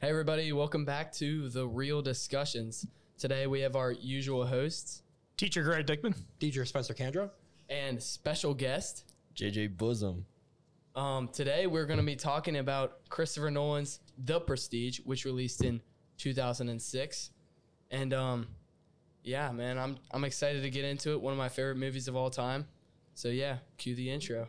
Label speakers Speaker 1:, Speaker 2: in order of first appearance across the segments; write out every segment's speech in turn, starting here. Speaker 1: Hey, everybody, welcome back to The Real Discussions. Today we have our usual hosts
Speaker 2: Teacher Greg Dickman.
Speaker 3: Teacher Spencer Kandra.
Speaker 1: and special guest.
Speaker 4: JJ Bosom.
Speaker 1: Um, today we're going to be talking about Christopher Nolan's The Prestige, which released in 2006. And um, yeah, man, I'm, I'm excited to get into it. One of my favorite movies of all time. So yeah, cue the intro.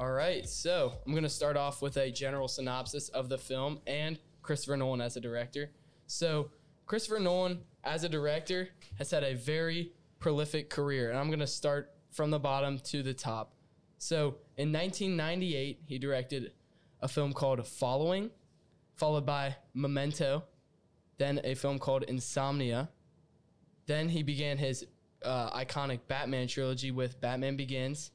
Speaker 1: All right, so I'm going to start off with a general synopsis of the film and Christopher Nolan as a director. So, Christopher Nolan as a director has had a very prolific career, and I'm going to start from the bottom to the top. So, in 1998, he directed a film called Following, followed by Memento, then a film called Insomnia. Then he began his uh, iconic Batman trilogy with Batman Begins,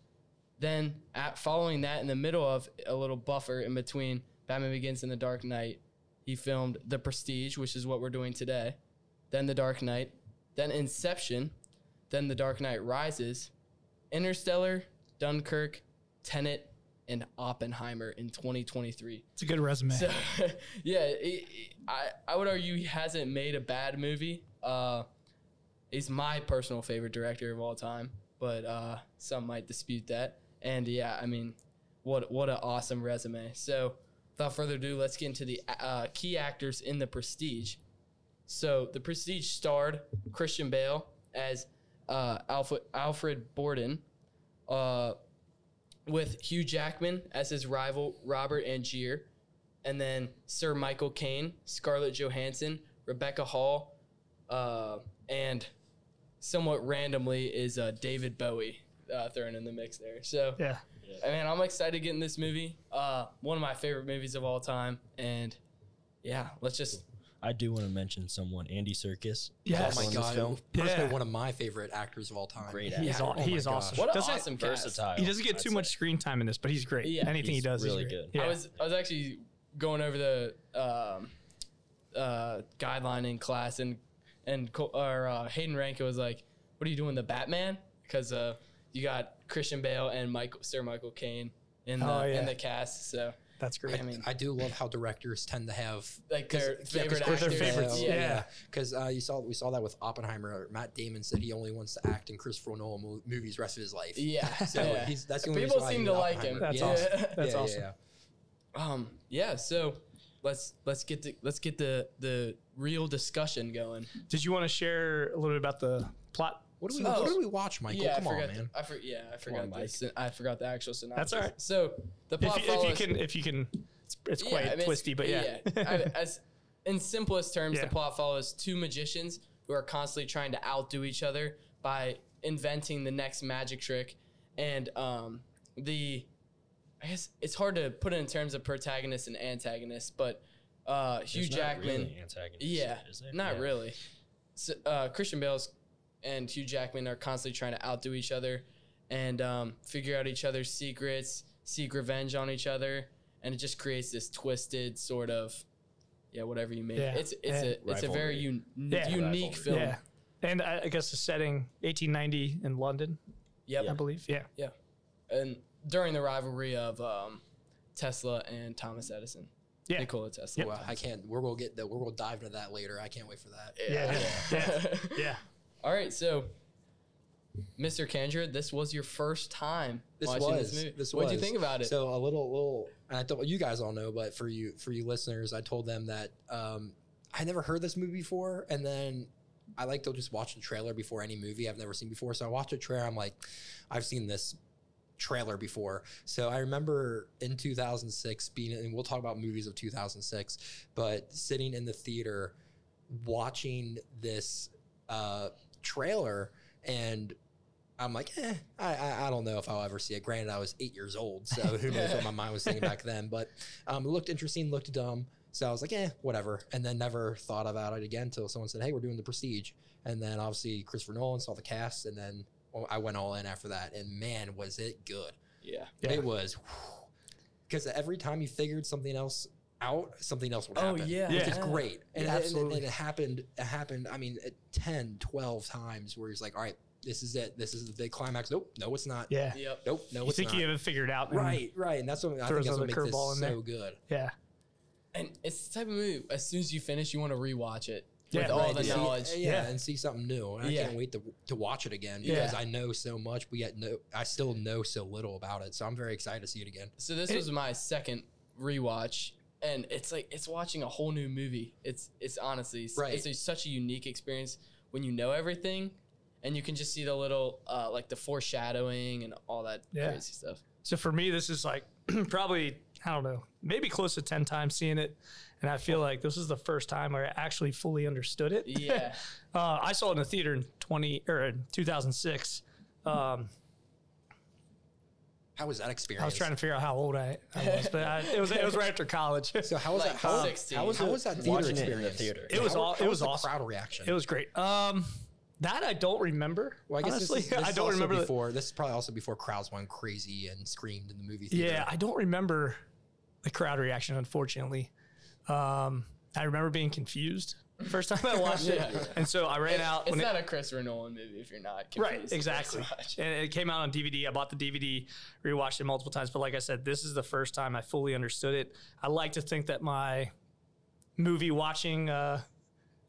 Speaker 1: then at following that in the middle of a little buffer in between batman begins and the dark knight he filmed the prestige which is what we're doing today then the dark knight then inception then the dark knight rises interstellar dunkirk tenet and oppenheimer in 2023
Speaker 2: It's a good resume.
Speaker 1: so yeah it, it- I, I would argue he hasn't made a bad movie uh, he's my personal favorite director of all time but uh, some might dispute that and yeah i mean what what an awesome resume so without further ado let's get into the uh, key actors in the prestige so the prestige starred christian bale as uh, alfred, alfred borden uh, with hugh jackman as his rival robert angier and then Sir Michael Caine, Scarlett Johansson, Rebecca Hall, uh, and somewhat randomly is uh, David Bowie uh, thrown in the mix there. So,
Speaker 2: yeah.
Speaker 1: I mean, I'm excited to get in this movie. Uh, one of my favorite movies of all time, and yeah, let's just
Speaker 4: I do want to mention someone, Andy Circus.
Speaker 2: Yes.
Speaker 3: Oh my
Speaker 4: This
Speaker 3: god.
Speaker 4: film?
Speaker 2: Yeah.
Speaker 3: Personally, one of my favorite actors of all time.
Speaker 4: Great
Speaker 3: Yeah.
Speaker 4: actor.
Speaker 2: He's on,
Speaker 3: Oh
Speaker 2: he
Speaker 3: my
Speaker 2: is
Speaker 3: gosh.
Speaker 2: awesome.
Speaker 1: what an
Speaker 2: Doesn't-
Speaker 1: awesome cast.
Speaker 4: Versatile.
Speaker 2: He doesn't get
Speaker 4: I'd
Speaker 2: too much
Speaker 4: say.
Speaker 2: screen time in this, but he's great.
Speaker 1: Yeah.
Speaker 2: Anything he
Speaker 4: He's
Speaker 2: does
Speaker 4: really
Speaker 2: is great.
Speaker 4: good.
Speaker 2: Yeah.
Speaker 1: I was I was actually going over the um, uh, guideline in class, and and Col- or uh, Hayden Rankin was like, "What are you doing, the Batman?" Because uh, you got Christian Bale and Michael Sir Michael Caine in the
Speaker 2: Oh, yeah.
Speaker 1: in the cast, so
Speaker 2: That's great.
Speaker 3: I,
Speaker 1: I mean-
Speaker 3: I do love how directors tend to have
Speaker 1: like their
Speaker 3: 'cause- yeah, 'cause
Speaker 1: favorite
Speaker 3: Christian
Speaker 1: actors.
Speaker 2: They're favorites,
Speaker 3: Bale,
Speaker 2: yeah.
Speaker 3: Because uh, you saw we saw that with Oppenheimer. Matt Damon said he only wants to act in Christopher Nolan mo- movies rest of his life.
Speaker 1: yeah.
Speaker 3: So
Speaker 1: yeah.
Speaker 3: he's, that's the only
Speaker 1: People
Speaker 3: reason why I
Speaker 1: seem
Speaker 3: hate
Speaker 1: to like
Speaker 3: Oppenheimer.
Speaker 1: him.
Speaker 2: That's
Speaker 3: yeah.
Speaker 2: awesome. That's
Speaker 3: yeah,
Speaker 2: awesome.
Speaker 3: Yeah,
Speaker 1: Um, yeah. So let's let's get the let's get the the real discussion going.
Speaker 2: Did you want to share a little bit about the plot?
Speaker 3: What do we
Speaker 1: Oh.
Speaker 3: What do we watch, Michael?
Speaker 1: yeah,
Speaker 3: Come
Speaker 1: I
Speaker 3: on,
Speaker 1: forgot.
Speaker 3: man.
Speaker 1: The, I for, yeah, I forgot
Speaker 4: Mike.
Speaker 1: the syn- I forgot the actual synopsis.
Speaker 2: all right.
Speaker 1: So the plot
Speaker 2: If you, if
Speaker 1: follows.
Speaker 2: you can, if you can, it's, it's
Speaker 1: Yeah,
Speaker 2: quite
Speaker 1: I mean, it's-
Speaker 2: twisty, but yeah.
Speaker 1: I- as in simplest terms, the
Speaker 2: Yeah.
Speaker 1: plot follows two magicians who are constantly trying to outdo each other by inventing the next magic trick, and um, the I guess it's hard to put it in terms of protagonist and antagonist, but uh, Hugh
Speaker 4: There's not
Speaker 1: Jackman.
Speaker 4: really antagonist,
Speaker 1: Yeah,
Speaker 4: is there?
Speaker 1: not
Speaker 4: Yeah.
Speaker 1: really. So, uh, Christian Bale's and Hugh Jackman are constantly trying to outdo each other and um, figure out each other's secrets, seek revenge on each other, and it just creates this twisted sort of, yeah, whatever you make.
Speaker 2: Yeah.
Speaker 1: It's it's a it's a very un-
Speaker 2: Yeah.
Speaker 1: unique
Speaker 4: Rivalry.
Speaker 1: film.
Speaker 2: Yeah. And I, I guess the setting, 1890 in London,
Speaker 1: Yep.
Speaker 2: I believe. Yeah.
Speaker 1: And during the rivalry of um, Tesla and Thomas Edison,
Speaker 2: Yeah.
Speaker 1: Nikola Tesla.
Speaker 2: Yep.
Speaker 3: Well, I can't. We're gonna get. The, we're gonna dive into that later. I can't wait for that.
Speaker 2: Yeah. Yeah. Yeah.
Speaker 1: All right, so Mr. Kendra, this was your first time
Speaker 3: This
Speaker 1: watching
Speaker 3: was.
Speaker 1: this movie.
Speaker 3: This
Speaker 1: What'd you
Speaker 3: was.
Speaker 1: think about it?
Speaker 3: So a little, little, and I thought you guys all know, but for you, for you listeners, I told them that um, I never heard this movie before, and then I like to just watch the trailer before any movie I've never seen before. So I watched a trailer. I'm like, I've seen this trailer before. So I remember in 2006 being, and we'll talk about movies of 2006, but sitting in the theater watching this uh, trailer and I'm like, eh, I, I, I don't know if I'll ever see it. Granted, I was eight years old, so who knows what my mind was thinking back then. But um, it looked interesting, looked dumb. So I was like, eh, whatever. And then never thought about it again until someone said, hey, we're doing the Prestige. And then obviously Christopher Nolan saw the cast, and then well, I went all in after that. And man, was it good.
Speaker 1: Yeah.
Speaker 2: Yeah.
Speaker 3: It was because every time you figured something else out, something else would
Speaker 1: Oh,
Speaker 3: happen.
Speaker 1: yeah,
Speaker 3: which is
Speaker 1: yeah.
Speaker 3: great. And,
Speaker 2: Yeah,
Speaker 3: and- and,
Speaker 2: absolutely.
Speaker 3: it happened. It happened. I mean, at 10, 12 times where he's like, "All right, this is it. This is the big climax." Nope, no, it's not.
Speaker 2: Yeah.
Speaker 1: Yep.
Speaker 3: Nope, no,
Speaker 2: you
Speaker 3: it's
Speaker 2: think
Speaker 3: not.
Speaker 2: you have it figured out. and-
Speaker 3: right, right, and that's what I think
Speaker 2: Throws
Speaker 3: that's
Speaker 2: another
Speaker 3: what makes this
Speaker 2: curveball
Speaker 3: so
Speaker 2: in there.
Speaker 3: good.
Speaker 2: Yeah.
Speaker 1: And it's the type of movie. As soon as you finish, you want to rewatch it
Speaker 2: Yeah,
Speaker 1: with all
Speaker 2: right,
Speaker 1: the
Speaker 3: to see-
Speaker 1: knowledge.
Speaker 3: yeah,
Speaker 2: Yeah.
Speaker 3: and see something new. And I
Speaker 1: Yeah.
Speaker 3: can't wait to, to watch it again
Speaker 1: Yeah.
Speaker 3: because I know so much, but yet no, I still know so little about it. So I'm very excited to see it again.
Speaker 1: So this
Speaker 2: It-
Speaker 1: was my second rewatch, and it's like it's watching a whole new movie. It's it's honestly s-
Speaker 3: Right.
Speaker 1: it's a, such a unique experience when you know everything, and you can just see the little uh, like the foreshadowing and all that
Speaker 2: Yeah.
Speaker 1: crazy stuff.
Speaker 2: So for me, this is like probably, I don't know, maybe close to 10 times seeing it. And I feel like this is the first time where I actually fully understood it.
Speaker 1: Yeah,
Speaker 2: Uh, I saw it in a theater in 20 or in 2006. Um,
Speaker 3: How was that
Speaker 2: I
Speaker 3: experience?
Speaker 2: was trying to figure out how old I, I was, but I, it was it was right after college.
Speaker 3: So how was
Speaker 1: Like
Speaker 3: that? How,
Speaker 1: sixteen.
Speaker 3: how was,
Speaker 1: How
Speaker 3: how
Speaker 4: it-
Speaker 3: was that theater
Speaker 4: watching it in the
Speaker 3: experience?
Speaker 4: theater?
Speaker 2: It was
Speaker 3: How-
Speaker 2: all-
Speaker 3: how
Speaker 2: it was
Speaker 3: the
Speaker 2: awesome.
Speaker 3: Crowd reaction.
Speaker 2: It was great. Um, that I don't remember.
Speaker 3: Well, I guess
Speaker 2: honestly,
Speaker 3: this is, this
Speaker 2: I
Speaker 3: is
Speaker 2: don't
Speaker 3: also
Speaker 2: remember. the-
Speaker 3: before. This is probably also before crowds went crazy and screamed in the movie theater.
Speaker 2: Yeah, I don't remember the crowd reaction. Unfortunately, um, I remember being confused the first time I watched
Speaker 1: Yeah.
Speaker 2: it, and so I ran out.
Speaker 1: it's
Speaker 2: when it-
Speaker 1: not a Christopher Nolan movie if you're not
Speaker 2: Right,
Speaker 1: confused That's
Speaker 2: exactly.
Speaker 1: why.
Speaker 2: And it came out on DVD. I bought the DVD, rewatched it multiple times. But like I said, this is the first time I fully understood it. I like to think that my movie watching uh,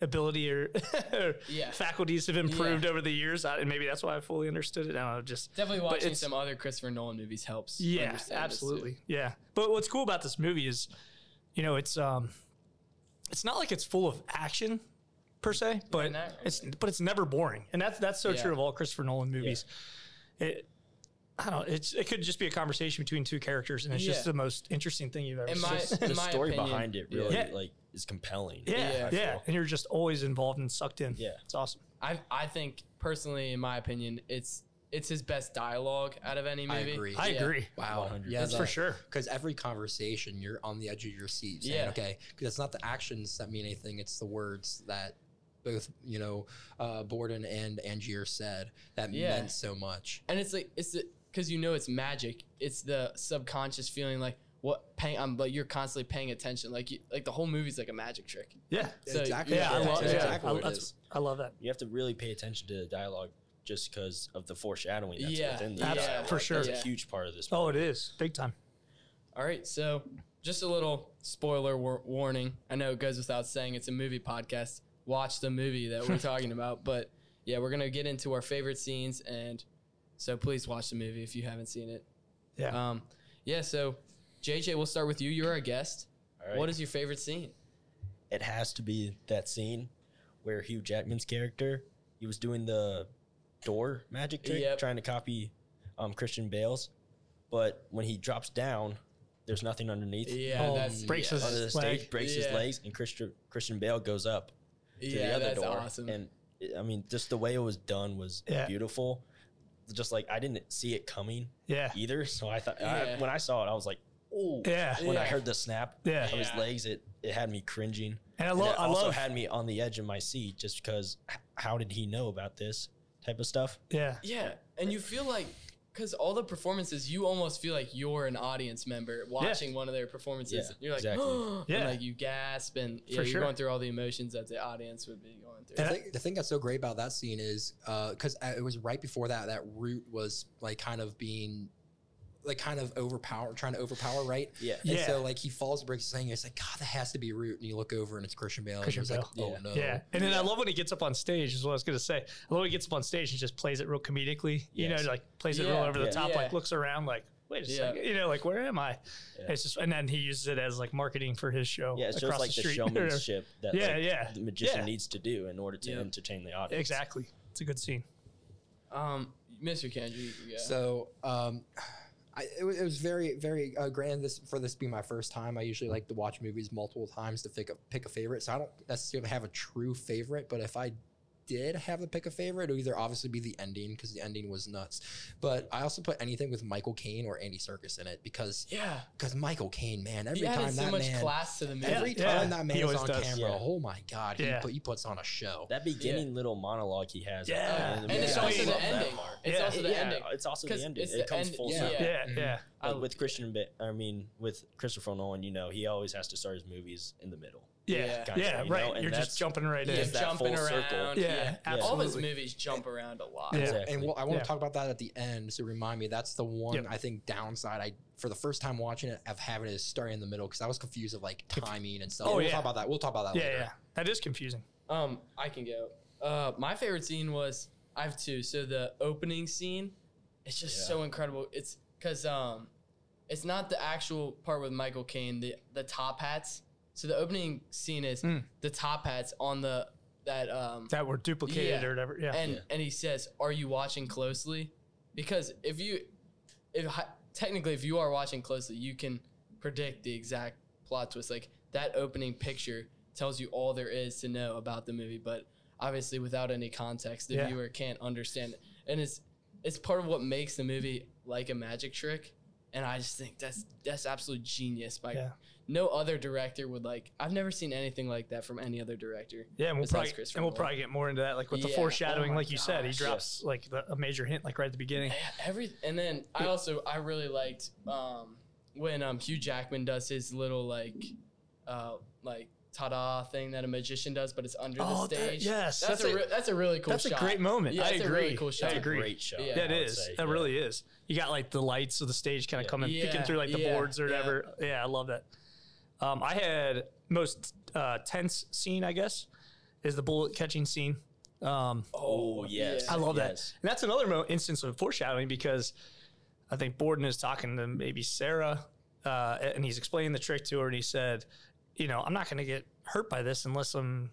Speaker 2: ability or, or
Speaker 1: Yeah.
Speaker 2: faculties have improved over the years. I, and maybe that's why I fully understood it. I don't know, just
Speaker 1: Definitely watching
Speaker 2: it's-
Speaker 1: some other Christopher Nolan movies helps.
Speaker 2: yeah,
Speaker 1: understand this too.
Speaker 2: absolutely. Yeah. But what's cool about this movie is, you know, it's um it's not like it's full of action per se, but
Speaker 1: not
Speaker 2: it's but it's never boring. And that's that's so
Speaker 1: Yeah.
Speaker 2: true of all Christopher Nolan movies. It I don't know, it's it could just be a conversation between two characters and it's
Speaker 1: Yeah.
Speaker 2: just the most interesting thing you've ever
Speaker 1: In
Speaker 2: seen.
Speaker 1: my, in
Speaker 4: the
Speaker 1: my
Speaker 4: story
Speaker 1: opinion,
Speaker 4: behind it
Speaker 1: yeah.
Speaker 4: really
Speaker 2: Yeah.
Speaker 4: like is compelling.
Speaker 2: yeah,
Speaker 1: Yeah,
Speaker 2: yeah,
Speaker 1: I
Speaker 4: feel.
Speaker 2: And you're just always involved and sucked in.
Speaker 4: Yeah.
Speaker 2: It's awesome.
Speaker 1: I I think personally, in my opinion, it's it's his best dialogue out of any
Speaker 3: I
Speaker 1: movie.
Speaker 3: agree.
Speaker 2: I
Speaker 1: Yeah.
Speaker 2: agree.
Speaker 3: Wow.
Speaker 4: 100%.
Speaker 3: Yeah,
Speaker 2: That's for sure.
Speaker 3: Because every conversation, you're on the edge of your seat. Saying,
Speaker 1: Yeah.
Speaker 3: Okay. Because it's not the actions that mean anything. It's the words that both you know uh, Borden and Angier said that
Speaker 1: Yeah.
Speaker 3: meant so much.
Speaker 1: and it's like it's because you know it's magic. It's the subconscious feeling like what paying. I'm like you're constantly paying attention. Like you, like the whole movie's like a magic trick.
Speaker 2: Yeah.
Speaker 1: So,
Speaker 3: exactly.
Speaker 2: Yeah, I
Speaker 1: Yeah,
Speaker 2: love
Speaker 1: that's
Speaker 2: yeah.
Speaker 3: exactly
Speaker 2: I-
Speaker 3: what it
Speaker 2: that's-
Speaker 3: is.
Speaker 2: I love that.
Speaker 4: You have to really pay attention to the dialogue just because of the foreshadowing that's
Speaker 1: Yeah,
Speaker 4: within the
Speaker 1: yeah,
Speaker 4: dialogue.
Speaker 2: for sure.
Speaker 4: That's
Speaker 1: Yeah.
Speaker 4: a huge part of this.
Speaker 2: Oh, it is. Big time.
Speaker 1: All right, so just a little spoiler war- warning. I know it goes without saying. It's a movie podcast. Watch the movie that we're talking about. But yeah, we're gonna get into our favorite scenes, and so please watch the movie if you haven't seen it.
Speaker 2: Yeah.
Speaker 1: Um, yeah. So JJ, we'll start with you. You're our guest.
Speaker 4: All right.
Speaker 1: What is your favorite scene?
Speaker 4: it has to be that scene where Hugh Jackman's character he was doing the door magic trick,
Speaker 1: Yep.
Speaker 4: trying to copy um, Christian Bale's, but when he drops down, there's nothing underneath.
Speaker 1: Yeah,
Speaker 2: Oh,
Speaker 1: that's
Speaker 2: breaks
Speaker 1: yeah,
Speaker 2: his-
Speaker 4: Under the stage,
Speaker 2: Leg.
Speaker 4: breaks
Speaker 1: Yeah.
Speaker 4: his legs, and Christian Christian Bale goes up to
Speaker 1: yeah,
Speaker 4: the other
Speaker 1: that's
Speaker 4: door.
Speaker 1: awesome.
Speaker 4: And I mean, just the way it was done was
Speaker 2: Yeah.
Speaker 4: beautiful. Just like I didn't see it coming
Speaker 2: Yeah.
Speaker 4: either, so I thought
Speaker 1: Yeah.
Speaker 4: I, when I saw it, I was like, "Oh!"
Speaker 2: Yeah.
Speaker 4: When I
Speaker 1: Yeah.
Speaker 4: heard the snap
Speaker 2: Yeah.
Speaker 4: of his
Speaker 1: Yeah.
Speaker 4: legs, it it had me cringing.
Speaker 2: And I
Speaker 4: And
Speaker 2: love
Speaker 4: it
Speaker 2: I
Speaker 4: also
Speaker 2: love
Speaker 4: had me on the edge of my seat just because h- how did he know about this type of stuff?
Speaker 2: yeah.
Speaker 1: yeah, and you feel like because all the performances, you almost feel like you're an audience member watching one of their performances.
Speaker 4: Yeah,
Speaker 1: you're like,
Speaker 4: exactly.
Speaker 1: and,
Speaker 2: Yeah.
Speaker 1: like you gasp and yeah, you're
Speaker 2: sure.
Speaker 1: going through all the emotions that the audience would be going through.
Speaker 2: And
Speaker 3: The thing, the thing that's so great about that scene is because it was right before that that root was like kind of being like kind of overpower trying to overpower right
Speaker 4: Yeah.
Speaker 3: and
Speaker 2: Yeah.
Speaker 3: so like he falls and breaks his thing it's like god that has to be root and you look over and it's christian bale
Speaker 2: Christian
Speaker 3: and you're
Speaker 4: Bale.
Speaker 3: like oh no
Speaker 2: Yeah. And then I love when he gets up on stage, is what I was going to say. I love when he gets up on stage and just plays it real comedically, you
Speaker 4: Yes.
Speaker 2: know, like plays it real
Speaker 1: Yeah,
Speaker 2: over the
Speaker 4: yeah.
Speaker 2: top, like
Speaker 1: Yeah.
Speaker 2: looks around, like, wait a
Speaker 1: Yeah.
Speaker 2: second, you know, like, where am I?
Speaker 4: Yeah.
Speaker 2: It's just, and then he uses it as like marketing for his show.
Speaker 4: Yeah, it's
Speaker 2: across
Speaker 4: just like the,
Speaker 2: street.
Speaker 4: showmanship that
Speaker 2: Yeah,
Speaker 4: like,
Speaker 2: yeah.
Speaker 4: the magician
Speaker 2: Yeah.
Speaker 4: needs to do in order to
Speaker 1: Yeah.
Speaker 4: entertain the audience.
Speaker 2: exactly. It's a good scene.
Speaker 1: Um, Mr. Kendrick, yeah.
Speaker 3: So um, I, it, was, it was very, very uh, grand. This for this being my first time. I usually like to watch movies multiple times to pick a pick a favorite. So I don't necessarily have a true favorite, but if I did have to pick a favorite, it would either obviously be the ending because the ending was nuts, but I also put anything with Michael Caine or Andy Circus in it because
Speaker 1: Yeah,
Speaker 3: because Michael Caine, man, every
Speaker 1: he added
Speaker 3: time
Speaker 1: so
Speaker 3: that
Speaker 1: much
Speaker 3: man,
Speaker 1: class to the movie.
Speaker 3: every
Speaker 2: Yeah,
Speaker 3: time that man
Speaker 2: he
Speaker 3: is
Speaker 2: always
Speaker 3: on
Speaker 2: does.
Speaker 3: camera,
Speaker 4: Yeah.
Speaker 3: oh my god,
Speaker 2: Yeah.
Speaker 3: he, put, he puts on a show.
Speaker 4: That beginning little monologue he has.
Speaker 2: Yeah.
Speaker 4: at the end of the
Speaker 1: and it's
Speaker 4: movie, I
Speaker 1: also the
Speaker 4: love that
Speaker 1: ending.
Speaker 4: part.
Speaker 1: It's
Speaker 2: Yeah.
Speaker 1: also the
Speaker 4: yeah,
Speaker 1: ending.
Speaker 4: It's also the
Speaker 1: 'Cause
Speaker 4: ending.
Speaker 1: it's
Speaker 4: It
Speaker 1: the
Speaker 4: comes
Speaker 1: end-
Speaker 4: full
Speaker 1: yeah.
Speaker 4: circle.
Speaker 2: Yeah, yeah.
Speaker 3: Mhm.
Speaker 1: I-
Speaker 4: Like with Christian, Ba- I mean, with Christopher Nolan, you know, he always has to start his movies in the middle.
Speaker 2: Yeah,
Speaker 1: Yeah.
Speaker 2: yeah,
Speaker 4: Gotcha, you know,
Speaker 2: right.
Speaker 4: and
Speaker 2: You're
Speaker 4: that's-
Speaker 2: just jumping right
Speaker 1: yeah,
Speaker 2: in.
Speaker 4: It's that
Speaker 1: jumping
Speaker 4: full
Speaker 1: around.
Speaker 4: circle.
Speaker 2: Yeah,
Speaker 1: all of his
Speaker 2: absolutely.
Speaker 1: movies jump around a lot.
Speaker 2: Yeah.
Speaker 4: Exactly.
Speaker 3: And we'll, I want to
Speaker 2: Yeah.
Speaker 3: talk about that at the end. So remind me, that's the one
Speaker 2: Yep.
Speaker 3: I think downside. I for the first time watching it of having it start in the middle because I was confused of like timing and stuff.
Speaker 2: Oh,
Speaker 3: we'll
Speaker 2: yeah.
Speaker 3: talk about that. We'll talk about that.
Speaker 2: Yeah,
Speaker 3: later.
Speaker 2: yeah. That is confusing.
Speaker 1: Um, I can go. Uh, my favorite scene was I have two. So the opening scene, it's just
Speaker 4: Yeah.
Speaker 1: so incredible. It's because um, it's not the actual part with Michael Caine. The the top hats. So the opening scene is
Speaker 2: Mm.
Speaker 1: the top hats on the that um
Speaker 2: That were duplicated
Speaker 1: Yeah.
Speaker 2: or whatever. Yeah.
Speaker 1: and
Speaker 4: Yeah.
Speaker 1: and he says, "Are you watching closely?" Because if you, if hi- technically if you are watching closely, you can predict the exact plot twist. Like that opening picture tells you all there is to know about the movie, but obviously without any context, the
Speaker 2: Yeah.
Speaker 1: viewer can't understand it. And it's it's part of what makes the movie like a magic trick. And I just think that's that's absolute genius. By
Speaker 2: Yeah.
Speaker 1: no other director would like. I've never seen anything like that from any other director.
Speaker 2: Yeah, and we'll,
Speaker 1: Besides
Speaker 2: probably,
Speaker 1: Christopher
Speaker 2: and we'll
Speaker 1: Nolan.
Speaker 2: probably get more into that, like with the
Speaker 1: Yeah,
Speaker 2: foreshadowing,
Speaker 1: oh my
Speaker 2: like you said, he
Speaker 1: gosh.
Speaker 2: drops like the, a major hint, like right at the beginning.
Speaker 1: Yeah, every and then I also I really liked um, when um, Hugh Jackman does his little like uh, like ta-da thing that a magician does, but it's under
Speaker 2: Oh,
Speaker 1: the
Speaker 2: that-
Speaker 1: stage.
Speaker 2: yes,
Speaker 1: that's,
Speaker 2: that's
Speaker 1: a,
Speaker 2: a-
Speaker 1: re- that's a really cool.
Speaker 2: That's
Speaker 1: shot.
Speaker 2: a great moment.
Speaker 1: Yeah,
Speaker 2: I
Speaker 1: that's a
Speaker 2: agree.
Speaker 1: really cool shot.
Speaker 4: That's a
Speaker 2: agree.
Speaker 4: great show.
Speaker 1: Yeah.
Speaker 2: That
Speaker 4: I would
Speaker 2: is.
Speaker 4: say,
Speaker 2: that
Speaker 4: yeah.
Speaker 2: really is. You got like the lights of the stage kind of
Speaker 4: Yeah.
Speaker 2: coming peeking
Speaker 1: Yeah,
Speaker 2: through like the
Speaker 1: yeah,
Speaker 2: boards or
Speaker 1: yeah.
Speaker 2: whatever. Yeah. I love that. Um, I had most uh, tense scene, I guess, is the bullet catching scene. Um,
Speaker 4: Oh yes,
Speaker 2: I love
Speaker 4: yes.
Speaker 2: that. And that's another mo- instance of foreshadowing because I think Borden is talking to maybe Sarah, uh, and he's explaining the trick to her, and he said, "You know, I'm not going to get hurt by this unless I'm,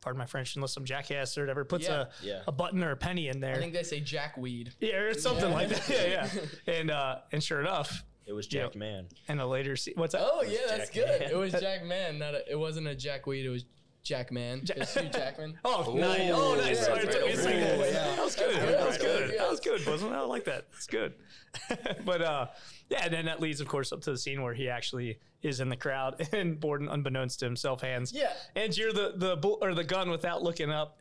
Speaker 2: pardon my French, unless some jackass or whatever puts
Speaker 1: Yeah.
Speaker 2: a
Speaker 4: Yeah.
Speaker 2: a button or a penny in
Speaker 1: I
Speaker 2: there,
Speaker 1: think they say jackweed.
Speaker 2: yeah, or something
Speaker 1: Yeah.
Speaker 2: like that. Yeah, yeah. And uh, and sure enough,
Speaker 4: It was
Speaker 2: Yeah.
Speaker 4: Jack Man.
Speaker 2: in a later scene, what's that?
Speaker 1: Oh
Speaker 4: was
Speaker 1: yeah, that's
Speaker 4: Jack
Speaker 1: good.
Speaker 4: Man.
Speaker 1: It was Jackman. Not a, it wasn't a jackweed. It was Jackman.
Speaker 2: Jack-
Speaker 1: It's Hugh Jackman.
Speaker 2: Oh, nice. Oh, nice.
Speaker 1: yeah,
Speaker 2: Sorry,
Speaker 1: right
Speaker 2: it took me a
Speaker 1: over.
Speaker 2: second.
Speaker 1: Ooh, yeah.
Speaker 2: That was good.
Speaker 1: Right
Speaker 2: That was
Speaker 1: over.
Speaker 2: good.
Speaker 1: Yeah.
Speaker 2: That was good, Bozeman. I like that. That's good. but uh, yeah, and then that leads, of course, up to the scene where he actually is in the crowd and Borden, unbeknownst to himself, hands.
Speaker 1: Yeah.
Speaker 2: And you're the the bull, or the gun without looking up.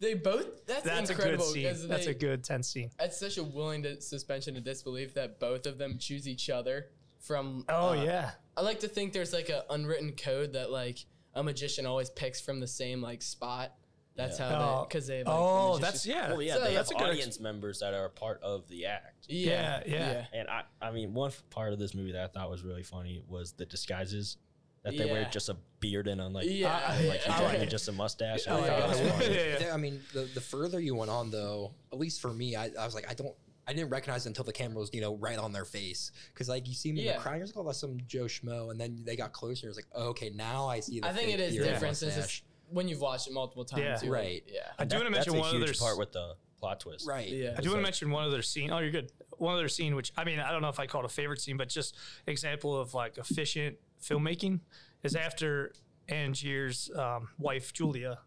Speaker 1: They both. That's,
Speaker 2: That's a good
Speaker 1: incredible.
Speaker 2: scene.
Speaker 1: 'cause
Speaker 2: That's
Speaker 1: they-
Speaker 2: a good tense scene.
Speaker 1: That's such a willing to, suspension of disbelief that both of them choose each other from.
Speaker 2: Oh
Speaker 1: uh,
Speaker 2: yeah,
Speaker 1: I like to think there's like a unwritten code that like a magician always picks from the same like spot. That's
Speaker 4: Yeah.
Speaker 1: how
Speaker 2: Oh.
Speaker 1: because they. Have, like,
Speaker 2: Oh,
Speaker 1: magician-
Speaker 2: that's yeah.
Speaker 4: Well, yeah,
Speaker 1: So
Speaker 4: they
Speaker 1: that's
Speaker 4: have
Speaker 2: a good ex-
Speaker 4: audience members that are a part of the act.
Speaker 1: yeah,
Speaker 2: Yeah, yeah.
Speaker 4: And I, I mean, one f- part of this movie that I thought was really funny was the disguises that they wear
Speaker 1: Yeah.
Speaker 4: just a beard and on like,
Speaker 1: Yeah,
Speaker 4: uh, like
Speaker 1: yeah.
Speaker 4: Hugh Jackman, just a mustache. and
Speaker 1: Oh,
Speaker 4: I thought
Speaker 1: yeah.
Speaker 4: that was funny.
Speaker 2: Yeah, yeah.
Speaker 3: There- I mean, uh, the, the further you went on, though, at least for me, I, I was like, I don't, I didn't recognize it until the camera was, you know, right on their face. Cause like you see me in
Speaker 1: Yeah.
Speaker 3: the crowd, you're like, oh, that's some Joe Schmo. And then they got closer. It was like, oh, okay, now I see the
Speaker 1: I think
Speaker 3: fake
Speaker 1: it is
Speaker 3: beard and
Speaker 1: different since it's
Speaker 3: mustache.
Speaker 1: when you've watched it multiple times.
Speaker 2: Yeah.
Speaker 1: too.
Speaker 3: Right.
Speaker 1: Yeah.
Speaker 2: I do want to mention
Speaker 4: That's
Speaker 2: one
Speaker 4: a huge
Speaker 2: other s-
Speaker 4: part with the plot twist.
Speaker 3: Right.
Speaker 1: Yeah.
Speaker 2: I do want to mention one other scene. Oh, you're good. One other scene, which I mean, I don't know if I call it a favorite scene, but just example of like efficient filmmaking is after Angier's um, wife Julia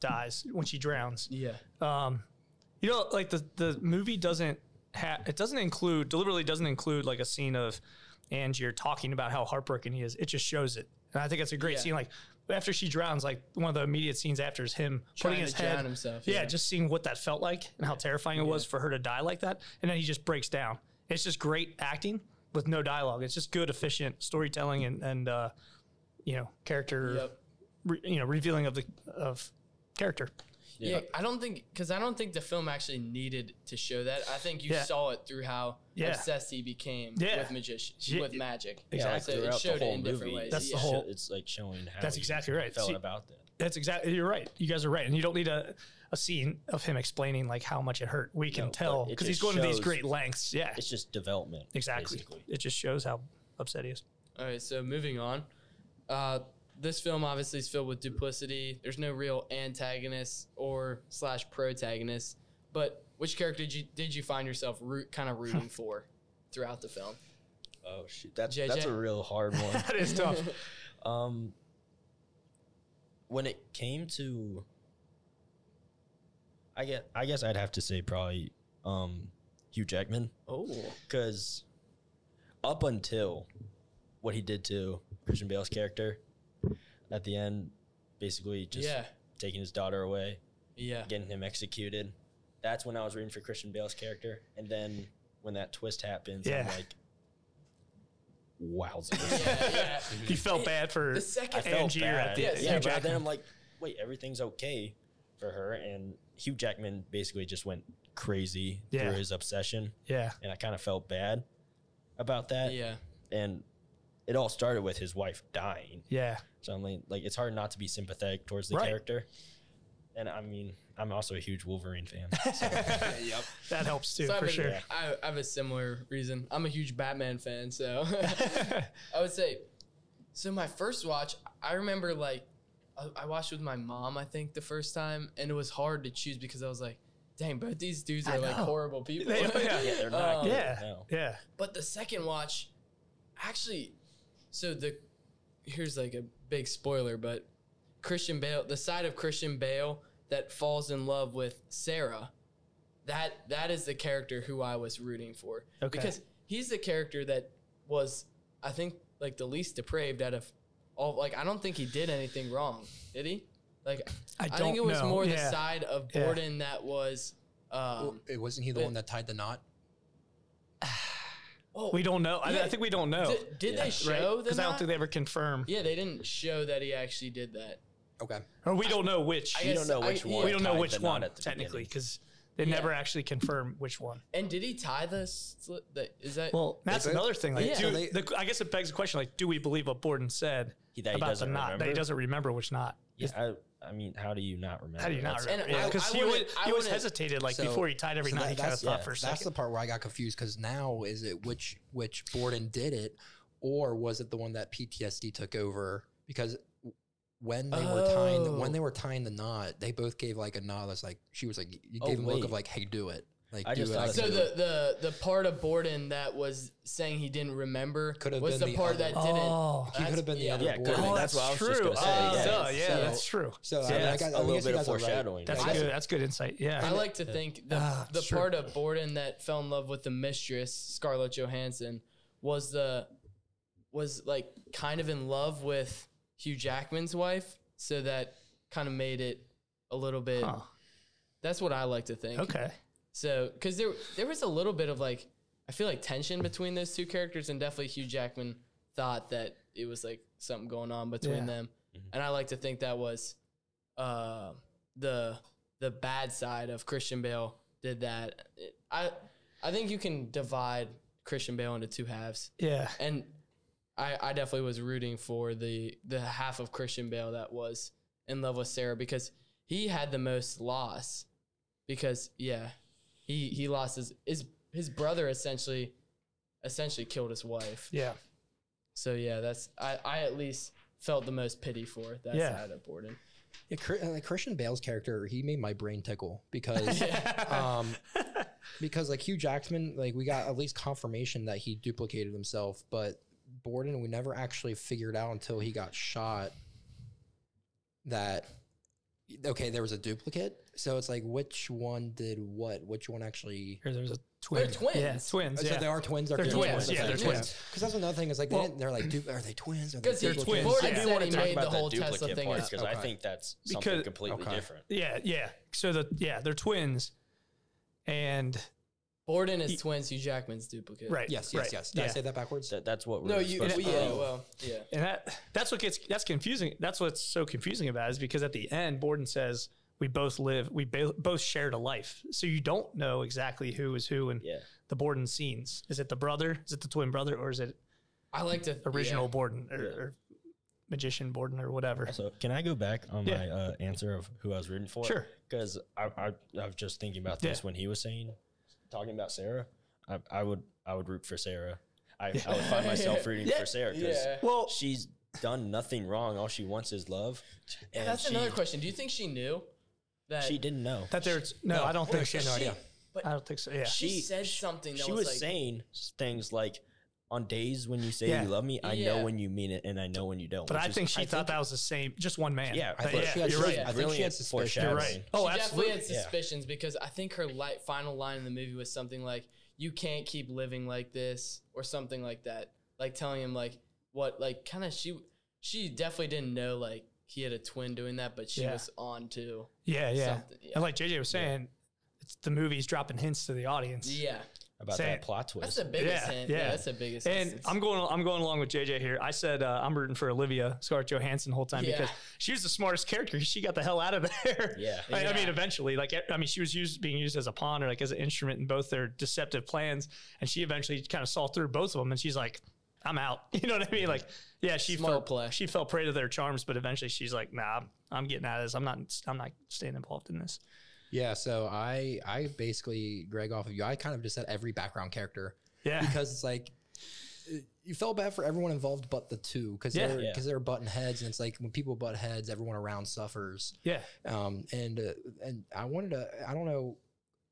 Speaker 2: dies when she drowns.
Speaker 1: Yeah.
Speaker 2: Um, you know, like the the movie doesn't ha it doesn't include deliberately doesn't include like a scene of Angier talking about how heartbroken he is. It just shows it, and I think it's a great
Speaker 1: Yeah.
Speaker 2: scene. Like after she drowns, like one of the immediate scenes after is him
Speaker 1: Trying
Speaker 2: putting
Speaker 1: to
Speaker 2: his
Speaker 1: drown
Speaker 2: head
Speaker 1: himself.
Speaker 2: yeah, just seeing what that felt like and how terrifying it was for her to die like that. And then he just breaks down. It's just great acting with no dialogue. It's just good, efficient storytelling and, and uh, you know, character,
Speaker 1: Yep.
Speaker 2: re, you know, revealing of the of character.
Speaker 1: Yeah. I don't think because I don't think the film actually needed to show that. I think you
Speaker 2: Yeah.
Speaker 1: saw it through how
Speaker 2: Yeah.
Speaker 1: obsessed he became
Speaker 2: Yeah.
Speaker 1: with magician
Speaker 2: Yeah.
Speaker 1: with magic.
Speaker 4: Yeah, like
Speaker 1: So it
Speaker 4: throughout
Speaker 1: showed
Speaker 4: the
Speaker 1: it
Speaker 4: whole
Speaker 1: in different
Speaker 4: movie,
Speaker 1: ways.
Speaker 2: That's the
Speaker 1: yeah.
Speaker 2: whole-
Speaker 4: It's like showing how
Speaker 2: That's
Speaker 4: he
Speaker 2: exactly right.
Speaker 4: felt
Speaker 2: See-
Speaker 4: about that.
Speaker 2: That's exactly you're right. You guys are right, and you don't need a, a scene of him explaining like how much it hurt. We can
Speaker 4: No, but
Speaker 2: tell
Speaker 4: it
Speaker 2: because he's
Speaker 4: just
Speaker 2: going to these
Speaker 4: shows-
Speaker 2: great lengths. Yeah,
Speaker 4: It's just development.
Speaker 2: exactly.
Speaker 4: basically.
Speaker 2: It just shows how upset he is.
Speaker 1: All right, so moving on. Uh, this film obviously is filled with duplicity. There's no real antagonist or slash protagonist. But which character did you, did you find yourself root kind of rooting for throughout the film?
Speaker 4: Oh shoot, that's
Speaker 1: JJ.
Speaker 4: that's a real hard one.
Speaker 2: That is tough.
Speaker 4: Um, when it came to I get. I guess I'd have to say probably um, Hugh Jackman
Speaker 2: Oh,
Speaker 4: because up until what he did to Christian Bale's character at the end, basically just
Speaker 1: yeah,
Speaker 4: taking his daughter away,
Speaker 1: yeah,
Speaker 4: getting him executed. That's when I was rooting for Christian Bale's character, and then when that twist happens, I'm
Speaker 2: Yeah.
Speaker 4: like, wowzers.
Speaker 1: yeah, yeah.
Speaker 2: he felt
Speaker 1: It-
Speaker 2: bad for
Speaker 1: The second,
Speaker 4: I felt
Speaker 2: Angier
Speaker 4: bad.
Speaker 2: at the
Speaker 4: yeah,
Speaker 1: end.
Speaker 4: yeah,
Speaker 2: Hugh
Speaker 4: but then
Speaker 2: Jackman.
Speaker 4: I'm like, wait, everything's okay for her, and Hugh Jackman basically just went crazy
Speaker 2: Yeah.
Speaker 4: through his obsession,
Speaker 2: yeah.
Speaker 4: and I kind of felt bad about that.
Speaker 1: yeah,
Speaker 4: And it all started with his wife dying,
Speaker 2: Yeah.
Speaker 4: so I'm like, like it's hard not to be sympathetic towards the
Speaker 2: Right.
Speaker 4: character. And I mean, I'm also a huge Wolverine fan. So
Speaker 3: yep.
Speaker 2: That helps too,
Speaker 1: So I
Speaker 2: for
Speaker 1: have a-
Speaker 2: sure.
Speaker 1: I, I have a similar reason. I'm a huge Batman fan, so I would say. So my first watch, I remember like, I, I watched with my mom. I think the first time, and it was hard to choose because I was like, "Dang, both these dudes
Speaker 2: I
Speaker 1: are like
Speaker 2: know.
Speaker 1: horrible people."
Speaker 2: They- yeah.
Speaker 4: yeah, they're not
Speaker 1: Um,
Speaker 4: good.
Speaker 2: Yeah.
Speaker 4: no.
Speaker 2: yeah.
Speaker 1: But the second watch, actually, so the here's like a big spoiler, but Christian Bale, the side of Christian Bale that falls in love with Sarah, that that is the character who I was rooting for
Speaker 2: Okay.
Speaker 1: because he's the character that was I think like the least depraved out of all. Like I don't think he did anything wrong, did he? Like
Speaker 2: I
Speaker 1: I,
Speaker 2: don't
Speaker 1: think it was
Speaker 2: know.
Speaker 1: more
Speaker 2: yeah.
Speaker 1: the side of
Speaker 2: Yeah.
Speaker 1: Borden that was. Um,
Speaker 3: it wasn't he the
Speaker 1: but-
Speaker 3: one that tied the knot?
Speaker 1: oh,
Speaker 2: We don't know. I, I
Speaker 1: Yeah.
Speaker 2: think we don't know.
Speaker 1: did, did
Speaker 4: Yeah.
Speaker 1: they
Speaker 4: Right?
Speaker 1: show the
Speaker 2: Because I don't
Speaker 1: knot?
Speaker 2: think they ever confirm.
Speaker 1: Yeah, they didn't show that he actually did that.
Speaker 3: Okay.
Speaker 2: Or we don't know which.
Speaker 1: I
Speaker 4: We don't
Speaker 1: guess-
Speaker 4: know
Speaker 1: I-
Speaker 4: which
Speaker 1: yeah.
Speaker 4: one.
Speaker 2: we don't know
Speaker 4: tied
Speaker 2: which
Speaker 4: the knot
Speaker 2: one
Speaker 4: at the
Speaker 2: technically
Speaker 4: beginning.
Speaker 2: because they
Speaker 1: Yeah.
Speaker 2: never actually confirm which one.
Speaker 1: And did he tie the slit? That, is that
Speaker 2: Well, that's
Speaker 3: could.
Speaker 2: another thing. Like,
Speaker 1: Yeah.
Speaker 2: do,
Speaker 3: They-
Speaker 2: the, I guess it begs the question: like, do we believe what Borden said
Speaker 4: He- that he
Speaker 2: about the
Speaker 4: doesn't
Speaker 2: knot? That he
Speaker 4: remember?
Speaker 2: doesn't remember which knot.
Speaker 4: Yeah, I, I mean, how do you not remember?
Speaker 2: How do you not
Speaker 4: That's-
Speaker 2: remember?
Speaker 1: And I-
Speaker 2: Because
Speaker 1: I
Speaker 2: he,
Speaker 1: wouldn't-
Speaker 2: would,
Speaker 1: I
Speaker 2: he always
Speaker 1: wouldn't-
Speaker 2: hesitated. Like
Speaker 3: So-
Speaker 2: before he tied every
Speaker 3: so
Speaker 2: knot,
Speaker 3: that-
Speaker 2: he kind of
Speaker 4: that's-
Speaker 2: thought
Speaker 4: yeah,
Speaker 2: for a
Speaker 3: That's the
Speaker 2: second.
Speaker 3: part where I got confused because now is it which which Borden did it, or was it the one that PTSD took over? Because when they were tying when
Speaker 1: Oh.
Speaker 3: they were tying the knot, they both gave like a nod. That's like she was like you
Speaker 4: Oh,
Speaker 3: gave him a look of
Speaker 4: wait.
Speaker 3: like hey do it like
Speaker 4: I
Speaker 3: do
Speaker 4: just
Speaker 3: it.
Speaker 4: thought
Speaker 1: so
Speaker 4: do
Speaker 1: the, the the part of Borden that was saying he didn't remember
Speaker 3: Could have
Speaker 1: was
Speaker 3: been
Speaker 1: the
Speaker 3: the
Speaker 1: part
Speaker 3: other.
Speaker 1: that didn't.
Speaker 2: Oh,
Speaker 3: he could have been the
Speaker 1: yeah.
Speaker 3: other
Speaker 4: Yeah,
Speaker 3: yeah,
Speaker 4: it could've
Speaker 2: oh,
Speaker 4: been.
Speaker 3: Borden.
Speaker 2: that's
Speaker 4: that's what I was just
Speaker 2: true.
Speaker 4: gonna say,
Speaker 2: Oh,
Speaker 1: yeah.
Speaker 2: duh,
Speaker 1: Yes.
Speaker 2: yeah,
Speaker 1: So-
Speaker 2: that's true.
Speaker 3: So I
Speaker 4: Yeah,
Speaker 3: mean, I
Speaker 4: that's
Speaker 3: got- I
Speaker 4: a little
Speaker 3: guess you
Speaker 4: bit of
Speaker 3: guys are right.
Speaker 4: foreshadowing.
Speaker 2: That's
Speaker 3: I
Speaker 2: good.
Speaker 3: guess-
Speaker 2: That's good insight. Yeah.
Speaker 1: I like to think the,
Speaker 2: Ah,
Speaker 1: the
Speaker 2: sure.
Speaker 1: part of Borden that fell in love with the mistress Scarlett Johansson was the was like kind of in love with Hugh Jackman's wife, so that kind of made it a little bit.
Speaker 2: Huh.
Speaker 1: That's what I like to think.
Speaker 2: Okay.
Speaker 1: So, because there there was a little bit of like, I feel like tension between those two characters, and definitely Hugh Jackman thought that it was like something going on between
Speaker 2: Yeah.
Speaker 1: them, and I like to think that was, uh, the the bad side of Christian Bale did that. It- I I think you can divide Christian Bale into two halves,
Speaker 2: Yeah.
Speaker 1: and I I definitely was rooting for the the half of Christian Bale that was in love with Sarah because he had the most loss because yeah he he lost his his his brother essentially essentially killed his wife
Speaker 2: Yeah.
Speaker 1: so yeah that's I I at least felt the most pity for that
Speaker 2: Yeah.
Speaker 1: side of Borden
Speaker 3: Yeah, Cr- uh, Christian Bale's character, he made my brain tickle because, um, because like Hugh Jackman, like we got at least confirmation that he duplicated himself, but Borden, we never actually figured out until he got shot that okay, there was a duplicate. So it's like which one did what? Which one actually?
Speaker 2: Or there was a twin.
Speaker 1: They're twins.
Speaker 2: Yeah, twins.
Speaker 3: Oh,
Speaker 2: Yeah.
Speaker 3: So they are twins.
Speaker 2: They're
Speaker 3: confused.
Speaker 2: twins, yeah, they're twins.
Speaker 3: Because that's another thing is like
Speaker 2: Well-
Speaker 3: they didn't, they're like, du- are they twins? Are they
Speaker 1: because he
Speaker 2: twins,
Speaker 3: duplicates?
Speaker 1: Borden
Speaker 2: yeah.
Speaker 1: said he made the whole Tesla thing up.
Speaker 4: because I
Speaker 3: Okay.
Speaker 4: think that's something
Speaker 2: Because-
Speaker 4: completely
Speaker 3: okay.
Speaker 4: different.
Speaker 2: yeah. Yeah. So the yeah they're twins, and
Speaker 1: Borden is
Speaker 2: He-
Speaker 1: twins Hugh Jackman's duplicate
Speaker 2: right.
Speaker 3: Yes, yes,
Speaker 2: right,
Speaker 3: yes. Did I
Speaker 2: yeah.
Speaker 3: say that backwards?
Speaker 4: That, that's what we're
Speaker 1: no you
Speaker 4: supposed
Speaker 1: well,
Speaker 4: to
Speaker 1: yeah well yeah
Speaker 2: And that that's what gets that's confusing. That's what's so confusing about it is because at the end Borden says we both live we ba- both shared a life. So you don't know exactly who is who in
Speaker 4: Yeah.
Speaker 2: the Borden scenes. Is it the brother? Is it the twin brother or is it
Speaker 1: I like to
Speaker 2: original Borden or,
Speaker 4: Yeah.
Speaker 2: or magician Borden or whatever?
Speaker 4: So can I go back on
Speaker 2: Yeah.
Speaker 4: my uh, answer of who I was rooting for?
Speaker 2: Sure.
Speaker 4: Because I, I, I was just thinking about this
Speaker 2: Yeah.
Speaker 4: when he was saying, talking about Sarah. I, I would, I would root for Sarah. I, I would find myself rooting
Speaker 1: Yeah.
Speaker 4: for Sarah because
Speaker 1: Yeah.
Speaker 2: Well,
Speaker 4: she's done nothing wrong. All she wants is love. And
Speaker 1: that's
Speaker 4: she,
Speaker 1: another question do you think she knew that
Speaker 4: She didn't know.
Speaker 2: that there's no, I don't think so.
Speaker 3: she had no idea.
Speaker 2: I don't think so. Yeah.
Speaker 1: she,
Speaker 4: She-
Speaker 1: said something that
Speaker 4: she
Speaker 1: was,
Speaker 4: was
Speaker 1: like
Speaker 4: saying s- things like, on days when you say
Speaker 2: Yeah.
Speaker 4: you love me, I
Speaker 1: Yeah.
Speaker 4: know when you mean it and I know when you don't.
Speaker 2: But
Speaker 4: which
Speaker 2: I
Speaker 4: is-
Speaker 2: think she thought
Speaker 4: think-
Speaker 2: that was the same, just one man.
Speaker 4: Yeah, I
Speaker 2: That-
Speaker 4: thought
Speaker 2: yeah,
Speaker 4: she
Speaker 3: had-
Speaker 2: you're
Speaker 3: she
Speaker 2: right.
Speaker 3: had- I think
Speaker 4: Really
Speaker 3: had
Speaker 4: it's
Speaker 3: suspicion.
Speaker 2: You're
Speaker 4: foreshadowing.
Speaker 2: right. Oh,
Speaker 1: she
Speaker 2: absolutely.
Speaker 1: definitely had
Speaker 4: Yeah.
Speaker 1: suspicions because I think her light, final line in the movie was something like, "You can't keep living like this," or something like that. Like telling him like what, like kind of she she definitely didn't know like he had a twin doing that, but she
Speaker 2: Yeah.
Speaker 1: was on to
Speaker 2: Yeah, yeah.
Speaker 1: something. Yeah,
Speaker 2: And like JJ was saying, it's the movie's dropping hints to the audience.
Speaker 1: yeah.
Speaker 4: about
Speaker 2: Say
Speaker 4: that
Speaker 2: it.
Speaker 4: plot
Speaker 1: that's
Speaker 4: twist.
Speaker 1: the biggest
Speaker 2: Yeah,
Speaker 1: hint. Yeah.
Speaker 2: yeah.
Speaker 1: that's the biggest.
Speaker 2: And
Speaker 1: instance.
Speaker 2: I'm going. I'm going along with JJ here. I said uh, I'm rooting for Olivia Scarlett Johansson the whole time
Speaker 1: Yeah.
Speaker 2: because she was the smartest character. She got the hell out of there.
Speaker 4: Yeah.
Speaker 2: I, I mean,
Speaker 1: Yeah.
Speaker 2: eventually, like e, I mean, she was used being used as a pawn or like as an instrument in both their deceptive plans, and she eventually kind of saw through both of them. And she's like, "I'm out." You know what I mean? Like, yeah, she
Speaker 1: Smart
Speaker 2: fell
Speaker 1: play.
Speaker 2: she fell prey to their charms, but eventually she's like, "Nah, I'm, I'm getting out of this. I'm not. I'm not staying involved in this."
Speaker 3: Yeah, so I I basically Greg off of you. I kind of just said every background character
Speaker 2: Yeah.
Speaker 3: because it's like uh, you felt bad for everyone involved but the two because
Speaker 2: Yeah.
Speaker 3: they're
Speaker 4: Yeah.
Speaker 3: because they're button heads and it's like when people butt heads, everyone around suffers.
Speaker 2: Yeah.
Speaker 3: Um, and uh, and I wanted to I don't know.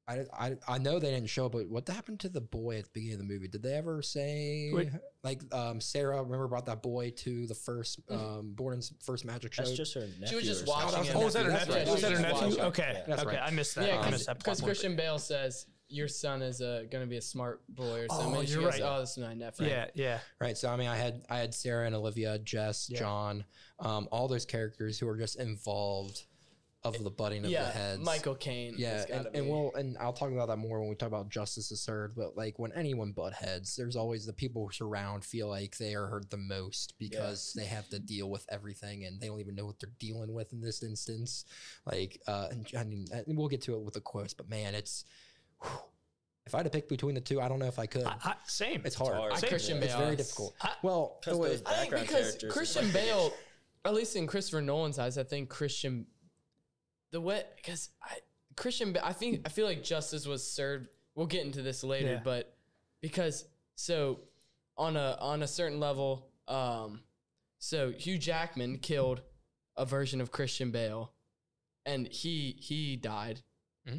Speaker 3: I, I, I know they didn't show, but what happened to the boy at the beginning of the movie? Did they ever say
Speaker 2: Wait.
Speaker 3: like um, Sarah? Remember brought that boy to the first
Speaker 2: Mm-hmm.
Speaker 3: um, Borden's first magic show?
Speaker 4: That's just her nephew.
Speaker 1: she was just
Speaker 4: or something.
Speaker 1: watching.
Speaker 3: was-
Speaker 1: him.
Speaker 3: Oh, was that her
Speaker 1: That's
Speaker 3: nephew?
Speaker 1: right.
Speaker 3: Was that her
Speaker 1: She just
Speaker 3: nephew?
Speaker 1: watching.
Speaker 2: Okay.
Speaker 3: That's
Speaker 2: okay.
Speaker 3: right.
Speaker 2: I missed that.
Speaker 1: Yeah,
Speaker 2: I
Speaker 1: because
Speaker 2: missed that. plot point.
Speaker 1: Christian Bale says your son is uh, going to be a smart boy or something.
Speaker 2: Oh,
Speaker 1: and she
Speaker 2: you're
Speaker 1: goes,
Speaker 2: right.
Speaker 1: Oh, this is my nephew.
Speaker 2: Yeah. Yeah.
Speaker 3: Right. So I mean, I had I had Sarah and Olivia, Jess,
Speaker 2: Yeah.
Speaker 3: John, um, all those characters who are just involved of the butting of the
Speaker 1: yeah.
Speaker 3: heads.
Speaker 1: Michael Caine.
Speaker 3: Yeah,
Speaker 1: has
Speaker 3: and,
Speaker 1: gotta
Speaker 3: and
Speaker 1: be.
Speaker 3: we'll and I'll talk about that more when we talk about justice is served. But like when anyone butt heads, there's always the people who surround feel like they are hurt the most because they have to deal with everything and they don't even know what they're dealing with in this instance. Like, uh, and I mean, and we'll get to it with the quotes, but man, it's whew. if I had to pick between the two, I don't know if I could.
Speaker 2: I, I, same.
Speaker 3: it's hard.
Speaker 4: hard.
Speaker 1: I Christian
Speaker 3: It's
Speaker 1: Bale.
Speaker 3: very difficult.
Speaker 2: I-
Speaker 3: well,
Speaker 4: Because
Speaker 3: wait,
Speaker 4: those
Speaker 1: I think
Speaker 4: background
Speaker 1: because
Speaker 4: characters,
Speaker 1: Christian
Speaker 4: like-
Speaker 1: Bale, at least in Christopher Nolan's eyes, I think Christian, the way because I Christian, Ba- I think I feel like justice was served. We'll get into this later,
Speaker 2: Yeah.
Speaker 1: but because so on a on a certain level, um, so Hugh Jackman killed a version of Christian Bale, and he he died,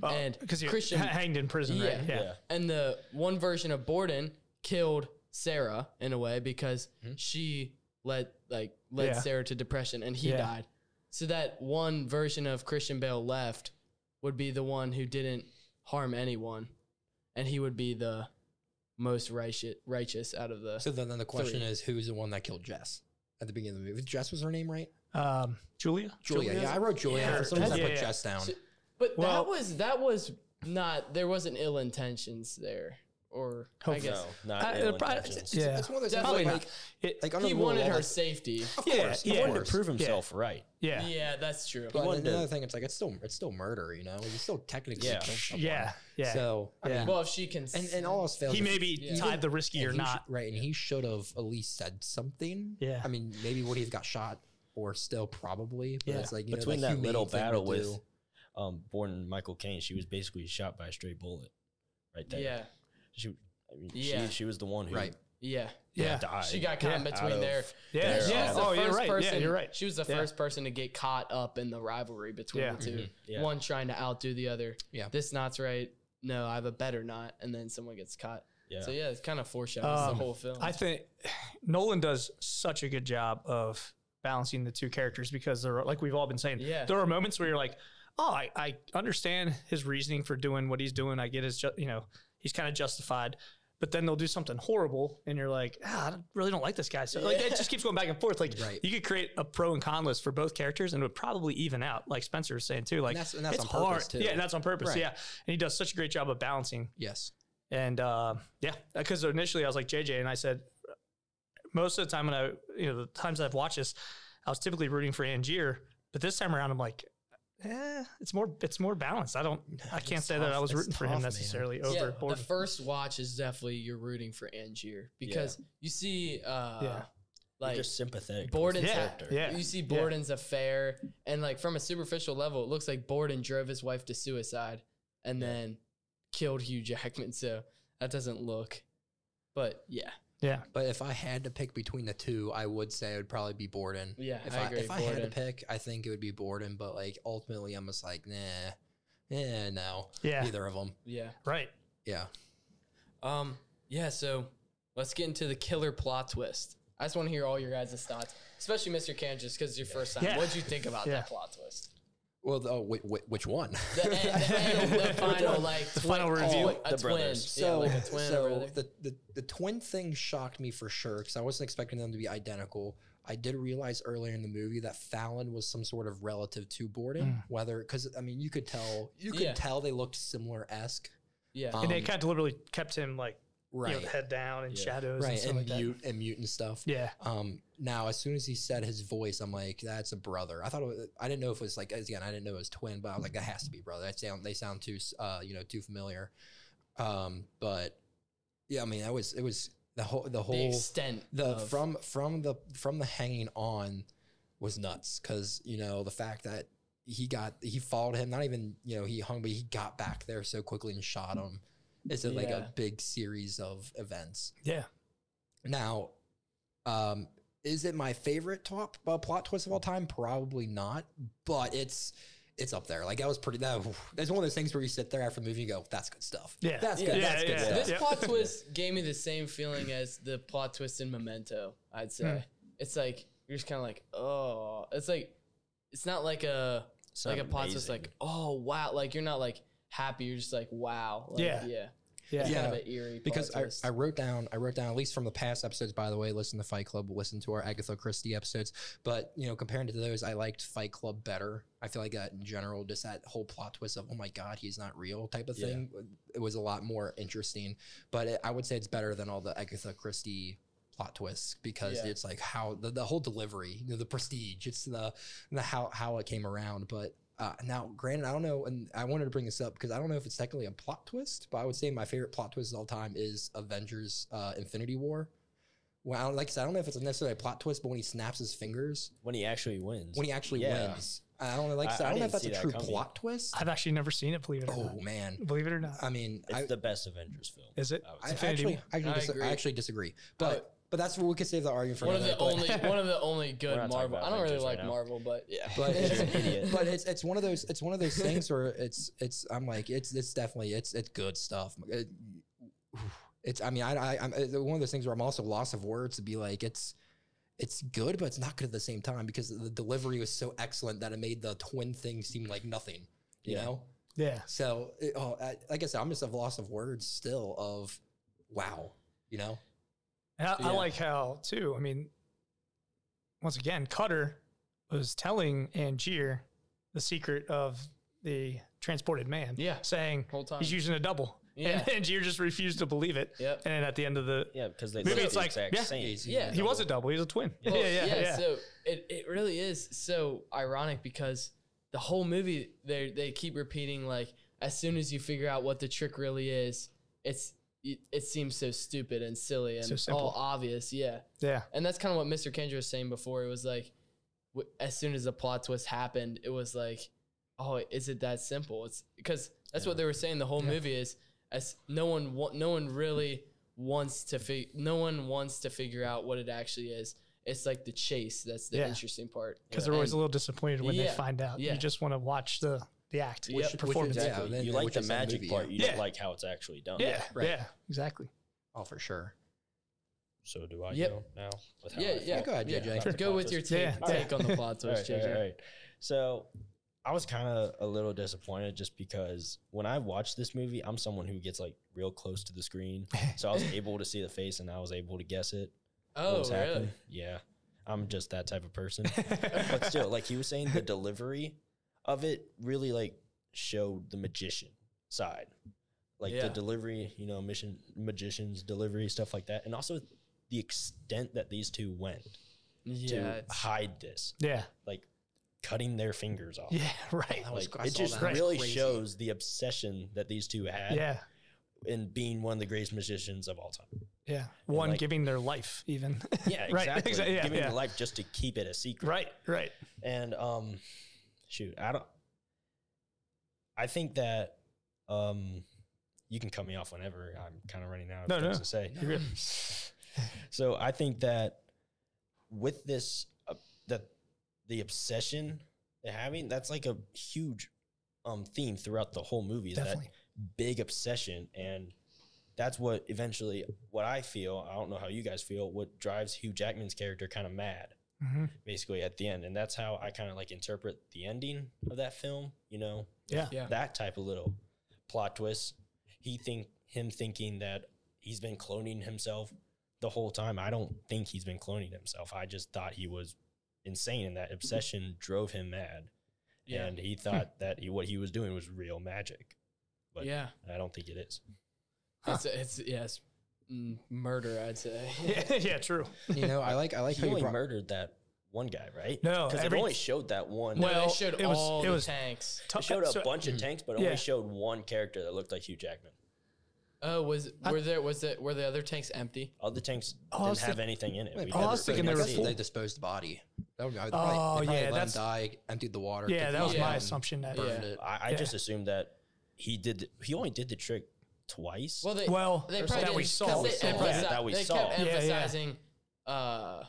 Speaker 2: Oh,
Speaker 1: and
Speaker 2: because
Speaker 1: Christian-
Speaker 2: hanged in prison, right?
Speaker 1: Yeah.
Speaker 2: Yeah.
Speaker 4: Yeah.
Speaker 1: and the one version of Borden killed Sarah in a way because she led like led
Speaker 2: Yeah.
Speaker 1: Sarah to depression and he
Speaker 2: Yeah.
Speaker 1: died. So that one version of Christian Bale left would be the one who didn't harm anyone, and he would be the most righteous righteous out of the.
Speaker 3: So then, then the question
Speaker 1: Three.
Speaker 3: is, who's the one that killed Jess at the beginning of the movie? Jess was her name, right?
Speaker 2: Um, Julia.
Speaker 3: Julia. Yeah, I wrote Julia.
Speaker 1: Yeah,
Speaker 3: For some reason, I
Speaker 2: yeah,
Speaker 3: put
Speaker 2: yeah.
Speaker 3: Jess down.
Speaker 1: So- but
Speaker 2: Well-
Speaker 1: that was that was not there wasn't ill intentions there or I
Speaker 2: Hopefully.
Speaker 1: guess
Speaker 4: No, not
Speaker 2: I-
Speaker 4: ill
Speaker 2: uh, probably-
Speaker 4: intentions.
Speaker 2: yeah.
Speaker 3: It's one of those
Speaker 1: Definitely
Speaker 3: Definitely like,
Speaker 1: not.
Speaker 2: It-
Speaker 3: like under
Speaker 1: he
Speaker 3: the rule of
Speaker 1: wanted
Speaker 3: law,
Speaker 1: her
Speaker 3: that's-
Speaker 1: safety.
Speaker 3: Of
Speaker 2: Yeah,
Speaker 3: course,
Speaker 2: yeah.
Speaker 3: of
Speaker 4: Wanted
Speaker 3: course.
Speaker 4: to prove himself right.
Speaker 2: yeah. Yeah.
Speaker 1: Yeah, that's true.
Speaker 3: But
Speaker 4: wanted
Speaker 3: then the
Speaker 4: to-
Speaker 3: other thing, it's like it's still it's still murder. You know, you still technically
Speaker 4: Yeah.
Speaker 3: killed someone.
Speaker 2: Yeah.
Speaker 3: So I
Speaker 2: Yeah.
Speaker 3: mean,
Speaker 1: Well, if she can,
Speaker 3: and and all else fails.
Speaker 2: he
Speaker 3: if-
Speaker 2: may be
Speaker 1: Yeah.
Speaker 2: tied the risky
Speaker 3: and
Speaker 2: or
Speaker 3: he
Speaker 2: not.
Speaker 3: should- right? And he should have at least said something.
Speaker 2: Yeah.
Speaker 3: I mean, maybe would he have got shot or still probably? But
Speaker 2: Yeah.
Speaker 3: it's like you
Speaker 4: Between
Speaker 3: know, the
Speaker 4: that little
Speaker 3: humane thing to
Speaker 4: battle with
Speaker 3: do.
Speaker 4: um, Born and Michael Caine, she was basically shot by a stray bullet right there.
Speaker 1: yeah,
Speaker 4: She, I mean,
Speaker 1: Yeah.
Speaker 4: she, she was the one who
Speaker 3: Right.
Speaker 1: yeah.
Speaker 2: yeah.
Speaker 4: died.
Speaker 1: She got caught in
Speaker 4: Yeah.
Speaker 1: between
Speaker 4: Out of-
Speaker 1: there.
Speaker 2: Yeah.
Speaker 1: She
Speaker 4: Yeah.
Speaker 1: was the
Speaker 2: Oh, you're
Speaker 1: first
Speaker 2: right.
Speaker 1: person,
Speaker 2: Yeah, you're right.
Speaker 1: She was the
Speaker 2: Yeah.
Speaker 1: first person to get caught up in the rivalry between
Speaker 2: Yeah.
Speaker 1: the 2
Speaker 4: Mm-hmm. Yeah.
Speaker 1: One trying to outdo the other.
Speaker 3: Yeah.
Speaker 1: This knot's right. No, I have a better knot, and then someone gets caught.
Speaker 4: Yeah.
Speaker 1: So yeah, it's kind of foreshadows
Speaker 2: Um,
Speaker 1: the whole film.
Speaker 2: I think Nolan does such a good job of balancing the two characters because there are, like we've all been saying,
Speaker 1: Yeah.
Speaker 2: there are moments where you're like, oh, I, I understand his reasoning for doing what he's doing. I get his, ju- you know, he's kind of justified. But then they'll do something horrible, and you're like, ah, I don't- really don't like this guy. So like
Speaker 1: Yeah.
Speaker 2: that just keeps going back and forth. Like
Speaker 3: Right.
Speaker 2: you could create a pro and con list for both characters, and it would probably even out. Like Spencer was saying too. Like
Speaker 3: that's- and that's
Speaker 2: it's
Speaker 3: on purpose,
Speaker 2: hard.
Speaker 3: too.
Speaker 2: Yeah, and that's on purpose.
Speaker 3: Right.
Speaker 2: Yeah, and he does such a great job of balancing
Speaker 3: Yes.
Speaker 2: and uh, yeah, because initially I was like JJ, and I said most of the time when I, you know, the times I've watched this, I was typically rooting for Angier, but this time around I'm like, eh, it's more it's more balanced. I don't, I can't
Speaker 3: it's
Speaker 2: say that I
Speaker 3: tough.
Speaker 2: was
Speaker 3: It's
Speaker 2: rooting for
Speaker 3: tough,
Speaker 2: him
Speaker 3: man.
Speaker 2: necessarily
Speaker 1: yeah,
Speaker 2: over
Speaker 1: the
Speaker 2: Borden.
Speaker 1: first watch is definitely you're rooting for Angier because you see, uh,
Speaker 2: Yeah.
Speaker 4: You're
Speaker 1: like
Speaker 4: just sympathetic. towards
Speaker 1: Borden's
Speaker 4: the
Speaker 2: Yeah,
Speaker 4: character.
Speaker 2: yeah.
Speaker 1: You see Borden's affair, and like from a superficial level, it looks like Borden drove his wife to suicide and then killed Hugh Jackman. So that doesn't look, but yeah,
Speaker 2: yeah,
Speaker 3: But if I had to pick between the two, I would say it would probably be Borden.
Speaker 1: Yeah,
Speaker 3: if
Speaker 1: I
Speaker 3: I,
Speaker 1: agree,
Speaker 3: If I had to
Speaker 1: Borden.
Speaker 3: pick, I think it would be Borden. But like ultimately, I'm just like, nah, eh, no,
Speaker 2: yeah,
Speaker 3: neither of them.
Speaker 1: yeah.
Speaker 2: right.
Speaker 3: Yeah,
Speaker 1: Um, yeah. So Let's get into the killer plot twist. I just want to hear all your guys' thoughts, especially Mr. Can, just because it's your first time.
Speaker 2: Yeah.
Speaker 1: What'd you think about
Speaker 2: Yeah.
Speaker 1: that plot twist?
Speaker 3: Well, the, oh, wait, wait, which one?
Speaker 1: The, end, the, end, the final, like
Speaker 2: The final
Speaker 1: twin-
Speaker 2: review?
Speaker 1: a
Speaker 4: The
Speaker 1: twin.
Speaker 4: brothers.
Speaker 1: yeah,
Speaker 3: So,
Speaker 1: like a twin.
Speaker 3: so
Speaker 1: or whatever.
Speaker 3: the, the, the twin thing shocked me for sure because I wasn't expecting them to be identical. I did realize earlier in the movie that Fallon was some sort of relative to Borden, whether because I mean you could tell you could
Speaker 1: Mm. Yeah.
Speaker 3: tell they looked similar esque,
Speaker 1: yeah,
Speaker 3: um,
Speaker 2: and they kind of deliberately kept him like you
Speaker 3: right?
Speaker 2: know, head down and
Speaker 4: Yeah.
Speaker 2: shadows and
Speaker 3: right,
Speaker 2: stuff
Speaker 3: and
Speaker 2: like that.
Speaker 3: mute and mute and stuff.
Speaker 2: Yeah,
Speaker 3: Um, now as soon as he said his voice, I'm like, that's a brother. I thought it was, I didn't know if it was like again, I didn't know it was twin, but I was like, that has to be brother. That sound they sound too uh, you know, too familiar. Um, but yeah, I mean that was it was the whole the
Speaker 1: the
Speaker 3: whole
Speaker 1: extent
Speaker 3: the
Speaker 1: of,
Speaker 3: from from the from the hanging on was nuts because you know the fact that he got he followed him not even you know he hung but he got back there so quickly and shot him it's a, like
Speaker 1: Yeah.
Speaker 3: a big series of events
Speaker 2: yeah.
Speaker 3: now um is it my favorite top uh, plot twist of all time probably not but it's it's up there like that was pretty that that's one of those things where you sit there after the movie and go that's good stuff
Speaker 2: Yeah.
Speaker 3: that's
Speaker 1: Yeah.
Speaker 3: good
Speaker 2: Yeah,
Speaker 3: that's good
Speaker 2: yeah.
Speaker 3: stuff
Speaker 1: This
Speaker 2: Yeah.
Speaker 1: plot twist gave me the same feeling as the plot twist in Memento. I'd say
Speaker 2: Hmm.
Speaker 1: it's like you're just kind of like, oh, it's like it's not like a
Speaker 4: It's
Speaker 1: like
Speaker 4: not
Speaker 1: a plot twist
Speaker 4: amazing.
Speaker 1: like, oh wow, like you're not like happy, you're just like wow, like,
Speaker 2: Yeah.
Speaker 1: yeah,
Speaker 2: Yeah.
Speaker 1: It's
Speaker 3: Yeah.
Speaker 1: kind of an eerie plot
Speaker 3: because I,
Speaker 1: twist.
Speaker 3: I wrote down I wrote down at least from the past episodes by the way listen to Fight Club listen to our Agatha Christie episodes but you know comparing to those I liked Fight Club better I feel like that in general just that whole plot twist of oh my god he's not real type of
Speaker 4: Yeah.
Speaker 3: thing it was a lot more interesting but it, I would say it's better than all the Agatha Christie plot twists because
Speaker 1: Yeah.
Speaker 3: it's like how the, the whole delivery you know the prestige it's the the how how it came around but uh, now, granted, I don't know, and I wanted to bring this up because I don't know if it's technically a plot twist, but I would say my favorite plot twist of all time is Avengers: uh, Infinity War. Well, I don't, like I said, I don't know if it's necessarily a plot twist, but when he snaps his fingers,
Speaker 4: when he actually wins.
Speaker 3: when he actually
Speaker 4: Yeah.
Speaker 3: wins, I don't know. Like I,
Speaker 4: I-
Speaker 3: said, I,
Speaker 4: I
Speaker 3: don't know if
Speaker 4: didn't
Speaker 3: that's
Speaker 4: see
Speaker 3: a
Speaker 4: that
Speaker 3: true
Speaker 4: coming.
Speaker 3: plot twist.
Speaker 2: I've actually never seen it, believe it or
Speaker 3: oh
Speaker 2: not.
Speaker 3: man,
Speaker 2: Believe it or not.
Speaker 3: I Uh, mean,
Speaker 4: it's
Speaker 3: I,
Speaker 4: the best Avengers film.
Speaker 2: Is it?
Speaker 4: I would
Speaker 3: I
Speaker 4: say.
Speaker 2: Infinity
Speaker 3: actually,
Speaker 2: War.
Speaker 3: I actually,
Speaker 1: I
Speaker 3: dis- I
Speaker 1: agree.
Speaker 3: actually disagree, but
Speaker 1: would-
Speaker 3: but that's what we could save the argument for
Speaker 1: one of
Speaker 3: another
Speaker 1: the
Speaker 3: day, but-
Speaker 1: only one of the only
Speaker 4: We're
Speaker 1: good
Speaker 4: not talking
Speaker 1: Marvel.
Speaker 4: about
Speaker 1: I don't really
Speaker 4: Avengers
Speaker 1: like
Speaker 4: right now.
Speaker 1: Marvel, but yeah,
Speaker 3: but it's,
Speaker 4: You're an idiot.
Speaker 3: but it's it's one of those it's one of those things where it's it's I'm like it's it's definitely it's it's good stuff. It- it's I mean I, I I'm it's one of those things where I'm also lost of words to be like it's it's good but it's not good at the same time because the delivery was so excellent that it made the twin thing seem like nothing. You
Speaker 4: Yeah.
Speaker 3: know,
Speaker 2: Yeah.
Speaker 3: so it, oh, I, like I said, I'm just a loss of words still of wow. You know,
Speaker 2: And I,
Speaker 1: Yeah.
Speaker 2: I like how too. I mean, once again, Cutter was telling Angier the secret of the transported man.
Speaker 1: Yeah.
Speaker 2: saying
Speaker 1: Whole time.
Speaker 2: he's using a double,
Speaker 1: Yeah.
Speaker 2: and Angier just refused to believe it.
Speaker 1: Yep.
Speaker 2: And then at the end of the,
Speaker 4: Yeah, because they
Speaker 2: Maybe
Speaker 4: look
Speaker 2: it's
Speaker 4: the
Speaker 2: like-
Speaker 4: exact
Speaker 2: yeah.
Speaker 4: same.
Speaker 3: He's-
Speaker 1: Yeah.
Speaker 3: he's
Speaker 2: he
Speaker 3: a
Speaker 2: was a
Speaker 3: double.
Speaker 2: double. He was a twin.
Speaker 1: Well,
Speaker 2: yeah, yeah, yeah.
Speaker 1: So it, it really is so ironic because the whole movie they they keep repeating like as soon as you figure out what the trick really is, it's it, it seems so stupid and silly and
Speaker 2: So simple.
Speaker 1: all obvious. Yeah,
Speaker 2: yeah.
Speaker 1: and that's kind of what Mr. Kendra was saying before. It was like w- as soon as the plot twist happened, it was like, oh, is it that simple? It's because that's what they were saying. The whole movie is as no one wa- no one really wants to fig- no one wants to figure out what it actually is. It's like the chase that's the
Speaker 2: Yeah.
Speaker 1: interesting part
Speaker 2: Because they're always a
Speaker 1: And-
Speaker 2: little disappointed when
Speaker 1: Yeah.
Speaker 2: they find out.
Speaker 1: Yeah.
Speaker 2: You just want to watch the the act,
Speaker 1: Which-
Speaker 2: the
Speaker 1: which
Speaker 2: performance.
Speaker 3: is-
Speaker 2: yeah.
Speaker 4: Exactly.
Speaker 3: then-
Speaker 4: you
Speaker 3: which
Speaker 4: like the
Speaker 3: is that
Speaker 4: magic
Speaker 3: movie,
Speaker 4: part.
Speaker 3: yeah.
Speaker 4: You
Speaker 2: Yeah.
Speaker 4: don't like how it's actually done.
Speaker 2: Yeah,
Speaker 3: right.
Speaker 2: exactly.
Speaker 3: Oh, for sure.
Speaker 4: So do I
Speaker 1: Yep.
Speaker 4: go now? with how
Speaker 1: yeah
Speaker 4: I feel?
Speaker 1: yeah
Speaker 3: Go ahead, JJ.
Speaker 4: Sure.
Speaker 1: Go with your take,
Speaker 2: Yeah.
Speaker 1: take on the plot
Speaker 4: All
Speaker 1: twist,
Speaker 4: right, all
Speaker 1: JJ.
Speaker 4: right, all right. So I was kind of a little disappointed just because when I watched this movie, I'm someone who gets like real close to the screen. So I was able to see the face and I was able to guess it. what
Speaker 1: Oh
Speaker 4: was
Speaker 1: really?
Speaker 4: happening. Yeah. I'm just that type of person. but still, like he was saying, the delivery of it really like showed the magician side. Like
Speaker 1: Yeah.
Speaker 4: the delivery, you know, mission magicians, delivery, stuff like that. And also the extent that these two went
Speaker 1: Yeah,
Speaker 4: to
Speaker 1: it's-
Speaker 4: hide this.
Speaker 2: Yeah,
Speaker 4: Like cutting their fingers off.
Speaker 2: yeah, right.
Speaker 3: That was-
Speaker 4: Like
Speaker 3: I
Speaker 4: it
Speaker 3: saw
Speaker 4: just
Speaker 3: that. That was
Speaker 4: really
Speaker 3: crazy.
Speaker 4: shows the obsession that these two had
Speaker 2: Yeah,
Speaker 4: in being one of the greatest magicians of all time.
Speaker 2: yeah. One
Speaker 4: like-
Speaker 2: giving their life, even.
Speaker 4: Yeah,
Speaker 2: Right,
Speaker 4: exactly.
Speaker 2: exactly, yeah,
Speaker 4: Giving
Speaker 2: yeah.
Speaker 4: their life just to keep it a secret.
Speaker 2: right, right.
Speaker 4: And um, shoot, I don't. I think that um, you can cut me off whenever. I'm kind of running out of
Speaker 2: No,
Speaker 4: things
Speaker 2: no.
Speaker 4: to say.
Speaker 2: You're good.
Speaker 4: So I think that with this, uh, that the obsession they're having, that's like a huge um theme throughout the whole movie. Is that
Speaker 2: Definitely.
Speaker 4: big obsession and that's what eventually what I feel. I don't know how you guys feel. What drives Hugh Jackman's character kind of mad,
Speaker 2: Mhm.
Speaker 4: basically at the end, and that's how I kind of like interpret the ending of that film. You know,
Speaker 2: Yeah.
Speaker 1: Yeah.
Speaker 4: that type of little plot twist. He think him thinking that he's been cloning himself the whole time. I don't think he's been cloning himself. I just thought he was insane, and that obsession drove him mad,
Speaker 1: Yeah.
Speaker 4: and he thought that he, what he was doing was real magic. But
Speaker 1: yeah.
Speaker 4: I don't think it is.
Speaker 1: It's, it's yes, mm, murder. I'd say.
Speaker 2: yeah, yeah, true.
Speaker 3: You know, I like I like
Speaker 4: He
Speaker 3: how you
Speaker 4: only
Speaker 3: brought.
Speaker 4: murdered that one guy, right?
Speaker 2: No,
Speaker 4: because it
Speaker 2: every-
Speaker 4: only showed that one.
Speaker 1: No,
Speaker 4: it
Speaker 2: Well,
Speaker 1: they showed
Speaker 2: it was-
Speaker 1: all
Speaker 2: it
Speaker 1: the
Speaker 2: was-
Speaker 1: tanks.
Speaker 2: T-
Speaker 4: showed a
Speaker 2: so-
Speaker 4: bunch of tanks, but
Speaker 2: Yeah.
Speaker 4: only showed one character that looked like Hugh Jackman.
Speaker 1: Oh, was
Speaker 2: I-
Speaker 1: were there was it were the other tanks empty?
Speaker 4: All the tanks
Speaker 2: Oh, I
Speaker 4: didn't
Speaker 2: was
Speaker 4: have
Speaker 2: thinking-
Speaker 4: anything in it.
Speaker 3: Wait,
Speaker 4: We
Speaker 2: oh, I
Speaker 4: never
Speaker 2: was thinking
Speaker 4: really
Speaker 2: there
Speaker 4: got
Speaker 2: were
Speaker 4: to
Speaker 3: That's
Speaker 4: see
Speaker 3: if
Speaker 4: it.
Speaker 3: they disposed the body. That would, they probably,
Speaker 2: Oh,
Speaker 3: they probably
Speaker 2: yeah,
Speaker 3: let
Speaker 2: that's-
Speaker 3: him die, emptied the water.
Speaker 2: Yeah,
Speaker 3: took
Speaker 2: that
Speaker 3: the
Speaker 2: was
Speaker 3: body
Speaker 2: my
Speaker 3: out,
Speaker 2: assumption that-
Speaker 3: burned
Speaker 1: Yeah.
Speaker 3: it.
Speaker 4: I, I
Speaker 2: Yeah.
Speaker 4: just assumed that he did. The, he only did the trick twice.
Speaker 1: Well, they
Speaker 2: Well,
Speaker 1: they
Speaker 2: that
Speaker 1: probably
Speaker 2: we
Speaker 1: didn't,
Speaker 2: saw.
Speaker 1: 'cause
Speaker 2: We
Speaker 1: they
Speaker 2: saw. Yeah,
Speaker 1: emphasi-
Speaker 4: that we
Speaker 1: they
Speaker 4: saw.
Speaker 1: kept
Speaker 4: Yeah,
Speaker 2: yeah.
Speaker 1: emphasizing uh,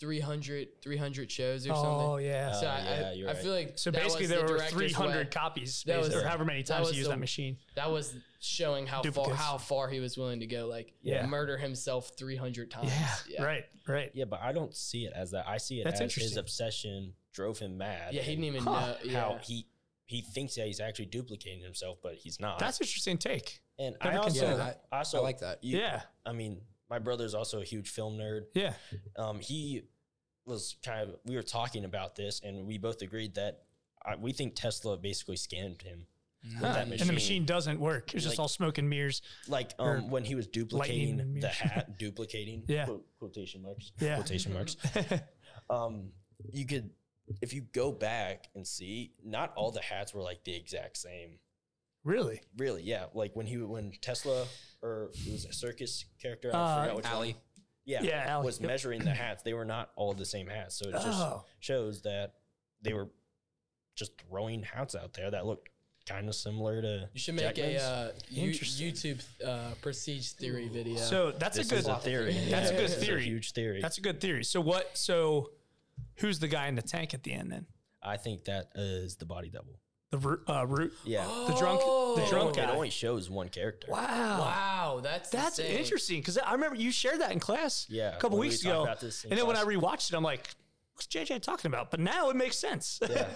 Speaker 1: 300, 300 shows or
Speaker 2: Oh
Speaker 1: something.
Speaker 2: yeah.
Speaker 1: so
Speaker 4: Uh,
Speaker 1: I, I,
Speaker 4: yeah, you're
Speaker 1: I
Speaker 4: right.
Speaker 1: feel like
Speaker 2: so
Speaker 1: that
Speaker 2: basically,
Speaker 1: was
Speaker 2: there
Speaker 1: the
Speaker 2: were
Speaker 1: director's
Speaker 2: 300
Speaker 1: way.
Speaker 2: copies,
Speaker 1: That was
Speaker 2: basically, or
Speaker 1: the-
Speaker 2: however many
Speaker 1: that
Speaker 2: times
Speaker 1: was
Speaker 2: you use
Speaker 1: the-
Speaker 2: that machine.
Speaker 1: That was showing how far
Speaker 2: Duplicates.
Speaker 1: how far he was willing to go, like
Speaker 2: Yeah.
Speaker 1: murder himself three hundred times.
Speaker 2: Right. Right.
Speaker 4: yeah, but I don't see it as that. I see it
Speaker 2: That's
Speaker 4: as his
Speaker 2: interesting.
Speaker 4: obsession drove him mad.
Speaker 1: Yeah, he
Speaker 4: and
Speaker 1: didn't even
Speaker 2: Huh.
Speaker 1: know. Yeah.
Speaker 4: how he he thinks that he's actually duplicating himself, but he's not.
Speaker 2: That's interesting take.
Speaker 4: and I
Speaker 2: never
Speaker 4: also,
Speaker 2: considered
Speaker 4: I
Speaker 3: that.
Speaker 4: also
Speaker 3: I like that.
Speaker 4: you-
Speaker 2: yeah.
Speaker 4: I mean, my brother's also a huge film nerd.
Speaker 2: Yeah.
Speaker 4: um, he was kind of we were talking about this and we both agreed that I, we think tesla basically scammed him
Speaker 2: Huh.
Speaker 4: that
Speaker 2: And the
Speaker 4: machine.
Speaker 2: machine doesn't work. It's just
Speaker 4: Like-
Speaker 2: all smoke and mirrors.
Speaker 4: like
Speaker 2: Or
Speaker 4: um, when he was duplicating
Speaker 2: and
Speaker 4: the
Speaker 2: mirrors.
Speaker 4: hat duplicating
Speaker 2: Yeah.
Speaker 4: quote- quotation marks
Speaker 2: Yeah.
Speaker 4: quotation marks um, you could if you go back and see not all the hats were like the exact same
Speaker 2: really?
Speaker 4: really yeah like when he when tesla or it was a circus character i
Speaker 2: Uh,
Speaker 4: forgot which one.
Speaker 3: Alley.
Speaker 4: yeah,
Speaker 2: Yeah, Alley.
Speaker 4: was
Speaker 2: Yep.
Speaker 4: measuring the hats they were not all the same hats so it just
Speaker 2: Oh.
Speaker 4: shows that they were just throwing hats out there that looked kind of similar to.
Speaker 1: You should make
Speaker 4: Jackman's.
Speaker 1: a uh, you,
Speaker 2: Interesting.
Speaker 1: YouTube uh, prestige theory video.
Speaker 2: So that's
Speaker 4: this
Speaker 2: a good
Speaker 4: is a theory.
Speaker 2: That's a good
Speaker 4: this is
Speaker 2: theory.
Speaker 4: huge theory.
Speaker 2: That's a good theory. So what? So who's the guy in the tank at the end then?
Speaker 4: I think that is the body double.
Speaker 2: The root, uh, root,
Speaker 4: Yeah.
Speaker 2: the drunk, the
Speaker 1: Oh.
Speaker 2: drunk
Speaker 4: It
Speaker 2: guy.
Speaker 4: only shows one character.
Speaker 2: Wow.
Speaker 1: wow, that's
Speaker 2: That's
Speaker 1: insane.
Speaker 2: interesting because I remember you shared that in class
Speaker 4: Yeah,
Speaker 2: a couple
Speaker 4: when we
Speaker 2: weeks
Speaker 4: talked
Speaker 2: ago.
Speaker 4: about this in
Speaker 2: And then when I
Speaker 4: class.
Speaker 2: rewatched it, I'm like, what's JJ talking about? But now it makes sense.
Speaker 4: Yeah.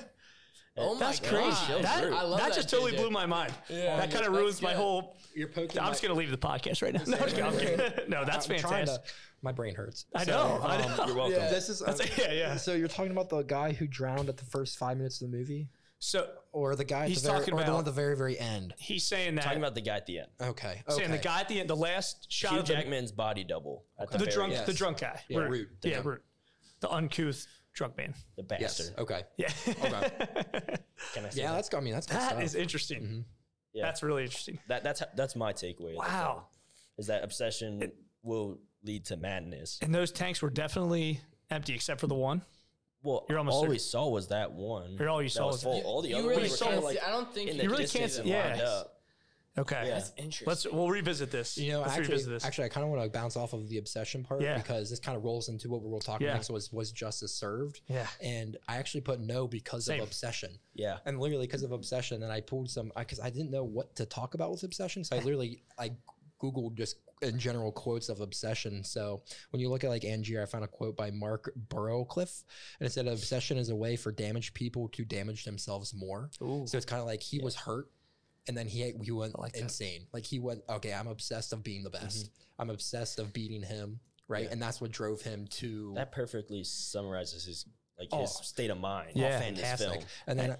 Speaker 1: Oh my
Speaker 2: That's
Speaker 1: God.
Speaker 2: crazy. That,
Speaker 1: I love
Speaker 2: that
Speaker 1: that,
Speaker 2: just totally
Speaker 1: JJ.
Speaker 2: blew my mind.
Speaker 1: Yeah.
Speaker 2: that kind of
Speaker 1: That's
Speaker 2: ruins my
Speaker 1: good.
Speaker 2: whole.
Speaker 3: You're poking.
Speaker 2: I'm just going to leave the podcast right now. No, I'm kidding. No, that's fantastic.
Speaker 3: my brain hurts.
Speaker 2: I know. I know.
Speaker 4: You're welcome.
Speaker 3: This is um,
Speaker 2: yeah, yeah.
Speaker 3: So you're talking about the guy who drowned at the first five minutes of the movie,
Speaker 2: So
Speaker 3: or the guy? At
Speaker 2: He's
Speaker 3: the very,
Speaker 2: talking
Speaker 3: or the
Speaker 2: about-
Speaker 3: one at the very, very end.
Speaker 2: he's saying that.
Speaker 4: Talking about the guy at the end.
Speaker 3: Okay. okay.
Speaker 2: saying the guy at the end, the last shot
Speaker 4: Hugh
Speaker 2: of the
Speaker 4: Jackman's body double. At the,
Speaker 2: the
Speaker 4: very
Speaker 2: drunk,
Speaker 4: end.
Speaker 2: the
Speaker 3: Yes.
Speaker 2: drunk guy.
Speaker 3: Yeah, Root, the
Speaker 2: yeah,
Speaker 3: drunk-
Speaker 2: Root. The uncouth drunk man.
Speaker 4: The
Speaker 3: Yes.
Speaker 4: bastard.
Speaker 3: Okay.
Speaker 2: Yeah.
Speaker 4: Can I say
Speaker 3: Yeah,
Speaker 4: that?
Speaker 3: that's. I mean, that's good
Speaker 2: that
Speaker 3: stuff.
Speaker 2: is interesting.
Speaker 3: Mm-hmm.
Speaker 4: Yeah.
Speaker 2: That's really interesting.
Speaker 4: That, that's how- that's my takeaway. of the
Speaker 2: Wow.
Speaker 4: film, Is that obsession will lead to madness.
Speaker 2: And those tanks were definitely empty except for the one.
Speaker 4: Well,
Speaker 2: You're almost
Speaker 4: all
Speaker 2: certain-
Speaker 4: we saw was that one.
Speaker 2: You're all you
Speaker 4: that
Speaker 2: saw
Speaker 4: was
Speaker 2: was-
Speaker 4: full. all the
Speaker 1: You
Speaker 4: other
Speaker 1: really
Speaker 4: ones were kind
Speaker 1: can't
Speaker 4: of
Speaker 1: see-
Speaker 4: like
Speaker 1: I don't think
Speaker 4: in
Speaker 1: you
Speaker 4: the
Speaker 2: really can't
Speaker 4: distance
Speaker 2: see-
Speaker 4: and lined
Speaker 2: yeah.
Speaker 4: up.
Speaker 2: Okay.
Speaker 4: Yeah.
Speaker 1: That's interesting.
Speaker 2: Let's we'll revisit this.
Speaker 3: You know,
Speaker 2: Let's revisit
Speaker 3: actually,
Speaker 2: this.
Speaker 3: actually, I kind of want to bounce off of the obsession part
Speaker 2: Yeah.
Speaker 3: because this kind of rolls into what we were talking
Speaker 2: Yeah.
Speaker 3: next was was justice served,
Speaker 2: yeah.
Speaker 3: and I actually put no because
Speaker 2: Same.
Speaker 3: of obsession,
Speaker 4: Yeah.
Speaker 3: and literally because of obsession, and I pulled some because I, didn't know what to talk about with obsession, so I literally I googled just in general quotes of obsession. So when you look at like Angier, I found a quote by Mark Burrowcliffe, and it said obsession is a way for damaged people to damage themselves more. So it's kind of like he was hurt and then he he went
Speaker 2: like that. Mm-hmm.
Speaker 3: insane. Like he went, okay, I'm obsessed of being the best. I'm obsessed of beating him, right? And that's what drove him to
Speaker 4: That perfectly summarizes his like
Speaker 3: Oh.
Speaker 4: his state of mind.
Speaker 2: Yeah.
Speaker 4: in this film.
Speaker 3: And then, and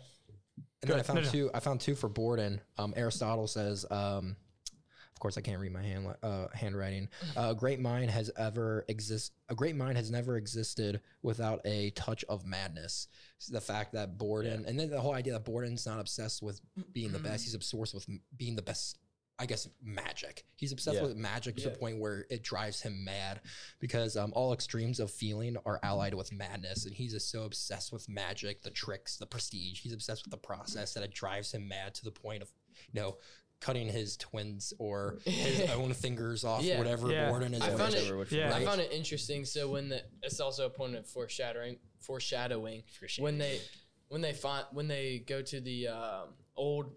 Speaker 2: Go
Speaker 3: then I
Speaker 2: ahead.
Speaker 3: found
Speaker 2: No, no.
Speaker 3: two. I found two for Borden. Um, Aristotle says, um, of course, I can't read my hand uh, handwriting. Uh, a great mind has ever exist. A great mind has never existed without a touch of madness. So the fact that Borden, and then the whole idea that Borden's not obsessed with being the
Speaker 2: Mm-hmm.
Speaker 3: best. He's obsessed with m- being the best. I guess magic. He's obsessed
Speaker 4: Yeah.
Speaker 3: with magic to
Speaker 1: Yeah.
Speaker 3: the point where it drives him mad because um, all extremes of feeling are allied with madness, and he's just so obsessed with magic, the tricks, the prestige. He's obsessed with the process that it drives him mad to the point of, you know, cutting his twins or his own fingers off,
Speaker 1: Yeah.
Speaker 3: whatever
Speaker 2: Yeah.
Speaker 3: Borden is.
Speaker 1: I found
Speaker 3: doing.
Speaker 1: it-
Speaker 4: which
Speaker 2: yeah.
Speaker 4: one.
Speaker 1: I found it interesting. So when the it's also a point of foreshadowing, foreshadowing when they when they find when they go to the um, old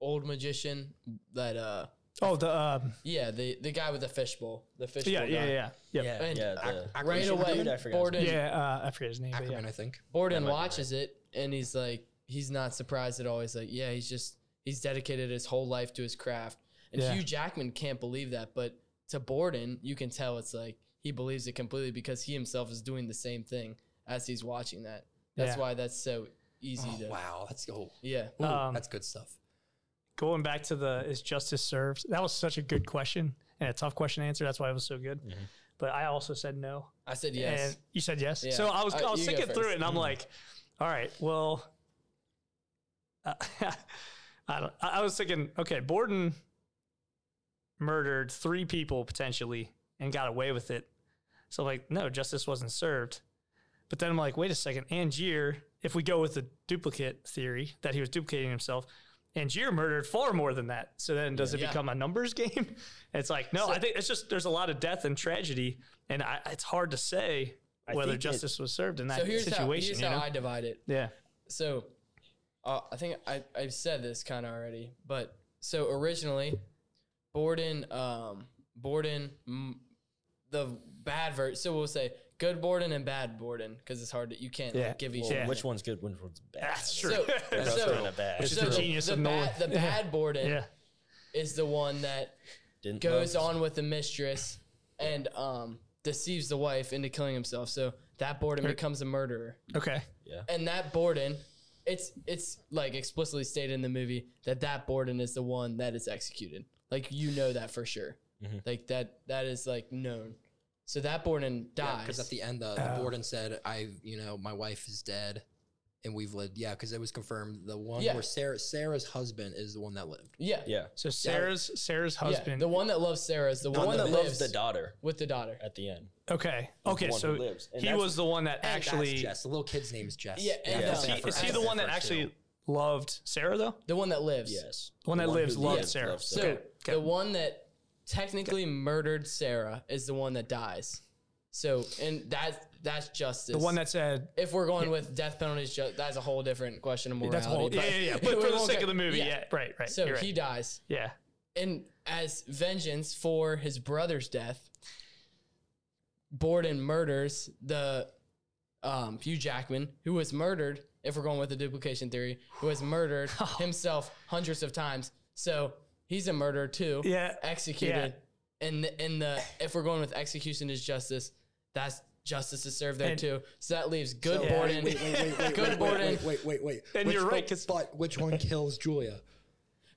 Speaker 1: old magician that uh
Speaker 2: Oh, the um,
Speaker 1: Yeah, the the guy with the fishbowl, the fishbowl.
Speaker 2: yeah, yeah,
Speaker 1: guy.
Speaker 2: yeah, yeah, yeah.
Speaker 1: And
Speaker 4: Yeah, the,
Speaker 3: Ac-
Speaker 1: right
Speaker 3: Ackerman-
Speaker 1: away,
Speaker 4: dude, I forgot his
Speaker 1: Borden
Speaker 2: yeah uh, I forget his name. But yeah.
Speaker 3: Ackerman, I think.
Speaker 1: Borden
Speaker 4: That might be
Speaker 1: watches it and he's like, he's not surprised at all. He's like, yeah, he's just he's dedicated his whole life to his craft. And
Speaker 2: Yeah.
Speaker 1: Hugh Jackman can't believe that, but to Borden, you can tell it's like he believes it completely because he himself is doing the same thing as he's watching that. That's
Speaker 2: Yeah.
Speaker 1: why that's so easy
Speaker 3: Oh,
Speaker 1: to.
Speaker 3: wow, that's oh,
Speaker 1: Yeah.
Speaker 3: ooh,
Speaker 2: Um,
Speaker 3: that's good stuff.
Speaker 2: Going back to the is justice served? That was such a good question and a tough question to answer. That's why it was so good.
Speaker 3: Mm-hmm.
Speaker 2: But I also said no.
Speaker 1: I said yes.
Speaker 2: And you said yes.
Speaker 1: Yeah.
Speaker 2: So I was
Speaker 1: Uh,
Speaker 2: I was
Speaker 1: you go
Speaker 2: thinking through
Speaker 1: first.
Speaker 2: it, and I'm like, all right, well, uh, I don't. I I was thinking, okay, Borden murdered three people potentially and got away with it. So like, no, justice wasn't served. But then I'm like, wait a second, Angier. If we go with the duplicate theory that he was duplicating himself. Angier murdered far more than that. So then, does it
Speaker 1: Yeah.
Speaker 2: become a numbers game? It's like no.
Speaker 1: So-
Speaker 2: I think it's just there's a lot of death and tragedy, and I, it's hard to say
Speaker 4: I
Speaker 2: whether
Speaker 4: think it-
Speaker 2: justice was served in that
Speaker 1: so here's how,
Speaker 2: situation.
Speaker 1: here's
Speaker 2: you
Speaker 1: how
Speaker 2: know?
Speaker 1: I divide it.
Speaker 2: yeah,
Speaker 1: so uh, I think I, I've said this kind of already, but so originally, Borden, um, Borden, mm, the bad ver So we'll say good Borden and bad Borden because it's hard to you can't
Speaker 2: Yeah.
Speaker 1: like, give each
Speaker 4: Well,
Speaker 1: other.
Speaker 2: Yeah.
Speaker 4: Which one's good? Which one's bad?
Speaker 2: that's true.
Speaker 1: So,
Speaker 4: They're both
Speaker 1: so,
Speaker 4: kinda bad.
Speaker 2: Which is
Speaker 1: so
Speaker 2: the
Speaker 1: the,
Speaker 2: genius
Speaker 1: the
Speaker 2: of Nolan.
Speaker 1: bad, the
Speaker 2: Yeah.
Speaker 1: bad Borden
Speaker 2: yeah,
Speaker 1: is the one that
Speaker 4: Didn't
Speaker 1: goes
Speaker 4: love-
Speaker 1: on with the mistress and um, deceives the wife into killing himself. So that Borden becomes a murderer.
Speaker 2: okay,
Speaker 1: and that Borden, it's it's like explicitly stated in the movie that that Borden is the one that is executed. Like you know that for sure.
Speaker 4: Mhm.
Speaker 1: Like that that is like known. So that Borden dies.
Speaker 3: Because at the end,
Speaker 2: Oh.
Speaker 3: uh, the Borden said, "I, you know, my wife is dead, and we've lived." Yeah, because it was confirmed the one
Speaker 1: Yeah.
Speaker 3: where Sarah Sarah's husband is the one that lived.
Speaker 1: yeah, yeah,
Speaker 4: Yeah.
Speaker 2: so Sarah's Sarah's husband.
Speaker 1: the one that loves Sarah is the,
Speaker 4: The
Speaker 1: one,
Speaker 4: one
Speaker 1: that
Speaker 4: that
Speaker 1: lives
Speaker 4: loves the daughter
Speaker 1: with the daughter.
Speaker 4: at the end.
Speaker 2: okay,
Speaker 4: the
Speaker 2: okay,
Speaker 4: one
Speaker 2: so
Speaker 4: who lives. And
Speaker 2: he
Speaker 4: that's-
Speaker 2: was the one that
Speaker 3: And
Speaker 2: actually.
Speaker 3: that's Jess. The little kid's name is Jess.
Speaker 1: Yeah, and,
Speaker 3: that's
Speaker 1: uh,
Speaker 2: Is he,
Speaker 3: Zephyr.
Speaker 2: is he
Speaker 3: That's
Speaker 2: the one that
Speaker 3: Zephyr,
Speaker 2: actually
Speaker 3: too.
Speaker 2: loved Sarah though?
Speaker 1: The one that lives.
Speaker 4: Yes.
Speaker 2: The one that lives
Speaker 4: who
Speaker 2: loved
Speaker 4: lives
Speaker 2: Sarah.
Speaker 4: loves
Speaker 1: So
Speaker 4: Sarah.
Speaker 1: the one that technically murdered Sarah is the one that dies. So and that that's justice.
Speaker 2: The one that said
Speaker 1: if we're going with death penalties, ju- that's a whole different question of morality.
Speaker 2: that's whole. Yeah, yeah, yeah. But
Speaker 1: we
Speaker 2: for the
Speaker 1: won't
Speaker 2: sake
Speaker 1: go-
Speaker 2: of the movie,
Speaker 1: yeah.
Speaker 2: yeah, right, right.
Speaker 1: So
Speaker 2: you're
Speaker 1: he
Speaker 2: right.
Speaker 1: dies,
Speaker 2: yeah,
Speaker 1: and as vengeance for his brother's death, Borden murders the um, Hugh Jackman, who was murdered. If we're going with the duplication theory, who was murdered
Speaker 2: Oh.
Speaker 1: himself hundreds of times, so he's a murderer too.
Speaker 2: Yeah.
Speaker 1: executed. And the, and the if we're going with execution is justice, that's justice is served there
Speaker 2: And-
Speaker 1: too. So that leaves good
Speaker 3: So-
Speaker 1: Borden.
Speaker 3: Wait, wait, wait, wait,
Speaker 1: Good
Speaker 3: wait,
Speaker 1: Borden.
Speaker 3: Wait, wait, wait, wait.
Speaker 2: And
Speaker 3: Which-
Speaker 2: you're right,
Speaker 3: but-
Speaker 2: 'cause-
Speaker 3: But which one kills Julia?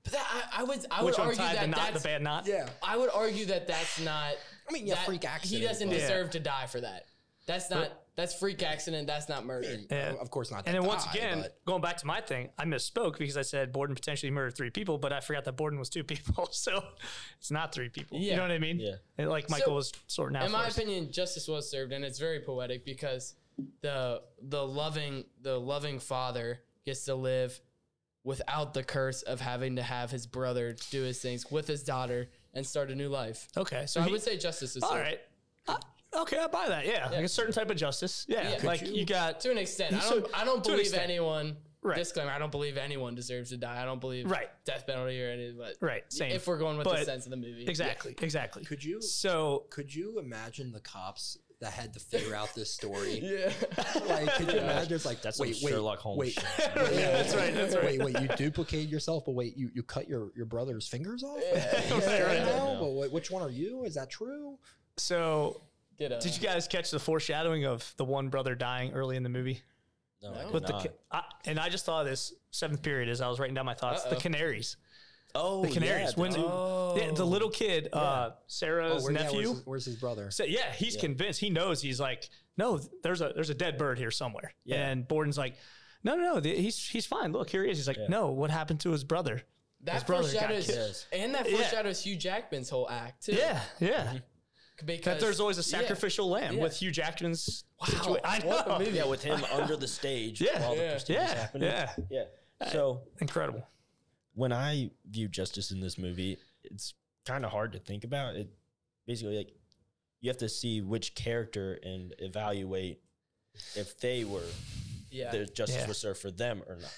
Speaker 1: But that, I, I would I
Speaker 2: which
Speaker 1: would
Speaker 2: one
Speaker 1: argue
Speaker 2: tied
Speaker 1: that
Speaker 2: the knot, the
Speaker 1: that's
Speaker 2: bad knot?
Speaker 3: Yeah.
Speaker 1: I would argue that that's not.
Speaker 3: I mean, yeah,
Speaker 1: that-
Speaker 3: freak accident.
Speaker 1: He doesn't
Speaker 3: but-
Speaker 1: deserve to die for that. That's not. That's freak accident. That's not murder.
Speaker 2: Yeah.
Speaker 3: Of course not.
Speaker 2: And then
Speaker 3: that
Speaker 2: once
Speaker 3: die,
Speaker 2: again,
Speaker 3: but-
Speaker 2: going back to my thing, I misspoke because I said Borden potentially murdered three people, but I forgot that Borden was two people, so it's not three people.
Speaker 1: Yeah.
Speaker 2: You know what I mean?
Speaker 4: Yeah.
Speaker 2: And like Michael was sorting out.
Speaker 1: In my
Speaker 2: for us.
Speaker 1: opinion, justice was served, and it's very poetic because the the loving the loving father gets to live without the curse of having to have his brother do his things with his daughter and start a new life.
Speaker 2: okay,
Speaker 1: So I
Speaker 2: he-
Speaker 1: would say justice is
Speaker 2: all
Speaker 1: served
Speaker 2: right. Uh, okay, I buy that. Yeah,
Speaker 1: Yeah.
Speaker 2: like a certain type of justice. Yeah,
Speaker 1: Yeah. Could
Speaker 2: like you, got
Speaker 1: to an extent. I don't.
Speaker 2: So-
Speaker 1: I don't
Speaker 2: to an
Speaker 1: believe
Speaker 2: extent.
Speaker 1: anyone.
Speaker 2: Right.
Speaker 1: Disclaimer: I don't believe anyone deserves to die. I don't believe
Speaker 2: Right.
Speaker 1: death penalty or any. But
Speaker 2: right. Same.
Speaker 1: if we're going with the
Speaker 2: But-
Speaker 1: sense of the movie,
Speaker 2: exactly, exactly.
Speaker 3: could you
Speaker 2: So
Speaker 3: could you imagine the cops that had to figure out this story?
Speaker 1: Yeah.
Speaker 3: Like, could you imagine? It's like
Speaker 4: That's some
Speaker 3: wait, wait,
Speaker 4: Sherlock Holmes
Speaker 3: Wait,
Speaker 4: shit.
Speaker 2: yeah, that's right. That's right.
Speaker 3: wait, wait. You duplicate yourself, but wait, you, you cut your, your brother's fingers off.
Speaker 2: Right, right.
Speaker 3: Now, but wait, which one are you? Is that true?
Speaker 2: So
Speaker 1: Get a,
Speaker 2: did you guys catch the foreshadowing of the one brother dying early in the movie?
Speaker 4: No, I
Speaker 1: No.
Speaker 4: did
Speaker 2: With the
Speaker 4: not.
Speaker 2: ca- I, and I just thought of this seventh period as I was writing down my thoughts. The
Speaker 1: Uh-oh.
Speaker 2: canaries.
Speaker 4: oh,
Speaker 2: The canaries.
Speaker 4: Yeah,
Speaker 2: when
Speaker 4: dude.
Speaker 2: yeah, the little kid, uh, Sarah's
Speaker 3: where- yeah,
Speaker 2: nephew.
Speaker 3: where's, his, where's his brother?
Speaker 2: So yeah, he's convinced. He knows. He's like, no, th- there's a there's a dead bird here somewhere.
Speaker 4: Yeah.
Speaker 2: And Borden's like, no, no, no, th- he's he's fine. Look, here he is. He's like, no, what happened to his brother? his
Speaker 1: that
Speaker 2: brother got
Speaker 1: foreshadows
Speaker 4: killed.
Speaker 1: and that
Speaker 2: Yeah.
Speaker 1: foreshadows Hugh Jackman's whole act too.
Speaker 2: Yeah, yeah.
Speaker 1: because
Speaker 2: That there's always a
Speaker 1: yeah.
Speaker 2: sacrificial lamb
Speaker 1: Yeah.
Speaker 2: with Hugh Jackman's.
Speaker 1: Wow,
Speaker 2: situa- I
Speaker 1: what a
Speaker 2: know.
Speaker 1: movie.
Speaker 4: yeah, with him under the stage.
Speaker 2: Yeah.
Speaker 4: while the
Speaker 1: Yeah.
Speaker 4: proceedings
Speaker 2: Yeah,
Speaker 4: happening.
Speaker 2: yeah,
Speaker 4: yeah. So
Speaker 2: incredible.
Speaker 4: when I view justice in this movie, it's kind of hard to think about. It basically like you have to see which character and evaluate if they were
Speaker 1: yeah.
Speaker 4: the justice
Speaker 2: Yeah.
Speaker 4: was served for them or not.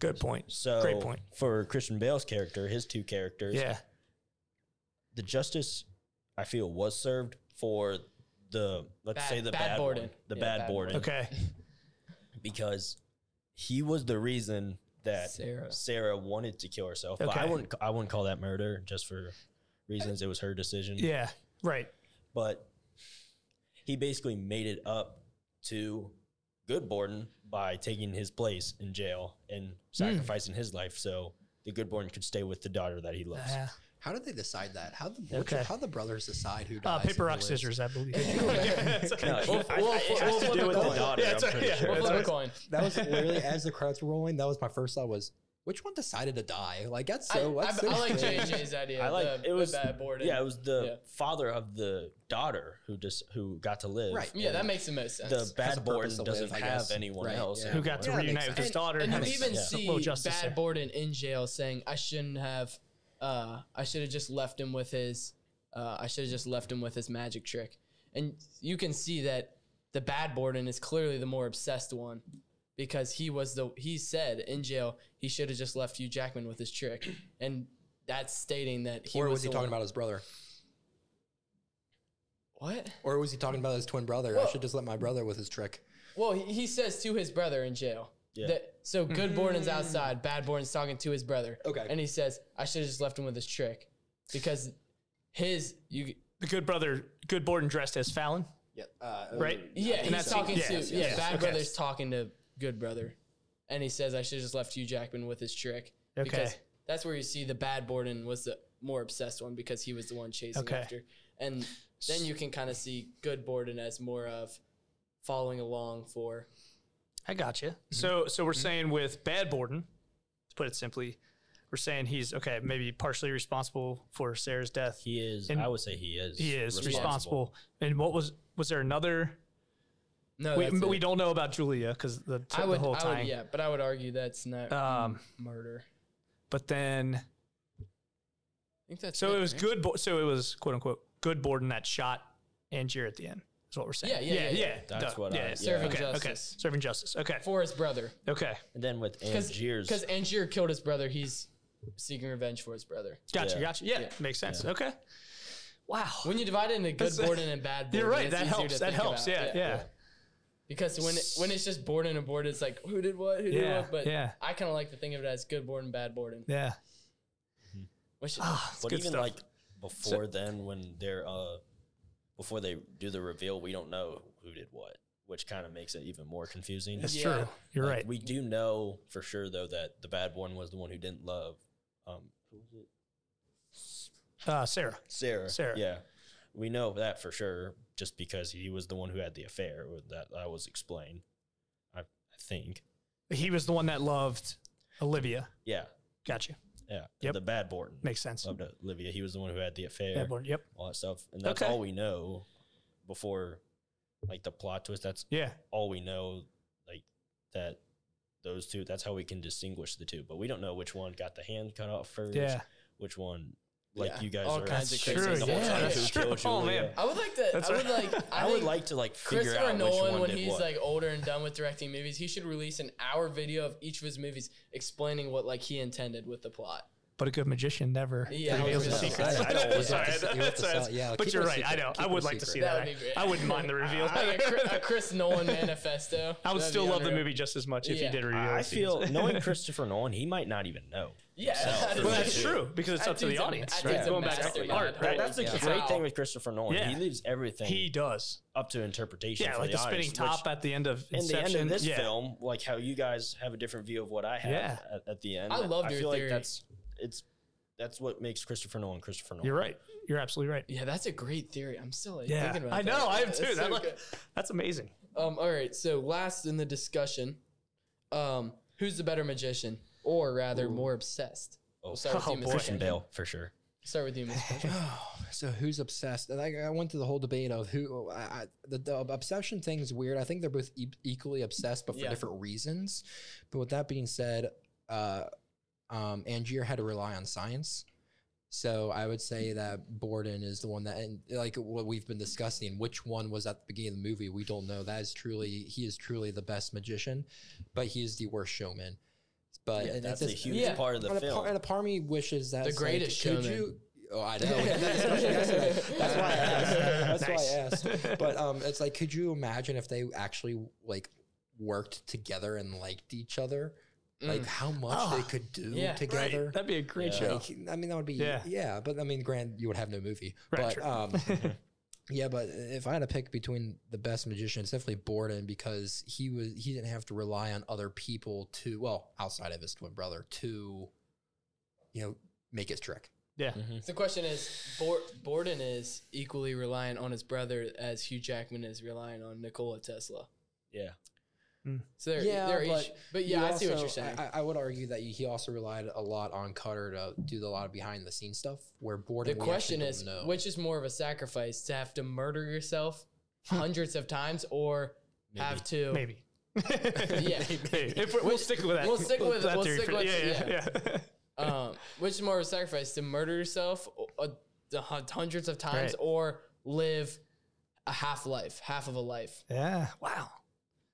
Speaker 2: Good point.
Speaker 4: So
Speaker 2: Great point.
Speaker 4: for Christian Bale's character, his two characters,
Speaker 2: Yeah,
Speaker 4: the justice I feel was served for the let's
Speaker 1: Bad-
Speaker 4: say the
Speaker 1: bad
Speaker 4: bad, Borden,
Speaker 1: Borden.
Speaker 4: the
Speaker 1: Yeah,
Speaker 4: bad,
Speaker 1: bad
Speaker 4: Borden,
Speaker 2: Okay.
Speaker 4: because he was the reason that
Speaker 1: Sarah.
Speaker 4: Sarah wanted to kill herself. But I
Speaker 2: Okay.
Speaker 4: wouldn't I wouldn't call that murder just for reasons it was her decision.
Speaker 2: Yeah. Right.
Speaker 4: But he basically made it up to good Borden by taking his place in jail
Speaker 1: Hmm.
Speaker 4: and sacrificing his life so the good Borden could stay with the daughter that he loves.
Speaker 2: Uh,
Speaker 3: How did they decide that? How the
Speaker 2: Okay.
Speaker 3: how the brothers decide who
Speaker 2: uh,
Speaker 3: dies?
Speaker 2: paper
Speaker 3: and who
Speaker 2: rock
Speaker 3: lives?
Speaker 2: scissors, I believe.
Speaker 4: No, he-
Speaker 1: We'll-
Speaker 4: I-
Speaker 1: we'll-
Speaker 4: I- it
Speaker 1: we'll
Speaker 4: has to
Speaker 1: flip
Speaker 4: do
Speaker 1: a
Speaker 4: with the
Speaker 1: coin.
Speaker 4: daughter.
Speaker 2: Yeah,
Speaker 4: I'm
Speaker 2: it's right,
Speaker 4: pretty
Speaker 2: yeah.
Speaker 4: sure.
Speaker 1: We'll flip a
Speaker 2: That's
Speaker 1: coin.
Speaker 3: That was literally as the credits were rolling. That was my first thought was which one decided to die? Like that's so.
Speaker 1: I,
Speaker 3: that's
Speaker 1: I- I
Speaker 3: so
Speaker 1: like
Speaker 3: strange.
Speaker 1: JJ's idea.
Speaker 4: I like
Speaker 1: the,
Speaker 4: it was
Speaker 1: the bad Borden.
Speaker 4: Yeah, it was the
Speaker 1: Yeah.
Speaker 4: father of the daughter who just who got to live.
Speaker 3: Right.
Speaker 1: Yeah,
Speaker 4: and
Speaker 1: that makes the most sense.
Speaker 4: the
Speaker 3: Has a
Speaker 4: bad
Speaker 3: purpose
Speaker 4: Borden
Speaker 3: to live,
Speaker 4: doesn't
Speaker 3: I
Speaker 4: have
Speaker 3: guess.
Speaker 4: anyone
Speaker 3: Right,
Speaker 4: else
Speaker 3: yeah.
Speaker 2: Who got to
Speaker 3: Yeah, that makes
Speaker 2: reunite with
Speaker 3: sense.
Speaker 2: his daughter
Speaker 1: And
Speaker 2: and,
Speaker 1: you
Speaker 2: have
Speaker 1: even
Speaker 4: Yeah.
Speaker 1: see
Speaker 2: Well, justice
Speaker 1: Bad
Speaker 2: there.
Speaker 1: Borden in jail saying, "I shouldn't have. Uh, I should have just left him with his. Uh, I should have just left him with his magic trick." And you can see that the bad Borden is clearly the more obsessed one because he was the. He said in jail he should have just left Hugh Jackman with his trick, and that's stating that he
Speaker 3: Or
Speaker 1: was,
Speaker 3: was he
Speaker 1: the one-
Speaker 3: talking about his brother?
Speaker 1: what?
Speaker 3: Or was he talking about his twin brother? I should just let my brother with his trick.
Speaker 1: Well, he, he says to his brother in jail.
Speaker 4: Yeah.
Speaker 1: That, so good Borden's
Speaker 2: Mm-hmm.
Speaker 1: outside, bad Borden's talking to his brother.
Speaker 3: Okay.
Speaker 1: And he says, I should have just left him with his trick. Because his you
Speaker 2: the good brother, good Borden dressed as Fallon,
Speaker 3: Yeah. Uh,
Speaker 2: right?
Speaker 1: Yeah,
Speaker 2: And
Speaker 1: he's
Speaker 2: that's-
Speaker 1: talking
Speaker 2: yes,
Speaker 1: to
Speaker 2: yes,
Speaker 1: yeah,
Speaker 2: yes.
Speaker 1: bad
Speaker 2: Okay.
Speaker 1: brother's talking to good brother. And he says, I should have just left Hugh Jackman with his trick. Because
Speaker 2: Okay.
Speaker 1: that's where you see the bad Borden was the more obsessed one because he was the one chasing
Speaker 2: Okay.
Speaker 1: after. And then you can kind of see good Borden as more of following along for
Speaker 2: I gotcha.
Speaker 1: Mm-hmm.
Speaker 2: So, so we're saying with Bad Borden, to put it simply, we're saying he's okay, maybe partially responsible for Sarah's death.
Speaker 4: He is.
Speaker 2: And
Speaker 4: I would say he is.
Speaker 2: He is responsible. And what was was there another?
Speaker 1: no
Speaker 2: we,
Speaker 1: that's
Speaker 2: but
Speaker 1: it.
Speaker 2: we don't know about Julia because the,
Speaker 1: I would,
Speaker 2: the whole
Speaker 1: I
Speaker 2: time.
Speaker 1: would yeah, but I would argue that's not
Speaker 2: Um,
Speaker 1: murder. I
Speaker 2: but then
Speaker 1: think that's
Speaker 2: so it was
Speaker 1: right?
Speaker 2: good. Bo- so it was quote unquote good Borden that shot Angier at the end. Is what we're saying.
Speaker 1: Yeah, yeah, yeah, yeah.
Speaker 4: That's
Speaker 2: Duh.
Speaker 4: what I- yeah.
Speaker 1: Serving
Speaker 2: okay, okay.
Speaker 1: justice.
Speaker 2: Serving justice. Okay.
Speaker 1: for his brother
Speaker 2: Okay.
Speaker 4: And then with
Speaker 1: because
Speaker 4: Angier's,
Speaker 1: because Angier killed his brother. He's seeking revenge for his brother.
Speaker 2: Gotcha.
Speaker 4: Yeah.
Speaker 2: Gotcha. Yeah,
Speaker 1: Yeah.
Speaker 2: Makes sense. Okay. Wow.
Speaker 1: When you divide it into good
Speaker 2: That's-
Speaker 1: Borden and bad Borden,
Speaker 2: You're right.
Speaker 1: it's
Speaker 2: That
Speaker 1: easier to
Speaker 2: helps. That
Speaker 1: think
Speaker 2: helps.
Speaker 1: about.
Speaker 2: Yeah, yeah.
Speaker 1: Because when it, when it's just Borden and Borden, it's like who did what, who did
Speaker 2: Yeah,
Speaker 1: what. But
Speaker 2: yeah.
Speaker 1: I kind of like to think of it as good Borden, bad Borden.
Speaker 2: Yeah.
Speaker 1: Which
Speaker 2: Ah, it's
Speaker 4: but
Speaker 2: good
Speaker 4: even
Speaker 2: stuff.
Speaker 4: like before then, when they're uh, before they do the reveal, we don't know who did what, which kind of makes it even more confusing.
Speaker 2: That's
Speaker 1: Yeah.
Speaker 2: true. You're
Speaker 4: Like,
Speaker 2: right.
Speaker 4: We do know for sure though that the bad one was the one who didn't love um,
Speaker 2: Uh, Sarah.
Speaker 4: Sarah.
Speaker 2: Sarah.
Speaker 4: Yeah. We know that for sure, just because he was the one who had the affair. or That I was explained. I, I think.
Speaker 2: He was the one that loved Olivia.
Speaker 4: Yeah.
Speaker 2: Gotcha.
Speaker 4: Yeah.
Speaker 2: Yep.
Speaker 4: The bad Borton.
Speaker 2: Makes sense.
Speaker 4: Loved Olivia. He was the one who had the affair.
Speaker 2: Bad Borden. Yep.
Speaker 4: all that stuff. And that's
Speaker 2: Okay.
Speaker 4: all we know before like the plot twist. That's
Speaker 2: Yeah.
Speaker 4: all we know, like that those two that's how we can distinguish the two. But we don't know which one got the hand cut off first.
Speaker 2: Yeah.
Speaker 4: Which one like
Speaker 1: Yeah,
Speaker 4: you guys
Speaker 1: all
Speaker 4: are
Speaker 1: kinds of
Speaker 4: chasing
Speaker 1: crazy
Speaker 4: the whole
Speaker 1: stuff.
Speaker 4: time
Speaker 1: Yeah,
Speaker 4: who
Speaker 2: that's true.
Speaker 4: killed
Speaker 2: Oh,
Speaker 4: Julia.
Speaker 2: man.
Speaker 1: I would like to.
Speaker 2: That's
Speaker 1: I would
Speaker 2: right.
Speaker 1: like. I,
Speaker 4: I, would
Speaker 1: think
Speaker 4: like to like figure
Speaker 1: Christopher
Speaker 4: out which
Speaker 1: Nolan,
Speaker 4: one
Speaker 1: when
Speaker 4: did
Speaker 1: he's
Speaker 4: what.
Speaker 1: like older and done with directing movies, he should release an hour video of each of his movies explaining what like he intended with the plot.
Speaker 2: But a good magician never
Speaker 1: Yeah,
Speaker 2: reveals
Speaker 1: I
Speaker 2: his
Speaker 1: was gonna
Speaker 2: secrets.
Speaker 4: say, I don't-
Speaker 2: Sorry,
Speaker 4: you
Speaker 3: have to- you have
Speaker 2: that's-
Speaker 3: to sell-
Speaker 2: that's-
Speaker 3: yeah,
Speaker 2: But
Speaker 3: keep
Speaker 2: you're
Speaker 3: it a
Speaker 2: right. I
Speaker 3: secret.
Speaker 2: know.
Speaker 3: Keep
Speaker 2: I
Speaker 3: it a
Speaker 2: would like to
Speaker 3: secret.
Speaker 2: see
Speaker 1: That
Speaker 2: that.
Speaker 1: would be great.
Speaker 2: I wouldn't mind the reveal.
Speaker 1: I like a, Chris, a Chris Nolan manifesto.
Speaker 2: I would
Speaker 1: That'd
Speaker 2: still
Speaker 1: be
Speaker 2: love the
Speaker 1: unreal.
Speaker 2: movie just as much if
Speaker 1: Yeah.
Speaker 2: he did reveal.
Speaker 4: I
Speaker 2: his
Speaker 4: feel
Speaker 2: secrets.
Speaker 4: knowing Christopher Nolan, he might not even know.
Speaker 1: Yeah,
Speaker 4: So-
Speaker 2: Well, that's true because it's
Speaker 1: That
Speaker 2: up to the
Speaker 1: dude's a-
Speaker 2: audience.
Speaker 1: that
Speaker 2: Right?
Speaker 1: dude's a
Speaker 2: Going back up to
Speaker 1: mastermind,
Speaker 2: art.
Speaker 1: right?
Speaker 2: Right?
Speaker 4: That's the
Speaker 1: Yeah.
Speaker 4: great
Speaker 1: Wow.
Speaker 4: thing with Christopher Nolan.
Speaker 2: Yeah.
Speaker 4: He leaves everything
Speaker 2: He does.
Speaker 4: up to interpretation.
Speaker 2: Yeah,
Speaker 4: for
Speaker 2: like the, spinning
Speaker 4: audience, which-
Speaker 2: top at the end of
Speaker 4: in
Speaker 2: Inception.
Speaker 4: the end of this
Speaker 2: yeah.
Speaker 4: film, like how you guys have a different view of what I have
Speaker 2: Yeah.
Speaker 4: at, at the end.
Speaker 1: I loved your
Speaker 4: feel
Speaker 1: theory.
Speaker 4: like that's it's that's what makes Christopher Nolan Christopher Nolan.
Speaker 2: You're right. You're absolutely right.
Speaker 1: Yeah, that's a great theory. I'm still like,
Speaker 2: Yeah,
Speaker 1: thinking about
Speaker 2: I
Speaker 1: that.
Speaker 2: know. I am
Speaker 1: That's
Speaker 2: too.
Speaker 1: so
Speaker 2: That, like-
Speaker 1: good.
Speaker 2: that's amazing.
Speaker 1: Um, all right. So last in the discussion, um, who's the better magician, or rather, more obsessed?
Speaker 4: Oh,
Speaker 1: We'll start with
Speaker 2: Oh,
Speaker 1: you, Mr.
Speaker 2: boy.
Speaker 4: Christian
Speaker 1: Frank.
Speaker 4: Bale for sure.
Speaker 1: Start with you, Mr. Frank.
Speaker 3: so who's obsessed? And I, I went through the whole debate of who. I, I, the, the obsession thing's weird. I think they're both e- equally obsessed, but for
Speaker 1: Yeah.
Speaker 3: different reasons. But with that being said, uh, um, Angier had to rely on science. So I would say that Borden is the one that, and like what we've been discussing, which one was at the beginning of the movie, we don't know. That is truly, he is truly the best magician, but he is the worst showman. But
Speaker 4: yeah,
Speaker 3: and
Speaker 4: that's
Speaker 3: it's
Speaker 4: a
Speaker 3: just-
Speaker 4: huge
Speaker 1: Yeah.
Speaker 4: part of the
Speaker 3: and, a
Speaker 4: film.
Speaker 3: par- and a part of me wishes that
Speaker 1: The
Speaker 3: it's
Speaker 1: greatest
Speaker 3: like,
Speaker 1: showman.
Speaker 3: Could you Oh, I know. We had that discussion yesterday. That's why I asked. That's
Speaker 2: Nice.
Speaker 3: why I asked. but um, it's like, could you imagine if they actually like worked together and liked each other? Like
Speaker 1: Mm.
Speaker 3: how much
Speaker 2: Ah,
Speaker 3: they could do
Speaker 1: yeah, right.
Speaker 2: Right.
Speaker 3: together.
Speaker 2: That'd be a great
Speaker 4: Yeah.
Speaker 2: show.
Speaker 3: Like, I mean, that would be yeah.
Speaker 2: Yeah.
Speaker 3: but I mean, grand, you would have no movie.
Speaker 2: Right,
Speaker 3: but
Speaker 2: true.
Speaker 3: um, yeah, but if I had to pick between the best magician, it's definitely Borden because he was he didn't have to rely on other people to well outside of his twin brother to, you know, make his trick.
Speaker 2: Yeah.
Speaker 1: The question is, Bor- Borden is equally reliant on his brother as Hugh Jackman is relying on Nikola Tesla.
Speaker 4: Yeah.
Speaker 1: So they're,
Speaker 3: Yeah,
Speaker 1: they're
Speaker 3: but
Speaker 1: each, but yeah,
Speaker 3: You
Speaker 1: I see what
Speaker 3: also-
Speaker 1: you're saying.
Speaker 3: I, I would argue that he also relied a lot on Cutter to do a lot of behind the scenes stuff. Where Borden,
Speaker 1: the
Speaker 3: we actually
Speaker 1: question
Speaker 3: don't
Speaker 1: is,
Speaker 3: know.
Speaker 1: which is more of a sacrifice to have to murder yourself hundreds of times or have to?
Speaker 2: Maybe.
Speaker 1: Yeah.
Speaker 2: Hey, if we're, we'll stick with that.
Speaker 1: we'll stick with it.
Speaker 2: that
Speaker 1: We'll
Speaker 2: theory
Speaker 1: stick
Speaker 2: for-
Speaker 1: with
Speaker 2: yeah,
Speaker 1: it,
Speaker 2: yeah, yeah.
Speaker 1: Um, which is more of a sacrifice to murder yourself uh, the hun- hundreds of times
Speaker 2: Right.
Speaker 1: or live a half life, half of a life,
Speaker 2: Yeah. Wow.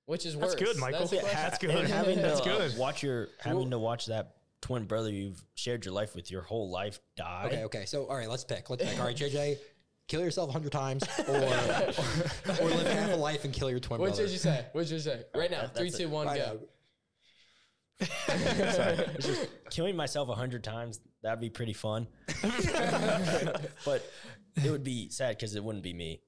Speaker 1: which is worse.
Speaker 2: That's good, Michael.
Speaker 1: That's the question.
Speaker 2: That's good.
Speaker 4: And having
Speaker 2: That's
Speaker 4: to uh,
Speaker 2: good.
Speaker 4: watch your having to watch that twin brother you've shared your life with your whole life die.
Speaker 3: Okay, okay. So, all right, let's pick. Let's pick. All right, JJ, kill yourself 100 times or, or, or live half a life and kill your twin
Speaker 1: What
Speaker 3: brother.
Speaker 1: did you say? What did you say? Right now,
Speaker 4: that-
Speaker 1: three,
Speaker 4: that's
Speaker 1: two,
Speaker 4: it.
Speaker 1: one,
Speaker 3: I
Speaker 1: go.
Speaker 3: know.
Speaker 4: It's just killing myself a hundred times that'd be pretty fun, but it would be sad because it wouldn't be me.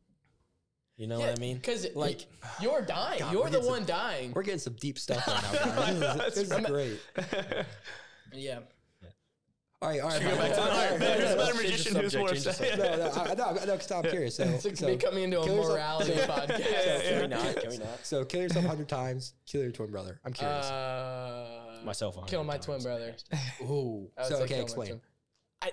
Speaker 4: You know what I mean?
Speaker 1: Because
Speaker 4: Like-
Speaker 1: like you're dying.
Speaker 3: God,
Speaker 1: you're
Speaker 3: we're
Speaker 1: the
Speaker 3: getting
Speaker 1: one dying.
Speaker 3: We're getting some deep stuff right now. Guys. This is, this is great.
Speaker 1: Yeah.
Speaker 3: All right, all right. Michael.
Speaker 2: All right, man, who's a better
Speaker 4: Change the
Speaker 2: magician? Who's
Speaker 4: subject,
Speaker 2: more
Speaker 4: change the
Speaker 2: upset?
Speaker 3: No, no, I, no, no, 'cause I'm curious. So,
Speaker 1: It's
Speaker 3: so,
Speaker 1: becoming into a
Speaker 3: kill yourself-
Speaker 1: morality podcast.
Speaker 4: Can we not? Can we not?
Speaker 3: so kill yourself 100 times, kill your twin brother. I'm curious.
Speaker 1: Uh,
Speaker 4: Myself. a
Speaker 1: kill
Speaker 4: hundred
Speaker 1: my twin
Speaker 4: times.
Speaker 1: brother.
Speaker 3: Ooh.
Speaker 1: I would
Speaker 3: So,
Speaker 1: say
Speaker 3: okay,
Speaker 1: kill my
Speaker 3: explain.
Speaker 1: twin- I,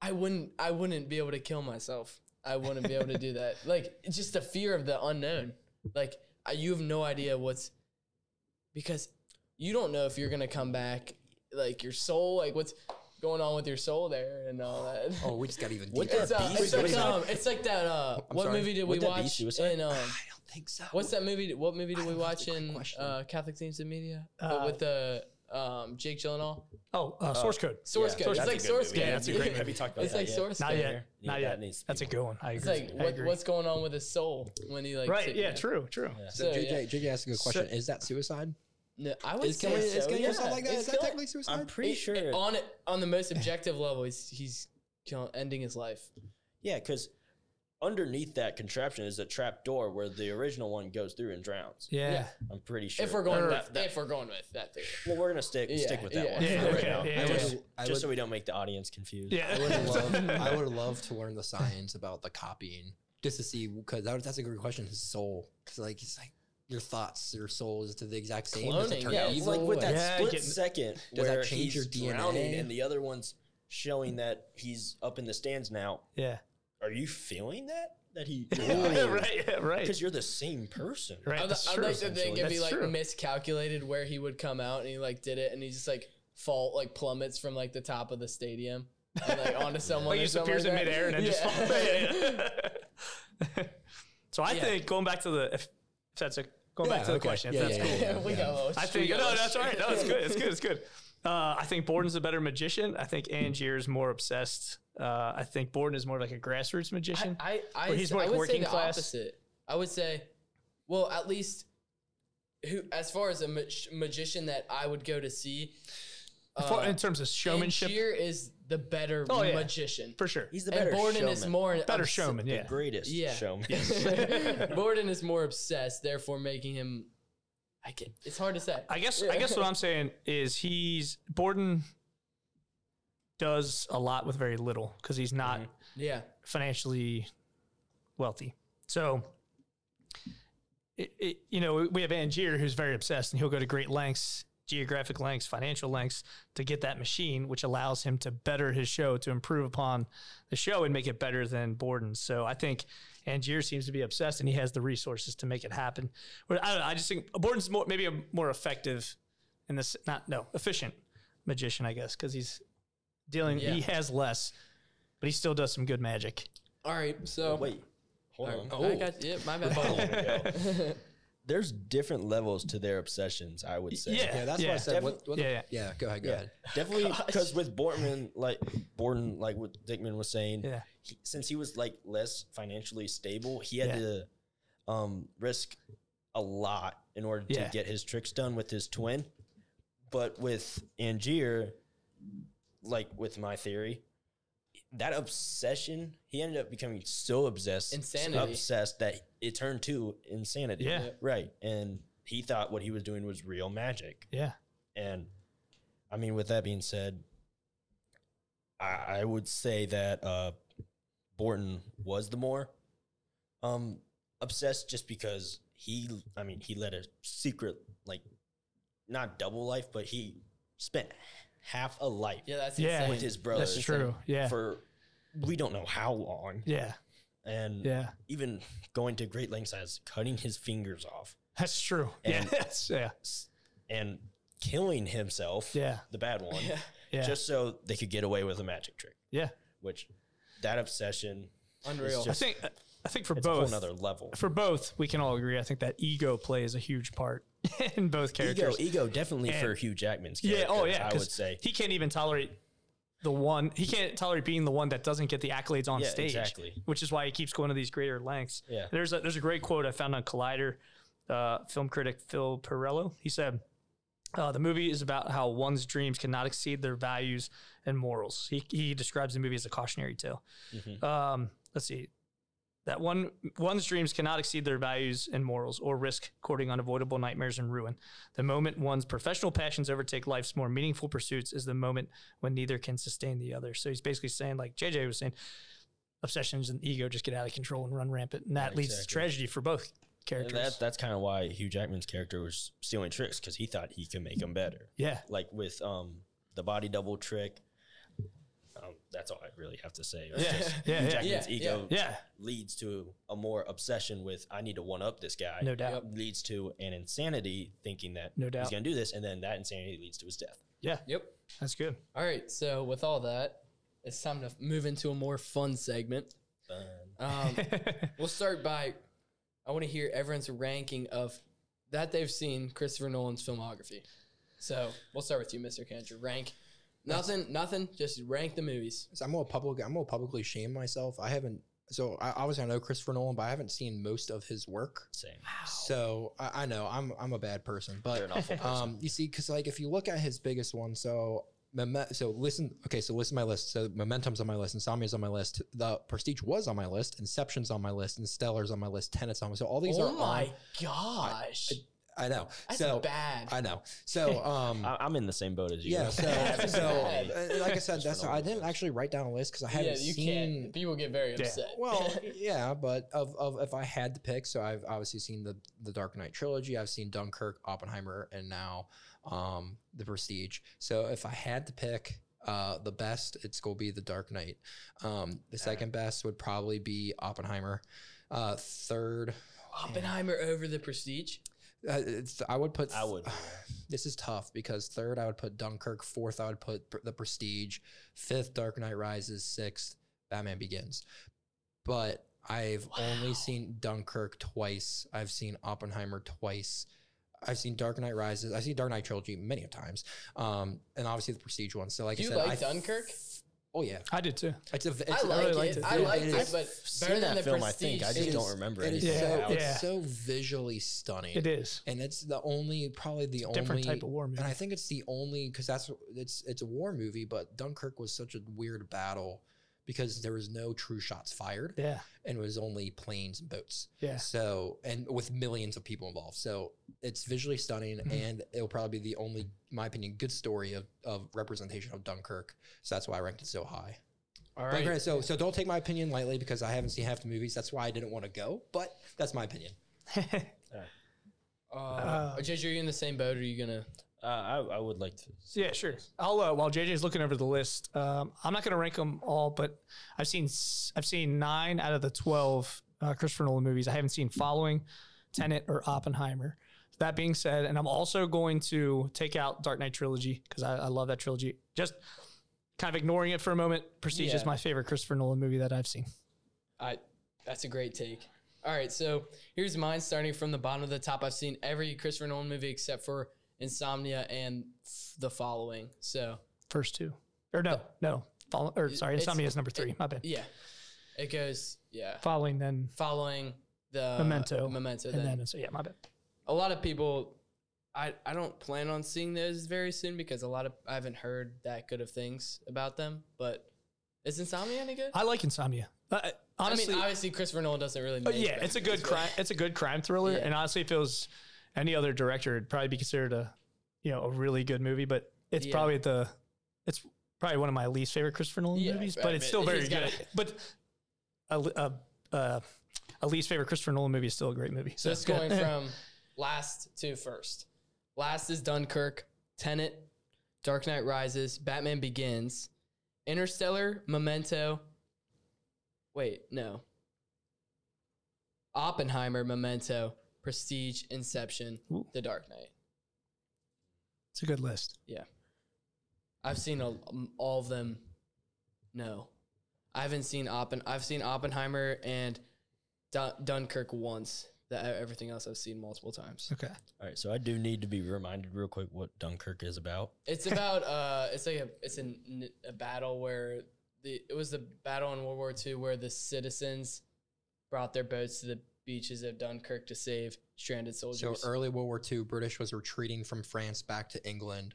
Speaker 1: I wouldn't. I wouldn't be able to kill myself. I wouldn't be able to do that. Like it's just the fear of the unknown. Like I, you have no idea what's because you don't know if you're gonna come back. Like your soul. Like what's going on with your soul there and all that.
Speaker 3: Oh, we just got even
Speaker 4: What
Speaker 3: deeper.
Speaker 1: It's, uh,
Speaker 4: Beast
Speaker 1: it's like
Speaker 4: suicide?
Speaker 1: um, it's like that. Uh,
Speaker 3: I'm
Speaker 1: what
Speaker 3: sorry.
Speaker 1: movie did
Speaker 4: Would
Speaker 1: we
Speaker 4: that be
Speaker 1: watch?
Speaker 4: suicide?
Speaker 1: in, um,
Speaker 3: I don't think so.
Speaker 1: what's that movie? What movie did
Speaker 3: I
Speaker 1: we
Speaker 3: don't know,
Speaker 1: watch
Speaker 3: that's a great
Speaker 1: in
Speaker 3: question.
Speaker 1: uh, Catholic Themes and Media
Speaker 2: Uh,
Speaker 1: but with the um, Jake Gyllenhaal?
Speaker 2: Oh, uh, source code.
Speaker 1: Source
Speaker 4: Yeah,
Speaker 1: code. It's
Speaker 4: that's a
Speaker 1: like
Speaker 4: good
Speaker 1: source
Speaker 4: movie.
Speaker 1: code.
Speaker 2: Yeah, that's a great movie.
Speaker 4: Have you talked about
Speaker 1: It's
Speaker 4: that
Speaker 1: like
Speaker 4: yet?
Speaker 1: source
Speaker 2: Not
Speaker 1: code.
Speaker 2: yet.
Speaker 4: Yeah,
Speaker 2: Not
Speaker 4: that
Speaker 2: yet.
Speaker 4: needs to
Speaker 2: That's
Speaker 4: be
Speaker 2: a good one. I
Speaker 1: It's
Speaker 2: agree.
Speaker 1: like
Speaker 2: I
Speaker 1: what,
Speaker 2: agree.
Speaker 1: what's going on with his soul when he like
Speaker 2: right.
Speaker 1: sit-
Speaker 2: Yeah. True. True.
Speaker 3: So,
Speaker 1: So,
Speaker 3: JJ, JJ asked a good
Speaker 2: So-
Speaker 3: question. is that suicide?
Speaker 1: No, I would
Speaker 3: Is
Speaker 1: say
Speaker 3: killing,
Speaker 1: so.
Speaker 3: is killing
Speaker 1: yeah.
Speaker 3: yourself like that?
Speaker 1: It's
Speaker 3: Is that
Speaker 1: killing-
Speaker 3: technically suicide?
Speaker 4: I'm pretty
Speaker 1: it-
Speaker 4: sure.
Speaker 1: it- on it on the most objective level, he's he's kill- ending his life.
Speaker 4: Yeah, because underneath that contraption is a trap door where the original one goes through and drowns.
Speaker 2: Yeah.
Speaker 4: I'm pretty sure.
Speaker 1: If we're going
Speaker 2: Or-
Speaker 1: with if we're going with that theory.
Speaker 4: well, we're gonna stick
Speaker 1: Yeah,
Speaker 4: stick with that
Speaker 1: yeah.
Speaker 4: one.
Speaker 2: Yeah,
Speaker 4: for right
Speaker 2: okay,
Speaker 4: now.
Speaker 2: yeah,
Speaker 4: just,
Speaker 3: yeah. I
Speaker 4: just
Speaker 3: would-
Speaker 4: so we don't make the audience confused.
Speaker 2: Yeah.
Speaker 3: I would love, I would love to learn the science about the copying just to see because that, that's a great question. His soul, because like it's like your thoughts, your soul is to the exact same. Does it
Speaker 1: Cloning,
Speaker 3: turn
Speaker 1: yeah,
Speaker 4: It's
Speaker 3: evil?
Speaker 4: like with that
Speaker 3: And-
Speaker 2: Yeah,
Speaker 4: split
Speaker 2: getting-
Speaker 4: second
Speaker 3: Does that
Speaker 4: where he's
Speaker 3: change your DNA?
Speaker 4: drowning and the other one's showing that he's up in the stands now.
Speaker 2: Yeah.
Speaker 4: Are you feeling that? That he
Speaker 2: Yeah, Right. Yeah, right.
Speaker 4: Because you're the same person.
Speaker 2: Right.
Speaker 1: I'd,
Speaker 2: that's
Speaker 1: I'd
Speaker 2: true,
Speaker 1: like to think
Speaker 2: essentially.
Speaker 1: it'd be
Speaker 2: That's
Speaker 1: like
Speaker 2: true.
Speaker 1: miscalculated where he would come out and he like did it and he just like fall like plummets from like the top of the stadium and, like onto someone.
Speaker 2: Like
Speaker 1: or
Speaker 2: he
Speaker 1: something like
Speaker 2: disappears in
Speaker 1: that.
Speaker 2: midair and then just
Speaker 1: Yeah.
Speaker 2: falls. Yeah, yeah. so I
Speaker 1: Yeah.
Speaker 2: think going back to the if, if that's a going back
Speaker 3: Yeah,
Speaker 2: to the
Speaker 3: okay.
Speaker 2: question,
Speaker 3: Yeah,
Speaker 2: if that's
Speaker 3: yeah,
Speaker 2: cool.
Speaker 3: yeah, yeah.
Speaker 1: we got a little
Speaker 2: I think
Speaker 1: street
Speaker 2: no,
Speaker 1: on
Speaker 2: that's
Speaker 1: the
Speaker 2: all right. No, it's
Speaker 1: street.
Speaker 2: good. It's good. It's good. Uh, I think Borden's a better magician. I think Angier's more obsessed. Uh, I think Borden is more like a grassroots magician.
Speaker 1: I, I, I,
Speaker 2: Or he's more
Speaker 1: I
Speaker 2: like
Speaker 1: would say
Speaker 2: working
Speaker 1: the
Speaker 2: class?
Speaker 1: opposite. I would say, well, at least who, as far as a mag- magician that I would go to see,
Speaker 2: For-
Speaker 1: uh,
Speaker 2: in terms of showmanship,
Speaker 1: Angier is the better
Speaker 2: Oh, yeah.
Speaker 1: magician.
Speaker 2: for sure,
Speaker 4: He's the
Speaker 1: and
Speaker 4: better
Speaker 1: Borden
Speaker 4: showman.
Speaker 1: is more
Speaker 2: better
Speaker 1: obs-
Speaker 2: showman.
Speaker 4: the
Speaker 2: Yeah,
Speaker 4: greatest
Speaker 1: Yeah.
Speaker 4: showman.
Speaker 1: Borden is more obsessed, therefore making him. I can It's hard to say.
Speaker 2: I guess. I guess what I'm saying is he's Borden does a lot with very little because he's not
Speaker 1: Mm-hmm. yeah.
Speaker 2: financially wealthy. So, it, it, you know, we have Angier who's very obsessed and he'll go to great lengths, geographic lengths, financial lengths to get that machine, which allows him to better his show, to improve upon the show and make it better than Borden. So I think Angier seems to be obsessed and he has the resources to make it happen. But I don't know. I just think Borden's more, maybe a more effective in this, not, no, efficient magician, I guess, because he's dealing,
Speaker 1: Yeah.
Speaker 2: he has less, but he still does some good magic.
Speaker 1: All right. So
Speaker 4: Wait, oh. hold
Speaker 1: All
Speaker 4: on.
Speaker 1: right. I got yeah, my bad.
Speaker 4: Hold on. there's different levels to their obsessions. I would say.
Speaker 2: Yeah. Oh
Speaker 3: Yeah, that's what I
Speaker 2: Yeah.
Speaker 3: said.
Speaker 4: Defi-
Speaker 3: What, what
Speaker 2: yeah,
Speaker 3: the, yeah, go ahead, go
Speaker 4: Yeah.
Speaker 3: ahead.
Speaker 4: Definitely,
Speaker 1: Gosh.
Speaker 4: because with Bortman, like Borton, like what Dickman was saying,
Speaker 2: Yeah.
Speaker 4: he, since he was like less financially stable, he had
Speaker 2: Yeah.
Speaker 4: to um, risk a lot in order
Speaker 2: Yeah.
Speaker 4: to get his tricks done with his twin. But with Angier, like with my theory, that obsession, he ended up becoming so obsessed,
Speaker 1: Insanity.
Speaker 4: obsessed that it turned to insanity.
Speaker 2: Yeah.
Speaker 4: right. And he thought what he was doing was real magic.
Speaker 2: yeah,
Speaker 4: And I mean, with that being said, I, I would say that uh, Borton was the more um, obsessed just because he, I mean, he led a secret, like, not double life, but he spent half a life
Speaker 1: Yeah, that's
Speaker 2: Yeah.
Speaker 1: insane.
Speaker 4: with his brother.
Speaker 2: that's true. Yeah,
Speaker 4: For we don't know how long.
Speaker 2: yeah,
Speaker 4: And
Speaker 2: yeah,
Speaker 4: even going to great lengths as cutting his fingers off
Speaker 2: that's true. Yeah,
Speaker 4: And-
Speaker 2: that's yeah,
Speaker 4: and killing himself,
Speaker 2: yeah,
Speaker 4: the bad one.
Speaker 1: Yeah.
Speaker 2: yeah,
Speaker 4: just so they could get away with a magic trick.
Speaker 2: Yeah.
Speaker 4: Which that obsession
Speaker 1: Unreal.
Speaker 4: It's
Speaker 2: I
Speaker 4: just-
Speaker 2: think I think for
Speaker 4: it's a whole
Speaker 2: both
Speaker 4: nother level.
Speaker 2: for both we can all agree. I think that ego plays a huge part in both
Speaker 4: Ego,
Speaker 2: characters.
Speaker 4: ego definitely
Speaker 2: And-
Speaker 4: for Hugh Jackman's character.
Speaker 2: Yeah. Oh, yeah.
Speaker 4: I
Speaker 2: 'cause
Speaker 4: would say.
Speaker 2: he can't even tolerate the one. He can't tolerate being the one that doesn't get the accolades on
Speaker 4: Yeah,
Speaker 2: stage.
Speaker 4: exactly.
Speaker 2: Which is why he keeps going to these greater lengths.
Speaker 4: Yeah.
Speaker 2: There's a there's a great quote I found on Collider, uh, film critic Phil Perello. He said. Uh, the movie is about how one's dreams cannot exceed their values and morals. He, he describes the movie as a cautionary tale.
Speaker 4: Mm-hmm.
Speaker 2: Um, let's see that one one's dreams cannot exceed their values and morals or risk courting unavoidable nightmares and ruin the moment one's professional passions overtake life's more meaningful pursuits is the moment when neither can sustain the other so he's basically saying like jj was saying obsessions and ego just get out of control and run rampant and that
Speaker 4: Yeah,
Speaker 2: leads to
Speaker 4: exactly.
Speaker 2: tragedy for both
Speaker 4: And
Speaker 2: characters
Speaker 4: That, that's kind of why Hugh Jackman's character was stealing tricks because he thought he could make them better.
Speaker 2: yeah
Speaker 4: Like with um the body double trick. Um, that's all I really have to say. It's
Speaker 2: Yeah.
Speaker 4: just
Speaker 2: Yeah,
Speaker 4: Hugh
Speaker 2: yeah.
Speaker 4: Jackman's
Speaker 1: Yeah,
Speaker 4: ego
Speaker 2: yeah
Speaker 4: leads to a more obsession with I need to one up this guy.
Speaker 2: no doubt
Speaker 1: Yep.
Speaker 4: Leads to an insanity thinking that
Speaker 2: No
Speaker 4: he's
Speaker 2: doubt.
Speaker 4: going to do this, and then that insanity leads to his death.
Speaker 1: Yep.
Speaker 2: that's good
Speaker 1: All right. So with all that, it's time to move into a more fun segment. Um, we'll start by. I want to hear everyone's ranking of that they've seen Christopher Nolan's filmography. So we'll start with you, Mr. Cantor. Rank nothing, nothing. Just rank the movies.
Speaker 3: So I'm gonna public. I'm gonna publicly shame myself. I haven't. So I obviously I know Christopher Nolan, but I haven't seen most of his work.
Speaker 4: Same.
Speaker 3: So I, I know I'm I'm a bad person,
Speaker 4: You're
Speaker 3: but
Speaker 4: an awful person.
Speaker 3: um, you see, because like if you look at his biggest one, so Meme- so listen, okay, so listen to my list. So Momentum's on my list, Insomnia's on my list, The Prestige was on my list, Inception's on my list, and Stellar's on my list, Tenet's on my. So all these
Speaker 1: oh
Speaker 3: are
Speaker 1: my
Speaker 3: on.
Speaker 1: gosh,
Speaker 3: I know.
Speaker 1: that's
Speaker 3: so
Speaker 1: bad.
Speaker 3: I know. So um,
Speaker 4: I, I'm in the same boat as you.
Speaker 3: yeah. So,
Speaker 1: That's
Speaker 3: so
Speaker 1: bad.
Speaker 3: uh, like I said,
Speaker 4: Just
Speaker 3: that's
Speaker 4: went
Speaker 3: I
Speaker 4: over
Speaker 3: didn't
Speaker 4: this.
Speaker 3: actually write down a list because I
Speaker 1: yeah,
Speaker 3: haven't
Speaker 1: you
Speaker 3: seen.
Speaker 1: can't. People get very
Speaker 2: Yeah.
Speaker 1: upset.
Speaker 3: Well, yeah, but of, of if I had to pick, so I've obviously seen the the Dark Knight trilogy, I've seen Dunkirk, Oppenheimer, and now um, the Prestige. So if I had to pick uh, the best, it's gonna be the Dark Knight. Um, the second best would probably be Oppenheimer. Uh, third,
Speaker 1: Oppenheimer over the Prestige.
Speaker 3: uh, it's, I would put.
Speaker 4: I would.
Speaker 3: This is tough because third, I would put Dunkirk. Fourth, I would put Pr- the Prestige. Fifth, Dark Knight Rises. Sixth, Batman Begins. But I've
Speaker 1: Wow.
Speaker 3: only seen Dunkirk twice. I've seen Oppenheimer twice. I've seen Dark Knight Rises. I've seen Dark Knight trilogy many times, um, and obviously the Prestige one. So, like
Speaker 1: Do
Speaker 3: I
Speaker 1: you
Speaker 3: said,
Speaker 1: like
Speaker 3: I-
Speaker 1: Dunkirk?
Speaker 3: Oh yeah,
Speaker 2: i did too
Speaker 3: it's a. It's
Speaker 1: I like
Speaker 2: really
Speaker 1: it.
Speaker 2: liked it.
Speaker 1: I
Speaker 2: Yeah,
Speaker 1: like
Speaker 3: it
Speaker 1: it,
Speaker 3: is.
Speaker 1: but
Speaker 4: Seen
Speaker 1: better than
Speaker 4: that
Speaker 1: the
Speaker 4: film, I
Speaker 1: Prestige.
Speaker 4: think. I just
Speaker 3: It
Speaker 4: don't
Speaker 3: is-
Speaker 4: remember
Speaker 3: It is
Speaker 4: anything
Speaker 3: so,
Speaker 2: about it.
Speaker 3: it's
Speaker 2: Yeah.
Speaker 3: so visually stunning.
Speaker 2: it is
Speaker 3: and it's the only probably the only
Speaker 2: different type of war movie
Speaker 3: and I think it's the only because that's it's it's a war movie, but Dunkirk was such a weird battle because there was no true shots fired
Speaker 2: yeah
Speaker 3: and it was only planes and boats.
Speaker 2: yeah
Speaker 3: So and with millions of people involved, so it's visually stunning,
Speaker 1: Mm-hmm.
Speaker 2: Mhm.
Speaker 3: and it'll probably be the only, in my opinion, good story of, of representation of Dunkirk. So that's why I ranked it so high.
Speaker 1: All
Speaker 3: But
Speaker 1: right.
Speaker 3: granted, so so don't take my opinion lightly because I haven't seen half the movies. That's why I didn't want to go, but that's my opinion.
Speaker 1: Uh,
Speaker 2: Uh,
Speaker 1: JJ, are you in the same boat? Or are you gonna?
Speaker 4: Uh, I, I would like to.
Speaker 2: Yeah, sure. I'll uh, while JJ's looking over the list, um, I'm not going to rank them all, but I've seen s- I've seen nine out of the twelve uh, Christopher Nolan movies. I haven't seen Following, Tenet, or Oppenheimer. That being said, and I'm also going to take out Dark Knight trilogy because I, I love that trilogy. Just kind of ignoring it for a moment. Prestige is
Speaker 1: Yeah.
Speaker 2: my favorite Christopher Nolan movie that I've seen.
Speaker 1: I. That's a great take. All right, so here's mine starting from the bottom to the top. I've seen every Christopher Nolan movie except for Insomnia and f- The Following. So
Speaker 2: First two. Or no, no. Follow, or sorry,
Speaker 1: It's-
Speaker 2: Insomnia is number three. My bad.
Speaker 1: yeah, it goes yeah
Speaker 2: Following then
Speaker 1: following the
Speaker 2: Memento.
Speaker 1: Memento.
Speaker 2: and
Speaker 1: Then.
Speaker 2: then so yeah, my bad.
Speaker 1: a lot of people. I, I don't plan on seeing those very soon because a lot of I haven't heard that good of things about them. But is Insomnia any good?
Speaker 2: I like Insomnia. Uh,
Speaker 1: I
Speaker 2: honestly, Oh,
Speaker 1: mean, obviously Christopher Nolan doesn't really. Make
Speaker 2: yeah, it's a good crime. It's a good crime thriller,
Speaker 1: Yeah.
Speaker 2: and honestly, if it was any other director, it'd probably be considered a you know a really good movie. But it's
Speaker 1: Yeah.
Speaker 2: probably the it's probably one of my least favorite Christopher Nolan
Speaker 1: Yeah,
Speaker 2: movies,
Speaker 1: I
Speaker 2: but it's
Speaker 1: mean,
Speaker 2: still very
Speaker 1: he's gotta-
Speaker 2: good. But a li- a, a a least favorite Christopher Nolan movie is still a great movie.
Speaker 1: So it's
Speaker 2: yeah.
Speaker 1: going from last to first. Last is Dunkirk, Tenet, Dark Knight Rises, Batman Begins, Interstellar, Memento. Wait, no. Oppenheimer, Memento, Prestige, Inception,
Speaker 2: Ooh.
Speaker 1: The Dark Knight.
Speaker 2: it's a good list.
Speaker 1: I've seen a, um, all of them. No, I haven't seen Oppen. I've seen Oppenheimer and Dun- Dunkirk once. That everything else I've seen multiple times.
Speaker 2: Okay,
Speaker 4: All right, so I do need to be reminded real quick what Dunkirk is about.
Speaker 1: It's about uh, it's like a it's an, a battle where the it was the battle in World War II where the citizens brought their boats to the beaches of Dunkirk to save stranded
Speaker 3: So
Speaker 1: soldiers.
Speaker 3: early World War II, British was retreating from France back to England,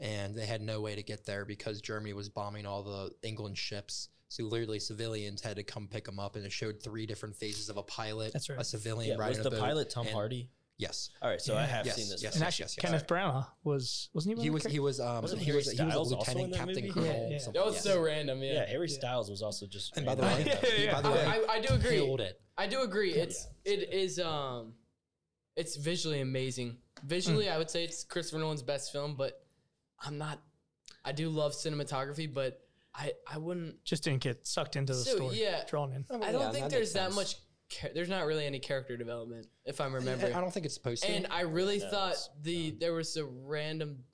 Speaker 3: and they had no way to get there because Germany was bombing all the England ships. So literally, civilians had to come pick them up, and it showed three different phases of a pilot,
Speaker 2: That's right.
Speaker 3: a civilian
Speaker 4: Yeah,
Speaker 3: riding
Speaker 4: was
Speaker 3: a
Speaker 4: the
Speaker 3: boat,
Speaker 4: pilot Tom
Speaker 3: and-
Speaker 4: Hardy?
Speaker 3: Yes,
Speaker 4: All right, so I
Speaker 2: Yeah.
Speaker 4: have
Speaker 3: Yes,
Speaker 4: seen this.
Speaker 3: yes,
Speaker 2: and
Speaker 4: one.
Speaker 2: actually,
Speaker 3: yes, yes.
Speaker 2: Kenneth Branagh was wasn't he?
Speaker 3: he
Speaker 2: one
Speaker 3: was
Speaker 2: of the
Speaker 3: he was um
Speaker 4: Wasn't
Speaker 3: he
Speaker 4: Harry
Speaker 3: was he was a
Speaker 4: Styles also in
Speaker 3: lieutenant
Speaker 4: that
Speaker 3: captain
Speaker 4: movie?
Speaker 3: colonel.
Speaker 2: Yeah, yeah.
Speaker 1: that
Speaker 3: something,
Speaker 1: was
Speaker 3: yes.
Speaker 1: so random,
Speaker 4: yeah.
Speaker 1: yeah.
Speaker 4: Harry
Speaker 2: Yeah.
Speaker 4: Styles was also just.
Speaker 3: And by the
Speaker 4: random.
Speaker 3: way,
Speaker 2: Yeah,
Speaker 3: by the
Speaker 1: I,
Speaker 3: way,
Speaker 1: I, I do agree.
Speaker 3: killed it.
Speaker 1: I do agree. It's it is um, it's visually amazing. Visually,
Speaker 4: Hmm.
Speaker 1: I would say it's Christopher Nolan's best film, but I'm not. I do love cinematography, but I I wouldn't
Speaker 2: just didn't get sucked into the
Speaker 1: So,
Speaker 2: story.
Speaker 1: yeah.
Speaker 2: drawn in.
Speaker 1: I don't
Speaker 4: Yeah,
Speaker 1: think
Speaker 4: that
Speaker 1: there's
Speaker 4: makes
Speaker 1: that
Speaker 4: sense.
Speaker 1: much. Char- there's not really any character development, if I'm
Speaker 3: I
Speaker 1: remembering.
Speaker 3: I don't think it's supposed to.
Speaker 1: and I really
Speaker 4: No,
Speaker 1: thought
Speaker 4: it's
Speaker 1: the there was a random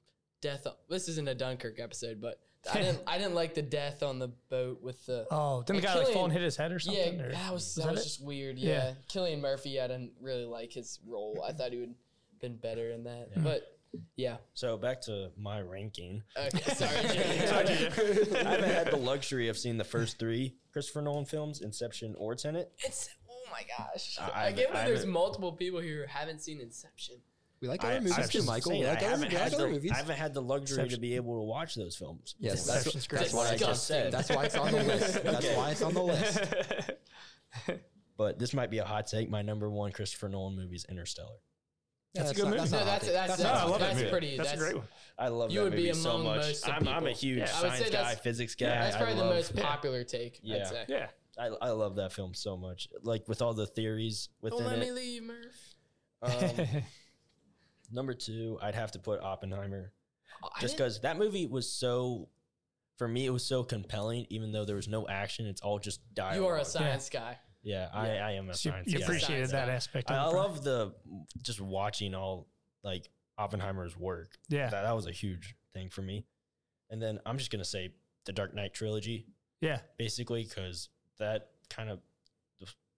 Speaker 1: death. On, this isn't a Dunkirk episode, but I didn't. I didn't like the death on the boat with the.
Speaker 2: Oh, didn't the
Speaker 1: And
Speaker 2: guy like fall
Speaker 1: Killian-
Speaker 2: and hit his head or
Speaker 1: yeah,
Speaker 2: something? or
Speaker 1: that was, that
Speaker 2: that
Speaker 1: was
Speaker 2: it?
Speaker 1: just weird. Yeah.
Speaker 2: Yeah.
Speaker 1: Killian Murphy. I didn't really like his role. I thought he would have been better in that. But yeah.
Speaker 4: so back to my ranking.
Speaker 1: Okay, sorry. Jimmy.
Speaker 2: Sorry, Jimmy.
Speaker 4: I haven't had the luxury of seeing the first three Christopher Nolan films, Inception or Tenet.
Speaker 1: It's oh my gosh.
Speaker 4: I-
Speaker 1: I,
Speaker 4: I
Speaker 1: get why
Speaker 4: haven't-
Speaker 1: there's multiple people here who haven't seen Inception.
Speaker 3: we like
Speaker 4: I-
Speaker 3: other movies
Speaker 4: I'm
Speaker 3: too,
Speaker 4: just
Speaker 3: Michael.
Speaker 4: saying,
Speaker 3: we
Speaker 4: I
Speaker 3: like other,
Speaker 4: haven't
Speaker 3: we like
Speaker 4: had
Speaker 3: other
Speaker 4: the-
Speaker 3: movies.
Speaker 4: I haven't had the luxury to
Speaker 2: Inception.
Speaker 4: be able to watch those films.
Speaker 3: yes, that's,
Speaker 2: Inception's great.
Speaker 3: that's why I just
Speaker 1: Disgusting.
Speaker 3: said. That's why it's on the list. That's
Speaker 4: Okay.
Speaker 3: why it's on the list.
Speaker 4: But this might be a hot take. My number one Christopher Nolan movie is Interstellar.
Speaker 2: That's a good movie.
Speaker 1: No,
Speaker 3: not
Speaker 1: that's
Speaker 3: hot take.
Speaker 1: that's that's,
Speaker 2: No, I love that
Speaker 1: that's
Speaker 2: movie.
Speaker 1: pretty.
Speaker 2: That's, a great one.
Speaker 4: I love
Speaker 1: You
Speaker 4: that
Speaker 1: would be
Speaker 4: movie so
Speaker 1: among
Speaker 4: much.
Speaker 1: most of
Speaker 4: I'm, I'm a
Speaker 1: people.
Speaker 4: huge
Speaker 2: Yeah.
Speaker 1: I would
Speaker 4: science
Speaker 1: say
Speaker 4: guy,
Speaker 1: that's-
Speaker 4: physics guy.
Speaker 1: That's probably
Speaker 4: I
Speaker 1: the
Speaker 4: love,
Speaker 1: most popular take. I'd
Speaker 4: Yeah.
Speaker 1: say.
Speaker 2: Yeah.
Speaker 4: I, I love that film so much. Like with all the theories within
Speaker 1: Don't Oh, let me
Speaker 4: it.
Speaker 1: leave, Murph.
Speaker 4: Um, number two, I'd have to put Oppenheimer.
Speaker 1: Oh, I
Speaker 4: just
Speaker 1: didn't-
Speaker 4: because that movie was so for me it was so compelling even though there was no action it's all just dialogue
Speaker 1: you are a science guy.
Speaker 4: yeah, I, I am a
Speaker 2: So you
Speaker 4: science
Speaker 2: you
Speaker 4: guy.
Speaker 2: appreciated
Speaker 1: Science
Speaker 2: that
Speaker 1: guy.
Speaker 2: aspect.
Speaker 3: uh,
Speaker 4: I, I
Speaker 2: of the
Speaker 4: love the just watching all like oppenheimer's work
Speaker 2: pro- Yeah.
Speaker 4: that, that was a huge thing for me and then i'm just gonna say the dark knight trilogy
Speaker 2: Yeah.
Speaker 4: basically because that kind of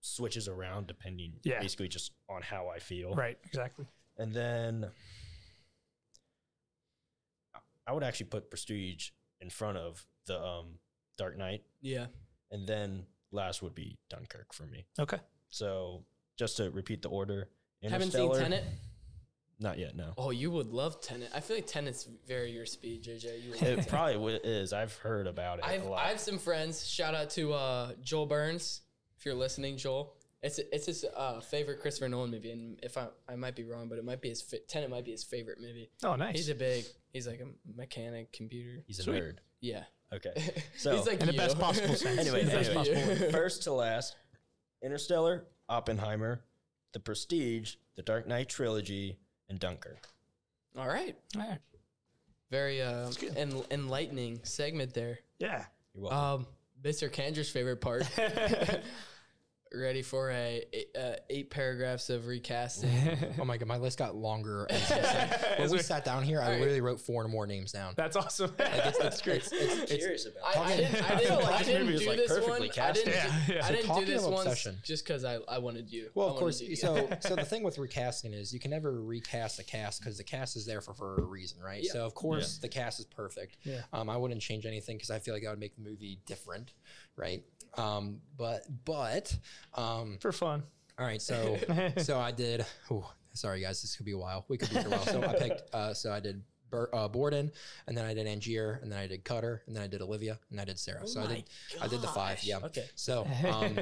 Speaker 4: switches around depending
Speaker 2: Yeah.
Speaker 4: basically just on how i feel
Speaker 2: Right. Exactly.
Speaker 4: and then I- I would actually put Prestige in front of the um, Dark Knight.
Speaker 1: Yeah.
Speaker 4: And then last would be Dunkirk for me.
Speaker 2: Okay.
Speaker 4: So just to repeat the order
Speaker 1: Haven't seen
Speaker 4: Interstellar.
Speaker 1: Tenet.
Speaker 4: Not yet, no.
Speaker 1: Oh, you would love Tenet. I feel like Tenet's very your speed, JJ. You would love
Speaker 4: It
Speaker 1: Tenet.
Speaker 4: probably wi- is. I've heard about it
Speaker 1: I've
Speaker 4: a lot.
Speaker 1: I have some friends. Shout out to uh, Joel Burns if you're listening, Joel. It's it's his uh, favorite Christopher Nolan movie, and if I I might be wrong, but it might be his fi- Tenet might be his favorite movie.
Speaker 2: Oh, nice.
Speaker 1: He's a big. He's like a mechanic, computer.
Speaker 4: He's a
Speaker 2: Sweet.
Speaker 4: nerd.
Speaker 1: Yeah.
Speaker 4: Okay. So
Speaker 1: he's like
Speaker 2: in the
Speaker 1: you.
Speaker 2: best possible sense.
Speaker 4: anyway,
Speaker 2: He's
Speaker 1: He's
Speaker 2: best
Speaker 4: anyway,
Speaker 1: like you.
Speaker 4: first to last Interstellar, Oppenheimer, The Prestige, The Dark Knight trilogy, and Dunkirk.
Speaker 1: All right.
Speaker 2: All right.
Speaker 1: Very uh,
Speaker 2: good.
Speaker 1: en- enlightening segment there.
Speaker 2: Yeah.
Speaker 3: Oh,
Speaker 4: You're welcome.
Speaker 1: Um, Mr. Kandra's favorite part. ready for a, a uh, eight paragraphs of recasting.
Speaker 3: Oh my god, my list got longer. as we sat- When
Speaker 2: That's
Speaker 3: we
Speaker 2: what-
Speaker 3: sat down here, I
Speaker 1: Alright.
Speaker 3: literally wrote four more names down.
Speaker 2: That's awesome.
Speaker 3: it's-
Speaker 2: That's great.
Speaker 3: it's- it's- it's-
Speaker 4: curious about.
Speaker 1: I, I
Speaker 3: Talking-
Speaker 1: didn't, I didn't,
Speaker 2: I feel like
Speaker 1: I
Speaker 4: this
Speaker 1: didn't
Speaker 4: movie
Speaker 1: do
Speaker 4: is, like,
Speaker 1: this
Speaker 4: perfectly
Speaker 1: one. I
Speaker 4: cast.
Speaker 1: didn't,
Speaker 2: Yeah,
Speaker 1: do,
Speaker 2: yeah.
Speaker 1: I
Speaker 2: So
Speaker 1: didn't do
Speaker 3: talking
Speaker 1: this
Speaker 3: of
Speaker 1: one
Speaker 3: obsession.
Speaker 1: just because I, I wanted you.
Speaker 3: Well,
Speaker 1: I
Speaker 3: of
Speaker 1: wanted
Speaker 3: course.
Speaker 1: you to
Speaker 3: So,
Speaker 1: get it.
Speaker 3: so the thing with recasting is you can never recast the cast because the cast is there for, for a reason, right?
Speaker 1: Yeah.
Speaker 3: So, of course, the cast is perfect.
Speaker 2: Yeah.
Speaker 3: Um, I wouldn't change anything because I feel like that would make the movie different, right? Um, but, but, um,
Speaker 2: For fun.
Speaker 3: all right. So, um, so I did. ooh, sorry, guys, this could be a while. We could be here a while. So I picked. Uh, so I did Bur- uh, Borden, and then I did Angier, and then I did Cutter, and then I did Olivia, and I
Speaker 2: Oh
Speaker 3: did Sarah. so I did. I did the five. Yeah.
Speaker 1: Okay.
Speaker 3: So um,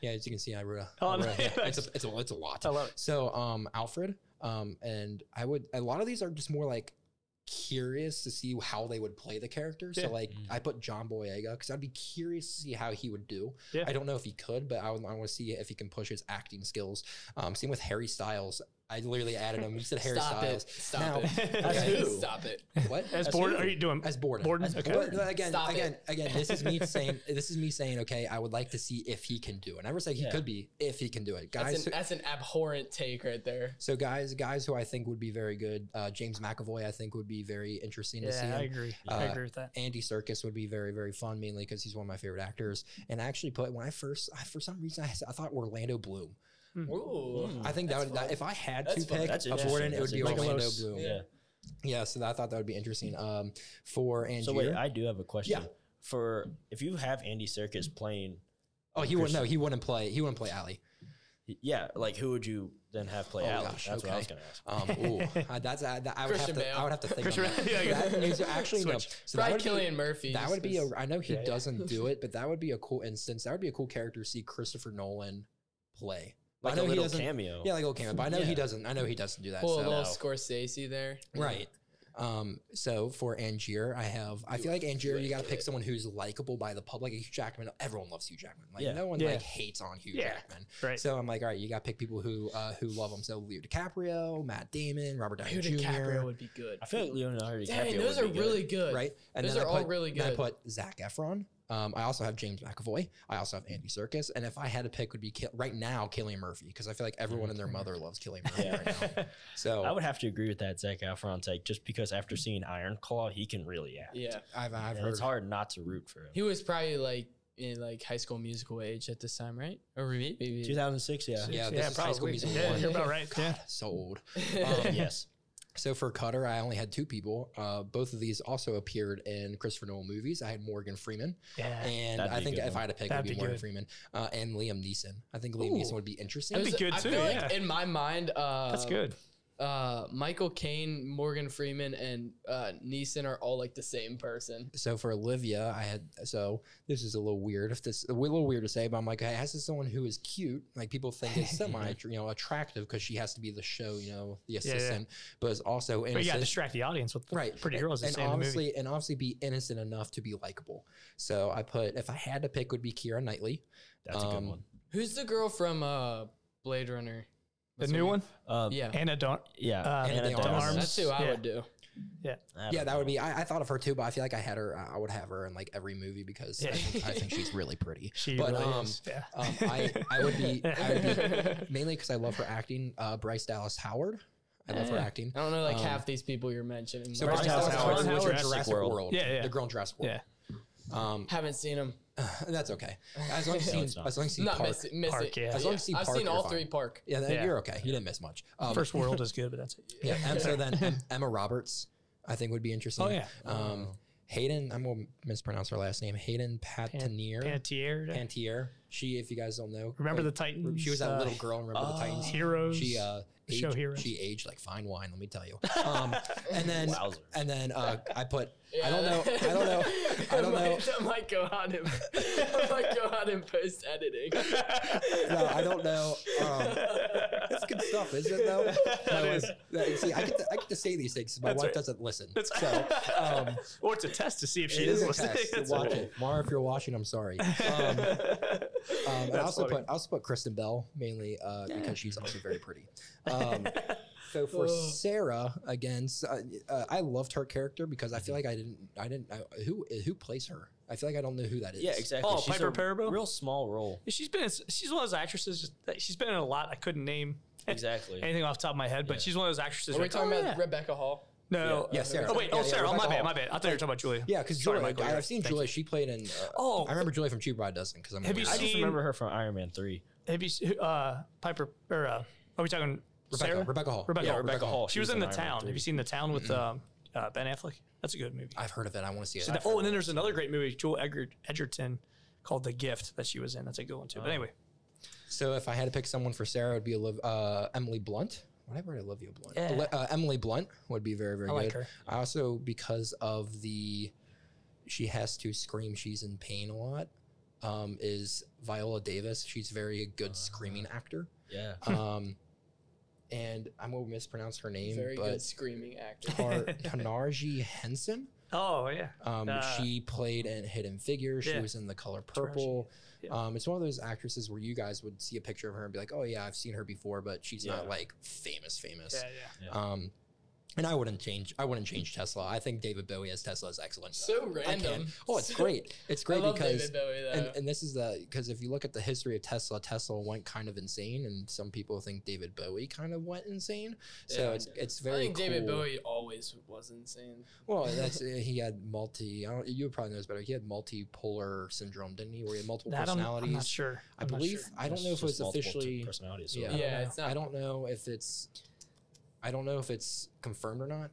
Speaker 3: yeah, as you can see, I wrote a.
Speaker 2: Oh,
Speaker 3: I wrote a-
Speaker 2: nice.
Speaker 3: yeah, it's a it's a it's a lot.
Speaker 2: I love it.
Speaker 3: So um, Alfred. Um, and I would a lot of these are just more like curious to see how they would play the character.
Speaker 2: Yeah.
Speaker 3: So like
Speaker 4: Mm.
Speaker 3: I put John Boyega because I'd be curious to see how he would do.
Speaker 2: Yeah.
Speaker 3: I don't know if he could, but I, would, I want to see if he can push his acting skills. Um, same with Harry Styles. I literally added him. You said Harry
Speaker 1: Stop
Speaker 3: Styles.
Speaker 1: it. Stop
Speaker 3: Now-
Speaker 1: it.
Speaker 2: That's
Speaker 3: Okay.
Speaker 2: who?
Speaker 1: Stop it.
Speaker 3: What?
Speaker 2: As
Speaker 4: That's
Speaker 2: board,
Speaker 4: who?
Speaker 2: are you doing?
Speaker 3: As Borden.
Speaker 2: Borden?
Speaker 4: As
Speaker 2: Okay.
Speaker 4: Borden.
Speaker 3: But again,
Speaker 1: Stop
Speaker 3: again, again, this is me saying this is me saying, okay, I would like to see if he can do it. I never say he
Speaker 4: Yeah.
Speaker 3: could be if he can do it. Guys
Speaker 1: That's
Speaker 3: who-
Speaker 1: an, that's an abhorrent take right there.
Speaker 3: so guys, guys who I think would be very good. Uh, James McAvoy, I think would be very interesting to see
Speaker 2: Yeah, I
Speaker 3: him.
Speaker 2: agree.
Speaker 3: Uh,
Speaker 2: I agree with that.
Speaker 3: Andy Circus would be very, very fun, mainly because he's one of my favorite actors. And I actually put when I first, I, for some reason, I, s- I thought Orlando Bloom.
Speaker 1: Ooh.
Speaker 4: Mm.
Speaker 3: I think that
Speaker 1: That's
Speaker 3: would, that,
Speaker 1: fun.
Speaker 3: if I had
Speaker 1: That's
Speaker 3: to
Speaker 1: fun.
Speaker 3: pick
Speaker 4: That's
Speaker 3: a
Speaker 4: interesting.
Speaker 3: Gordon, it would
Speaker 4: That's
Speaker 3: be
Speaker 2: interesting.
Speaker 3: Orlando
Speaker 2: Like a
Speaker 3: Bloom.
Speaker 1: Yeah.
Speaker 3: Yeah.
Speaker 4: yeah.
Speaker 3: so I thought that would be interesting. Um, for Andy,
Speaker 4: So wait, I do have a question.
Speaker 3: Yeah.
Speaker 4: For if you have Andy Serkis playing,
Speaker 3: oh, he wouldn't. No, he wouldn't play. He wouldn't play Ali.
Speaker 4: yeah, like who would you then have play
Speaker 3: Oh,
Speaker 4: Ali?
Speaker 3: gosh,
Speaker 4: That's what I was
Speaker 3: okay.
Speaker 4: gonna ask.
Speaker 3: Um, ooh, uh, that's uh, that, I would
Speaker 1: Christian
Speaker 3: have to.
Speaker 1: Bale.
Speaker 3: I would have to think.
Speaker 2: Christian
Speaker 3: on that.
Speaker 2: Bale, yeah,
Speaker 3: That
Speaker 2: yeah.
Speaker 3: is actually no.
Speaker 2: Switch.
Speaker 3: So that
Speaker 1: Probably
Speaker 3: would be,
Speaker 1: Killian Murphy.
Speaker 3: that
Speaker 1: just
Speaker 3: would be a.
Speaker 1: is-
Speaker 3: I know he
Speaker 2: Yeah.
Speaker 3: doesn't do it, but that would be a cool instance. That would be a cool character to see Christopher Nolan play.
Speaker 4: Like
Speaker 3: I
Speaker 4: a
Speaker 3: know he
Speaker 4: little
Speaker 3: doesn't-
Speaker 4: cameo.
Speaker 3: Yeah, like okay, but I know he
Speaker 4: Yeah.
Speaker 3: doesn't. I know he doesn't do that.
Speaker 1: Oh. pull a
Speaker 3: so-
Speaker 1: little
Speaker 4: No.
Speaker 1: Scorsese there.
Speaker 3: Right. Um, so for Angier, I have. I
Speaker 1: You
Speaker 3: feel like Angier,
Speaker 1: would
Speaker 3: you got to
Speaker 1: do
Speaker 3: pick
Speaker 1: it.
Speaker 3: someone who's likable by the public. Hugh Jackman. Everyone loves Hugh Jackman. Like
Speaker 4: Yeah.
Speaker 3: no one
Speaker 2: Yeah.
Speaker 3: like hates on Hugh
Speaker 2: Yeah.
Speaker 3: Jackman.
Speaker 2: Right.
Speaker 3: So I'm like, all right, you got to pick people who uh, who love him. So Leo DiCaprio, Matt Damon, Robert Downey
Speaker 1: Dude,
Speaker 3: Jr.
Speaker 1: DiCaprio would be good.
Speaker 4: I feel like Leonardo DiCaprio.
Speaker 1: Dang, those
Speaker 4: would
Speaker 1: are
Speaker 4: be good.
Speaker 1: really good.
Speaker 3: right? And
Speaker 1: Those
Speaker 3: then
Speaker 1: are
Speaker 3: I
Speaker 1: all
Speaker 3: put-
Speaker 1: really
Speaker 3: then I
Speaker 1: good.
Speaker 3: put Zach Efron. Um, I also have James McAvoy. I also have Andy Circus. And if I had to pick, would be Kill- right now Killian Murphy because I feel like everyone and their mother loves Killian Murphy
Speaker 4: Mm-hmm. Yeah.
Speaker 3: right now. So
Speaker 4: I would have to agree with that Zach Efron take, just because after seeing Iron Claw, he can really act.
Speaker 1: Yeah.
Speaker 3: I've, Mm. I've
Speaker 4: and
Speaker 3: heard
Speaker 4: it's hard not to root for him.
Speaker 1: He was probably like in like high school musical age at this time, right? Or maybe. maybe.
Speaker 4: 2006, yeah.
Speaker 3: Yeah, this is High School Musical
Speaker 2: Yeah,
Speaker 3: one.
Speaker 2: you're about right. Yeah.
Speaker 3: so old.
Speaker 4: Um,
Speaker 2: Oh,
Speaker 3: Um,
Speaker 4: yes.
Speaker 3: So for Cutter, I only had two people. Uh, both of these also appeared in Christopher Nolan movies. I had Morgan Freeman,
Speaker 2: Yeah.
Speaker 3: and
Speaker 4: That'd
Speaker 3: I
Speaker 4: be a
Speaker 3: think
Speaker 4: good
Speaker 3: if I
Speaker 4: one.
Speaker 3: had to pick,
Speaker 2: That'd
Speaker 3: it would be,
Speaker 2: be
Speaker 3: Morgan
Speaker 2: good.
Speaker 3: Freeman uh, and Liam Neeson. I think Liam Neeson
Speaker 1: Ooh.
Speaker 3: would be interesting.
Speaker 2: That'd be
Speaker 1: There's- I
Speaker 2: good too,
Speaker 1: feel like
Speaker 2: yeah.
Speaker 1: in my mind, uh,
Speaker 2: That's good.
Speaker 1: Uh, Michael Caine, Morgan Freeman, and uh, Neeson are all like the same person.
Speaker 3: so for Olivia, I had so this is a little weird. If this a little weird to say, but I'm like, hey, this is someone who is cute. Like people think is semi, you know, attractive because she has to be the show, you know, the
Speaker 2: yeah.
Speaker 3: assistant, but is also
Speaker 2: But you got to
Speaker 3: innocent.
Speaker 2: distract the audience with
Speaker 3: Right,
Speaker 2: pretty
Speaker 3: and-
Speaker 2: girls.
Speaker 3: and
Speaker 2: And, and
Speaker 3: obviously,
Speaker 2: obviously,
Speaker 3: and obviously, be innocent enough to be likable. So I put, if I had to pick, would be Kira Knightley.
Speaker 4: That's a
Speaker 3: Um,
Speaker 4: good one.
Speaker 1: Who's the girl from uh, Blade Runner?
Speaker 2: the
Speaker 1: What's
Speaker 2: new
Speaker 1: her
Speaker 2: one,
Speaker 4: Um,
Speaker 1: name? Yeah.
Speaker 2: Anna Darn.
Speaker 4: Yeah.
Speaker 2: Uh,
Speaker 3: Anna de
Speaker 4: Armas.
Speaker 1: Arms.
Speaker 2: Armas.
Speaker 1: That's who I
Speaker 2: Yeah.
Speaker 1: would do.
Speaker 4: I
Speaker 3: yeah,
Speaker 4: don't
Speaker 3: that would
Speaker 4: know.
Speaker 3: be. I, I thought of her too, but I feel like I had her. I would have her in like every movie because I,
Speaker 2: Yeah.
Speaker 3: think, I think she's really pretty.
Speaker 2: She
Speaker 3: But,
Speaker 2: really
Speaker 3: um,
Speaker 2: is. Yeah.
Speaker 3: Um, I, I would be, I would be mainly because I love her acting. Uh, Bryce Dallas Howard, I love her
Speaker 4: Yeah.
Speaker 3: acting.
Speaker 1: I don't know like
Speaker 3: Um,
Speaker 1: half these people you're mentioning.
Speaker 3: So
Speaker 1: Like,
Speaker 3: Bryce Dallas Howard,
Speaker 2: Oh, Howard,
Speaker 3: was in
Speaker 2: Jurassic
Speaker 3: Jurassic, World.
Speaker 4: World.
Speaker 2: Yeah, yeah.
Speaker 3: the girl in Jurassic World.
Speaker 2: Yeah.
Speaker 3: Um,
Speaker 1: haven't seen them.
Speaker 3: that's okay. As long
Speaker 4: No,
Speaker 3: as you
Speaker 4: it's
Speaker 3: see,
Speaker 4: not.
Speaker 3: as long as you see
Speaker 1: Not
Speaker 3: Park.
Speaker 1: miss it. Miss
Speaker 2: Park,
Speaker 1: it.
Speaker 2: yeah.
Speaker 3: As long as you see
Speaker 1: I've
Speaker 3: Park,
Speaker 1: seen
Speaker 3: you're
Speaker 1: all
Speaker 3: fine.
Speaker 1: three Park.
Speaker 3: Yeah, then
Speaker 2: Yeah.
Speaker 3: you're okay. You didn't miss much. Um,
Speaker 2: First World is good, but that's it.
Speaker 3: Yeah, and so then Em- Emma Roberts, I think would be interesting.
Speaker 2: Oh, yeah.
Speaker 3: Um, Hayden, I'm gonna mispronounce her last name. Hayden Patanier.
Speaker 2: Panettiere.
Speaker 3: Pantier. She, if you guys don't know,
Speaker 2: Remember the
Speaker 3: like,
Speaker 2: Titans?
Speaker 3: she was that
Speaker 2: uh,
Speaker 3: little girl. in Remember the Titans.
Speaker 2: heroes.
Speaker 3: She uh,
Speaker 2: the show
Speaker 3: aged-
Speaker 2: Heroes.
Speaker 3: She aged like fine wine. Let me tell you. Um, and then
Speaker 4: Wowzer.
Speaker 3: and then uh, I put.
Speaker 1: Yeah,
Speaker 3: I don't know.
Speaker 1: that-
Speaker 3: I don't know. I don't know.
Speaker 1: might- That might go on in. that might go on in post editing.
Speaker 3: No, I don't know. Um, that's good stuff, isn't it? Though. My
Speaker 2: That
Speaker 3: wife-
Speaker 2: is.
Speaker 3: that- see, I get to, I get to say these things. 'cause My
Speaker 2: That's
Speaker 3: wife
Speaker 2: right.
Speaker 3: doesn't listen.
Speaker 2: That's-
Speaker 3: so um,
Speaker 2: or it's a test to see if she
Speaker 3: it is
Speaker 2: is
Speaker 3: a
Speaker 2: listening.
Speaker 3: test.
Speaker 2: That's
Speaker 3: Watch
Speaker 2: all.
Speaker 3: it, Mara. If you're watching, I'm sorry. Um, Um, and I
Speaker 2: That's
Speaker 3: also
Speaker 2: funny.
Speaker 3: put I also put Kristen Bell mainly uh, because she's also very pretty. Um, So for
Speaker 1: Ugh.
Speaker 3: Sarah against, uh, uh, I loved her character because I feel
Speaker 2: Mm-hmm.
Speaker 3: like I didn't, I didn't, I, who who plays her? I feel like I don't know who that is.
Speaker 4: Yeah, exactly.
Speaker 2: Oh,
Speaker 4: She's
Speaker 2: Piper
Speaker 4: a
Speaker 2: Perabo?
Speaker 4: Real small role.
Speaker 2: She's been in, she's one of those actresses. just- that- She's been in a lot. I couldn't name
Speaker 4: Exactly.
Speaker 2: anything off the top of my head, but
Speaker 4: Yeah.
Speaker 2: she's one of those actresses.
Speaker 1: Are we
Speaker 2: like,
Speaker 1: talking
Speaker 2: oh,
Speaker 1: about
Speaker 2: yeah.
Speaker 1: Rebecca Hall?
Speaker 2: No.
Speaker 3: Yeah, Sarah.
Speaker 2: Oh wait. Oh,
Speaker 3: Yeah, yeah,
Speaker 2: Sarah. oh, my
Speaker 3: Rebecca
Speaker 2: bad.
Speaker 3: Hall.
Speaker 2: My bad. I thought you were talking about Julia.
Speaker 3: Yeah, because
Speaker 2: Sorry,
Speaker 3: Julia,
Speaker 2: Michael,
Speaker 3: I,
Speaker 2: you're
Speaker 3: have seen
Speaker 2: right. Thank
Speaker 3: Julia. She played in. Uh,
Speaker 2: Oh.
Speaker 3: I remember Julia from Cheap Ride Doesn't because I'm.
Speaker 2: Have you
Speaker 4: I
Speaker 3: I,
Speaker 4: just
Speaker 2: seen-
Speaker 4: remember her from Iron Man three.
Speaker 2: Have you se- uh, Piper or uh, are we talking
Speaker 3: Rebecca, Oh,
Speaker 2: Sarah?
Speaker 3: Rebecca Hall.
Speaker 2: Oh, Rebecca.
Speaker 4: Yeah,
Speaker 2: Hall.
Speaker 4: Rebecca Hall.
Speaker 2: She, was, in the
Speaker 4: Iron Man
Speaker 2: town.
Speaker 4: 3.
Speaker 2: Have you seen the town with um, uh, Ben Affleck? That's a good movie.
Speaker 3: I've heard of it. Mm-hmm. I want to see it.
Speaker 2: So that- oh, and then there's another great movie, Joel Edgert, Edgerton, called The Gift that she was in. That's a good one too.
Speaker 3: Oh,
Speaker 2: But anyway,
Speaker 3: So if I had to pick someone for Sarah, it would be Oliv- uh, Emily Blunt. Whatever, I love you, Blunt.
Speaker 2: Yeah.
Speaker 3: Ele- uh, Emily Blunt would be very, very
Speaker 2: I
Speaker 3: good.
Speaker 2: like her.
Speaker 3: I also because of the she has to scream she's in pain a lot. Um, is Viola Davis? She's very a
Speaker 2: Uh-huh.
Speaker 3: good screaming actor.
Speaker 4: Yeah.
Speaker 3: Um, and I'm gonna mispronounce her name,
Speaker 1: Very good
Speaker 3: but
Speaker 1: screaming actor.
Speaker 3: Tar- Tanarji Henson.
Speaker 2: Oh yeah.
Speaker 3: Um,
Speaker 2: Uh,
Speaker 3: she played in Hidden Figures. She
Speaker 2: yeah.
Speaker 3: was in The Color Purple.
Speaker 2: yeah.
Speaker 3: Um, it's one of those actresses where you guys would see a picture of her and be like, "Oh yeah, I've seen her before," but she's not
Speaker 4: Yeah.
Speaker 3: like famous, famous.
Speaker 2: Yeah, yeah.
Speaker 4: Yeah.
Speaker 3: Um, and I wouldn't change. I wouldn't change Tesla. I think David Bowie as Tesla is excellent.
Speaker 1: so
Speaker 3: I can't-
Speaker 1: random.
Speaker 3: Oh, it's
Speaker 1: So-
Speaker 3: great. It's great
Speaker 1: I love
Speaker 3: because.
Speaker 1: David uh, Bowie though.
Speaker 3: And, and this is the because if you look at the history of Tesla, Tesla went kind of insane, and some people think David Bowie kind of went insane. So
Speaker 1: Yeah.
Speaker 3: it's it's very.
Speaker 1: I think David
Speaker 3: cool.
Speaker 1: Bowie always was insane.
Speaker 3: Well, that's uh, he had multi. I don't, you probably know this better. He had multipolar syndrome, didn't he? Where he had multiple
Speaker 2: That I'm,
Speaker 3: personalities.
Speaker 2: I'm not sure.
Speaker 3: I
Speaker 2: I'm not
Speaker 3: believe.
Speaker 2: sure.
Speaker 3: I don't
Speaker 4: It's
Speaker 3: know if
Speaker 4: just
Speaker 3: it was
Speaker 4: multiple t-
Speaker 3: officially.
Speaker 4: personalities. Yeah.
Speaker 3: Yeah. I don't
Speaker 1: Yeah, it's not.
Speaker 3: I don't know if it's. I don't know if it's confirmed or not,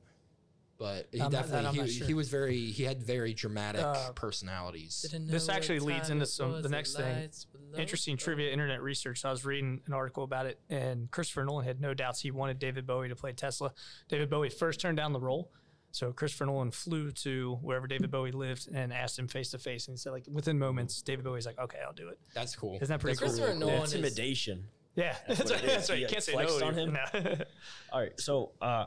Speaker 3: but he
Speaker 2: I'm not- that
Speaker 3: definitely
Speaker 2: I'm
Speaker 3: he,
Speaker 2: not
Speaker 3: he
Speaker 2: sure.
Speaker 3: was very he had very dramatic
Speaker 2: Uh,
Speaker 3: personalities.
Speaker 2: This actually leads into some- the next thing. Interesting trivia, internet research. So I was reading an article about it, and Christopher Nolan had no doubts he wanted David Bowie to play Tesla. David Bowie first turned down the role, so Christopher Nolan flew to wherever David Bowie lived and asked him face to face, and he said, like within moments, David Bowie's like, "Okay, I'll do it."
Speaker 3: That's cool.
Speaker 2: Isn't that pretty
Speaker 3: That's
Speaker 2: cool?
Speaker 1: Christopher Nolan is-
Speaker 4: Intimidation.
Speaker 2: Yeah,
Speaker 4: That's
Speaker 2: that's
Speaker 4: what
Speaker 2: right.
Speaker 4: it is.
Speaker 2: That's right.
Speaker 4: He,
Speaker 2: You
Speaker 4: like,
Speaker 2: can't say
Speaker 4: flexed
Speaker 2: no.
Speaker 4: on him.
Speaker 2: No.
Speaker 4: All right, so uh,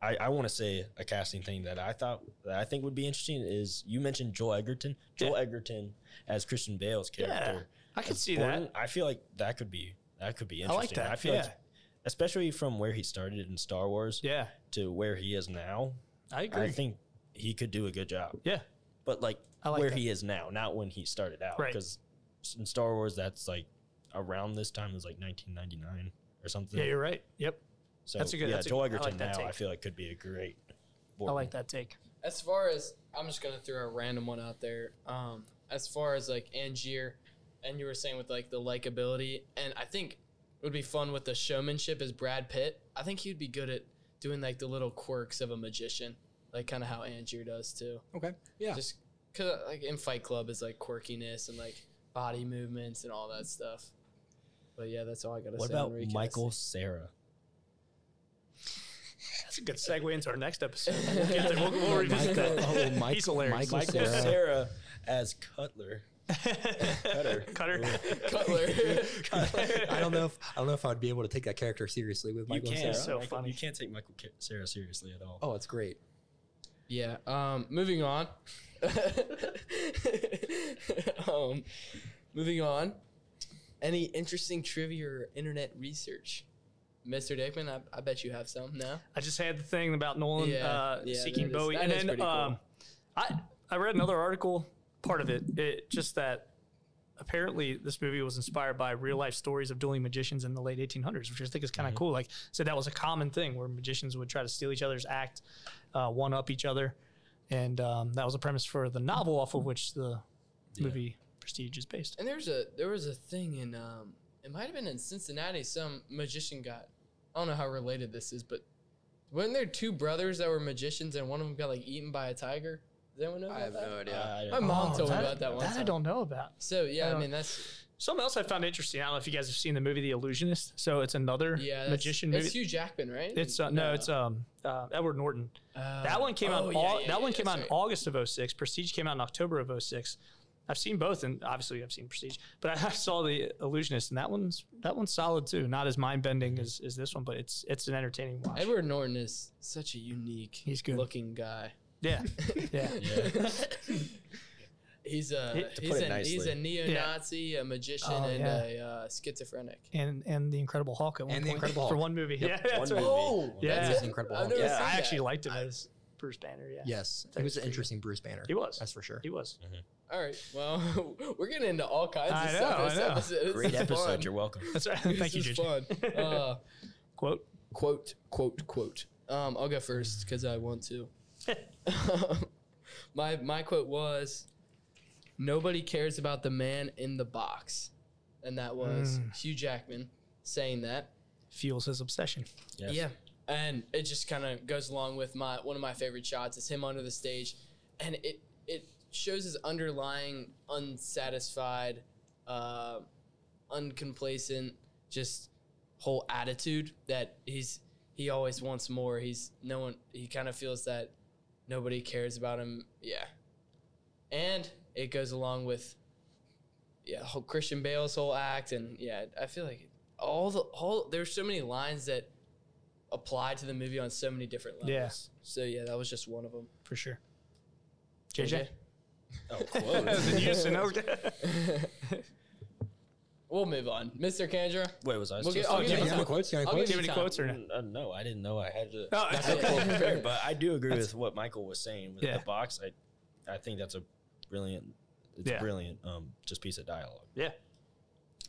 Speaker 4: I I want to say a casting thing that I thought that I think would be interesting is you mentioned Joel Edgerton, Joel Edgerton as Christian Bale's character.
Speaker 2: I can
Speaker 4: as
Speaker 2: see
Speaker 4: Gordon,
Speaker 2: that.
Speaker 4: I feel like that could be that could be
Speaker 2: I
Speaker 4: interesting.
Speaker 2: like that.
Speaker 4: I feel
Speaker 2: yeah.
Speaker 4: like especially from where he started in Star Wars
Speaker 2: yeah,
Speaker 4: to where he is now,
Speaker 2: I agree.
Speaker 4: I think he could do a good job.
Speaker 2: yeah,
Speaker 4: But like,
Speaker 2: I like
Speaker 4: where
Speaker 2: that.
Speaker 4: he is now, not when he started out,
Speaker 2: Right.
Speaker 4: Because in Star Wars, that's like around this time is like 1999 or something.
Speaker 2: yeah, you're right. Yep,
Speaker 4: So
Speaker 2: That's a good-
Speaker 4: Yeah,
Speaker 2: that's a-
Speaker 4: Joel
Speaker 2: I
Speaker 4: Egerton
Speaker 2: like that
Speaker 4: now I
Speaker 2: take.
Speaker 4: feel like could be a great.
Speaker 2: I
Speaker 4: Borton.
Speaker 2: like that take.
Speaker 1: As far as I'm just gonna throw a random one out there. Um, as far as like Angier, and you were saying with like the likability, and I think it would be fun with the showmanship is Brad Pitt. I think he'd be good at doing like the little quirks of a magician, like kind of how Angier does too.
Speaker 3: okay. Yeah.
Speaker 1: Just cause like in Fight Club is like quirkiness and like body movements and all that stuff. But yeah, that's all I gotta
Speaker 4: What
Speaker 1: say.
Speaker 4: about
Speaker 1: on recasting.
Speaker 4: Michael Sarah?
Speaker 2: That's a good segue into our next episode. We'll, get there. We'll, we'll revisit
Speaker 3: Michael-
Speaker 2: that.
Speaker 3: oh, Mike-
Speaker 2: He's hilarious.
Speaker 3: Michael
Speaker 4: Michael
Speaker 3: Cera.
Speaker 4: Sarah as Cutler.
Speaker 2: Cutter. Cutter.
Speaker 1: Cutler?
Speaker 3: I don't know if I don't know if I'd be able to take that character seriously with
Speaker 4: You
Speaker 3: Michael.
Speaker 4: can't.
Speaker 3: Cera.
Speaker 2: so
Speaker 4: Michael-
Speaker 2: funny.
Speaker 4: You can't take Michael Ca- Sarah seriously at all.
Speaker 3: Oh, it's great.
Speaker 1: Yeah. Um, moving on. um, moving on. Any interesting trivia or internet research? Mr. Dickman, I, I bet you have some now.
Speaker 2: I just had the thing about Nolan
Speaker 1: Yeah,
Speaker 2: uh,
Speaker 1: yeah,
Speaker 2: seeking
Speaker 1: that is-
Speaker 2: Bowie,
Speaker 1: that
Speaker 2: and
Speaker 1: is
Speaker 2: then
Speaker 1: pretty cool.
Speaker 2: um, I I read another article. Part of it, it just that apparently this movie was inspired by real life stories of dueling magicians in the late 1800s, which I think is
Speaker 1: Mm-hmm.
Speaker 2: kind of cool. Like said, that was a common thing where magicians would try to steal each other's act, uh, one up each other, and um, that was a premise for the novel off of which the movie Prestige is based.
Speaker 1: And there's a there was a thing in um it might have been in Cincinnati some magician got I don't know how related this is, but weren't there two brothers that were magicians and one of them got like eaten by a tiger? Does anyone know about that?
Speaker 4: Uh, I
Speaker 1: My
Speaker 4: don't-
Speaker 1: mom
Speaker 2: Oh,
Speaker 1: told
Speaker 2: that-
Speaker 1: me about that one.
Speaker 2: That I
Speaker 1: time.
Speaker 2: don't know about.
Speaker 1: So
Speaker 2: I
Speaker 1: yeah, I,
Speaker 2: don't-
Speaker 1: mean that's
Speaker 2: Something else I found interesting. I don't know if you guys have seen the movie The Illusionist. So it's another
Speaker 1: yeah that's,
Speaker 2: magician
Speaker 1: It's
Speaker 2: movie.
Speaker 1: Hugh Jackman, right?
Speaker 2: It's uh, no, it's um uh, Edward Norton.
Speaker 1: Oh.
Speaker 2: That one came out.
Speaker 1: Oh,
Speaker 2: in
Speaker 1: yeah,
Speaker 2: au-
Speaker 1: yeah,
Speaker 2: that
Speaker 1: yeah,
Speaker 2: one came out
Speaker 1: that's
Speaker 2: in August of 06. Prestige came out in October of 06. I've seen both, and obviously I've seen Prestige, but I saw the Illusionist, and that one's that one's solid too. Not as mind bending as, as this one, but it's it's an entertaining watch.
Speaker 1: Edward Norton is such a unique
Speaker 2: He's good.
Speaker 1: looking guy.
Speaker 2: Yeah, yeah.
Speaker 4: Yeah.
Speaker 1: He's
Speaker 4: He-
Speaker 1: a
Speaker 4: to
Speaker 1: he's,
Speaker 4: put it
Speaker 1: an, he's
Speaker 4: nicely.
Speaker 1: a neo-Nazi, a magician,
Speaker 2: Oh,
Speaker 1: and
Speaker 2: yeah.
Speaker 1: a uh, schizophrenic.
Speaker 2: and and the Incredible Hulk at one
Speaker 3: And The
Speaker 2: point
Speaker 3: Incredible
Speaker 2: for
Speaker 3: Hulk.
Speaker 2: one movie.
Speaker 4: Yep,
Speaker 2: Yeah,
Speaker 4: one
Speaker 2: that's right.
Speaker 4: movie.
Speaker 1: Oh,
Speaker 4: One
Speaker 2: yeah.
Speaker 1: That's
Speaker 3: That's
Speaker 1: it.
Speaker 3: incredible.
Speaker 1: I've
Speaker 3: Hulk.
Speaker 1: never
Speaker 4: Yeah,
Speaker 1: seen
Speaker 2: I
Speaker 1: that.
Speaker 2: actually liked him as Bruce Banner. Yeah,
Speaker 3: Yes,
Speaker 2: That
Speaker 3: he
Speaker 2: was
Speaker 3: was an
Speaker 2: pretty
Speaker 3: interesting Bruce Banner.
Speaker 2: he was.
Speaker 3: That's for sure.
Speaker 2: He was.
Speaker 1: All right. Well, we're getting into all kinds
Speaker 2: I
Speaker 1: of
Speaker 2: know,
Speaker 1: stuff.
Speaker 2: I know.
Speaker 1: This episode. This
Speaker 4: Great
Speaker 1: is
Speaker 4: episode.
Speaker 1: fun.
Speaker 4: You're welcome.
Speaker 2: That's right.
Speaker 1: This
Speaker 2: Thank you,
Speaker 1: is
Speaker 2: JJ.
Speaker 1: fun. Uh,
Speaker 2: Quote.
Speaker 1: quote, quote, quote. Um, I'll go first because I want to. my my quote was, "Nobody cares about the man in the box," and that was
Speaker 2: Mm.
Speaker 1: Hugh Jackman saying that.
Speaker 2: Fuels his obsession.
Speaker 4: Yes.
Speaker 1: Yeah, and it just kind of goes along with my one of my favorite shots. It's him under the stage, and it it shows his underlying unsatisfied, uh, uncomplacent, just whole attitude that he's he always wants more. He's no one. He kind of feels that nobody cares about him. Yeah, and it goes along with yeah whole Christian Bale's whole act, and yeah, I feel like all the whole there's so many lines that apply to the movie on so many different levels.
Speaker 2: Yeah.
Speaker 1: So yeah, that was just one of them.
Speaker 2: for sure. JJ.
Speaker 4: Oh, quote.
Speaker 2: Then you, Sinoke.
Speaker 1: We'll move on, Mr. Kendra.
Speaker 4: Wait, was I
Speaker 1: We'll
Speaker 4: supposed
Speaker 1: get-
Speaker 4: to?
Speaker 1: I'll
Speaker 3: Do
Speaker 1: give
Speaker 3: you
Speaker 1: you
Speaker 3: have any
Speaker 1: some-
Speaker 3: quotes? Do you have
Speaker 1: I'll
Speaker 3: any
Speaker 1: give
Speaker 2: Do you
Speaker 3: quotes?
Speaker 2: have any
Speaker 1: Anytime.
Speaker 2: quotes or no?
Speaker 4: Uh, no, I didn't know I had to.
Speaker 2: Oh,
Speaker 1: That's
Speaker 4: I feel prepared, but I do agree
Speaker 2: That's-
Speaker 4: with what Michael was saying with
Speaker 2: Yeah.
Speaker 4: the box. I, I think that's a brilliant, it's
Speaker 2: Yeah.
Speaker 4: a brilliant, um, just piece of dialogue.
Speaker 2: yeah.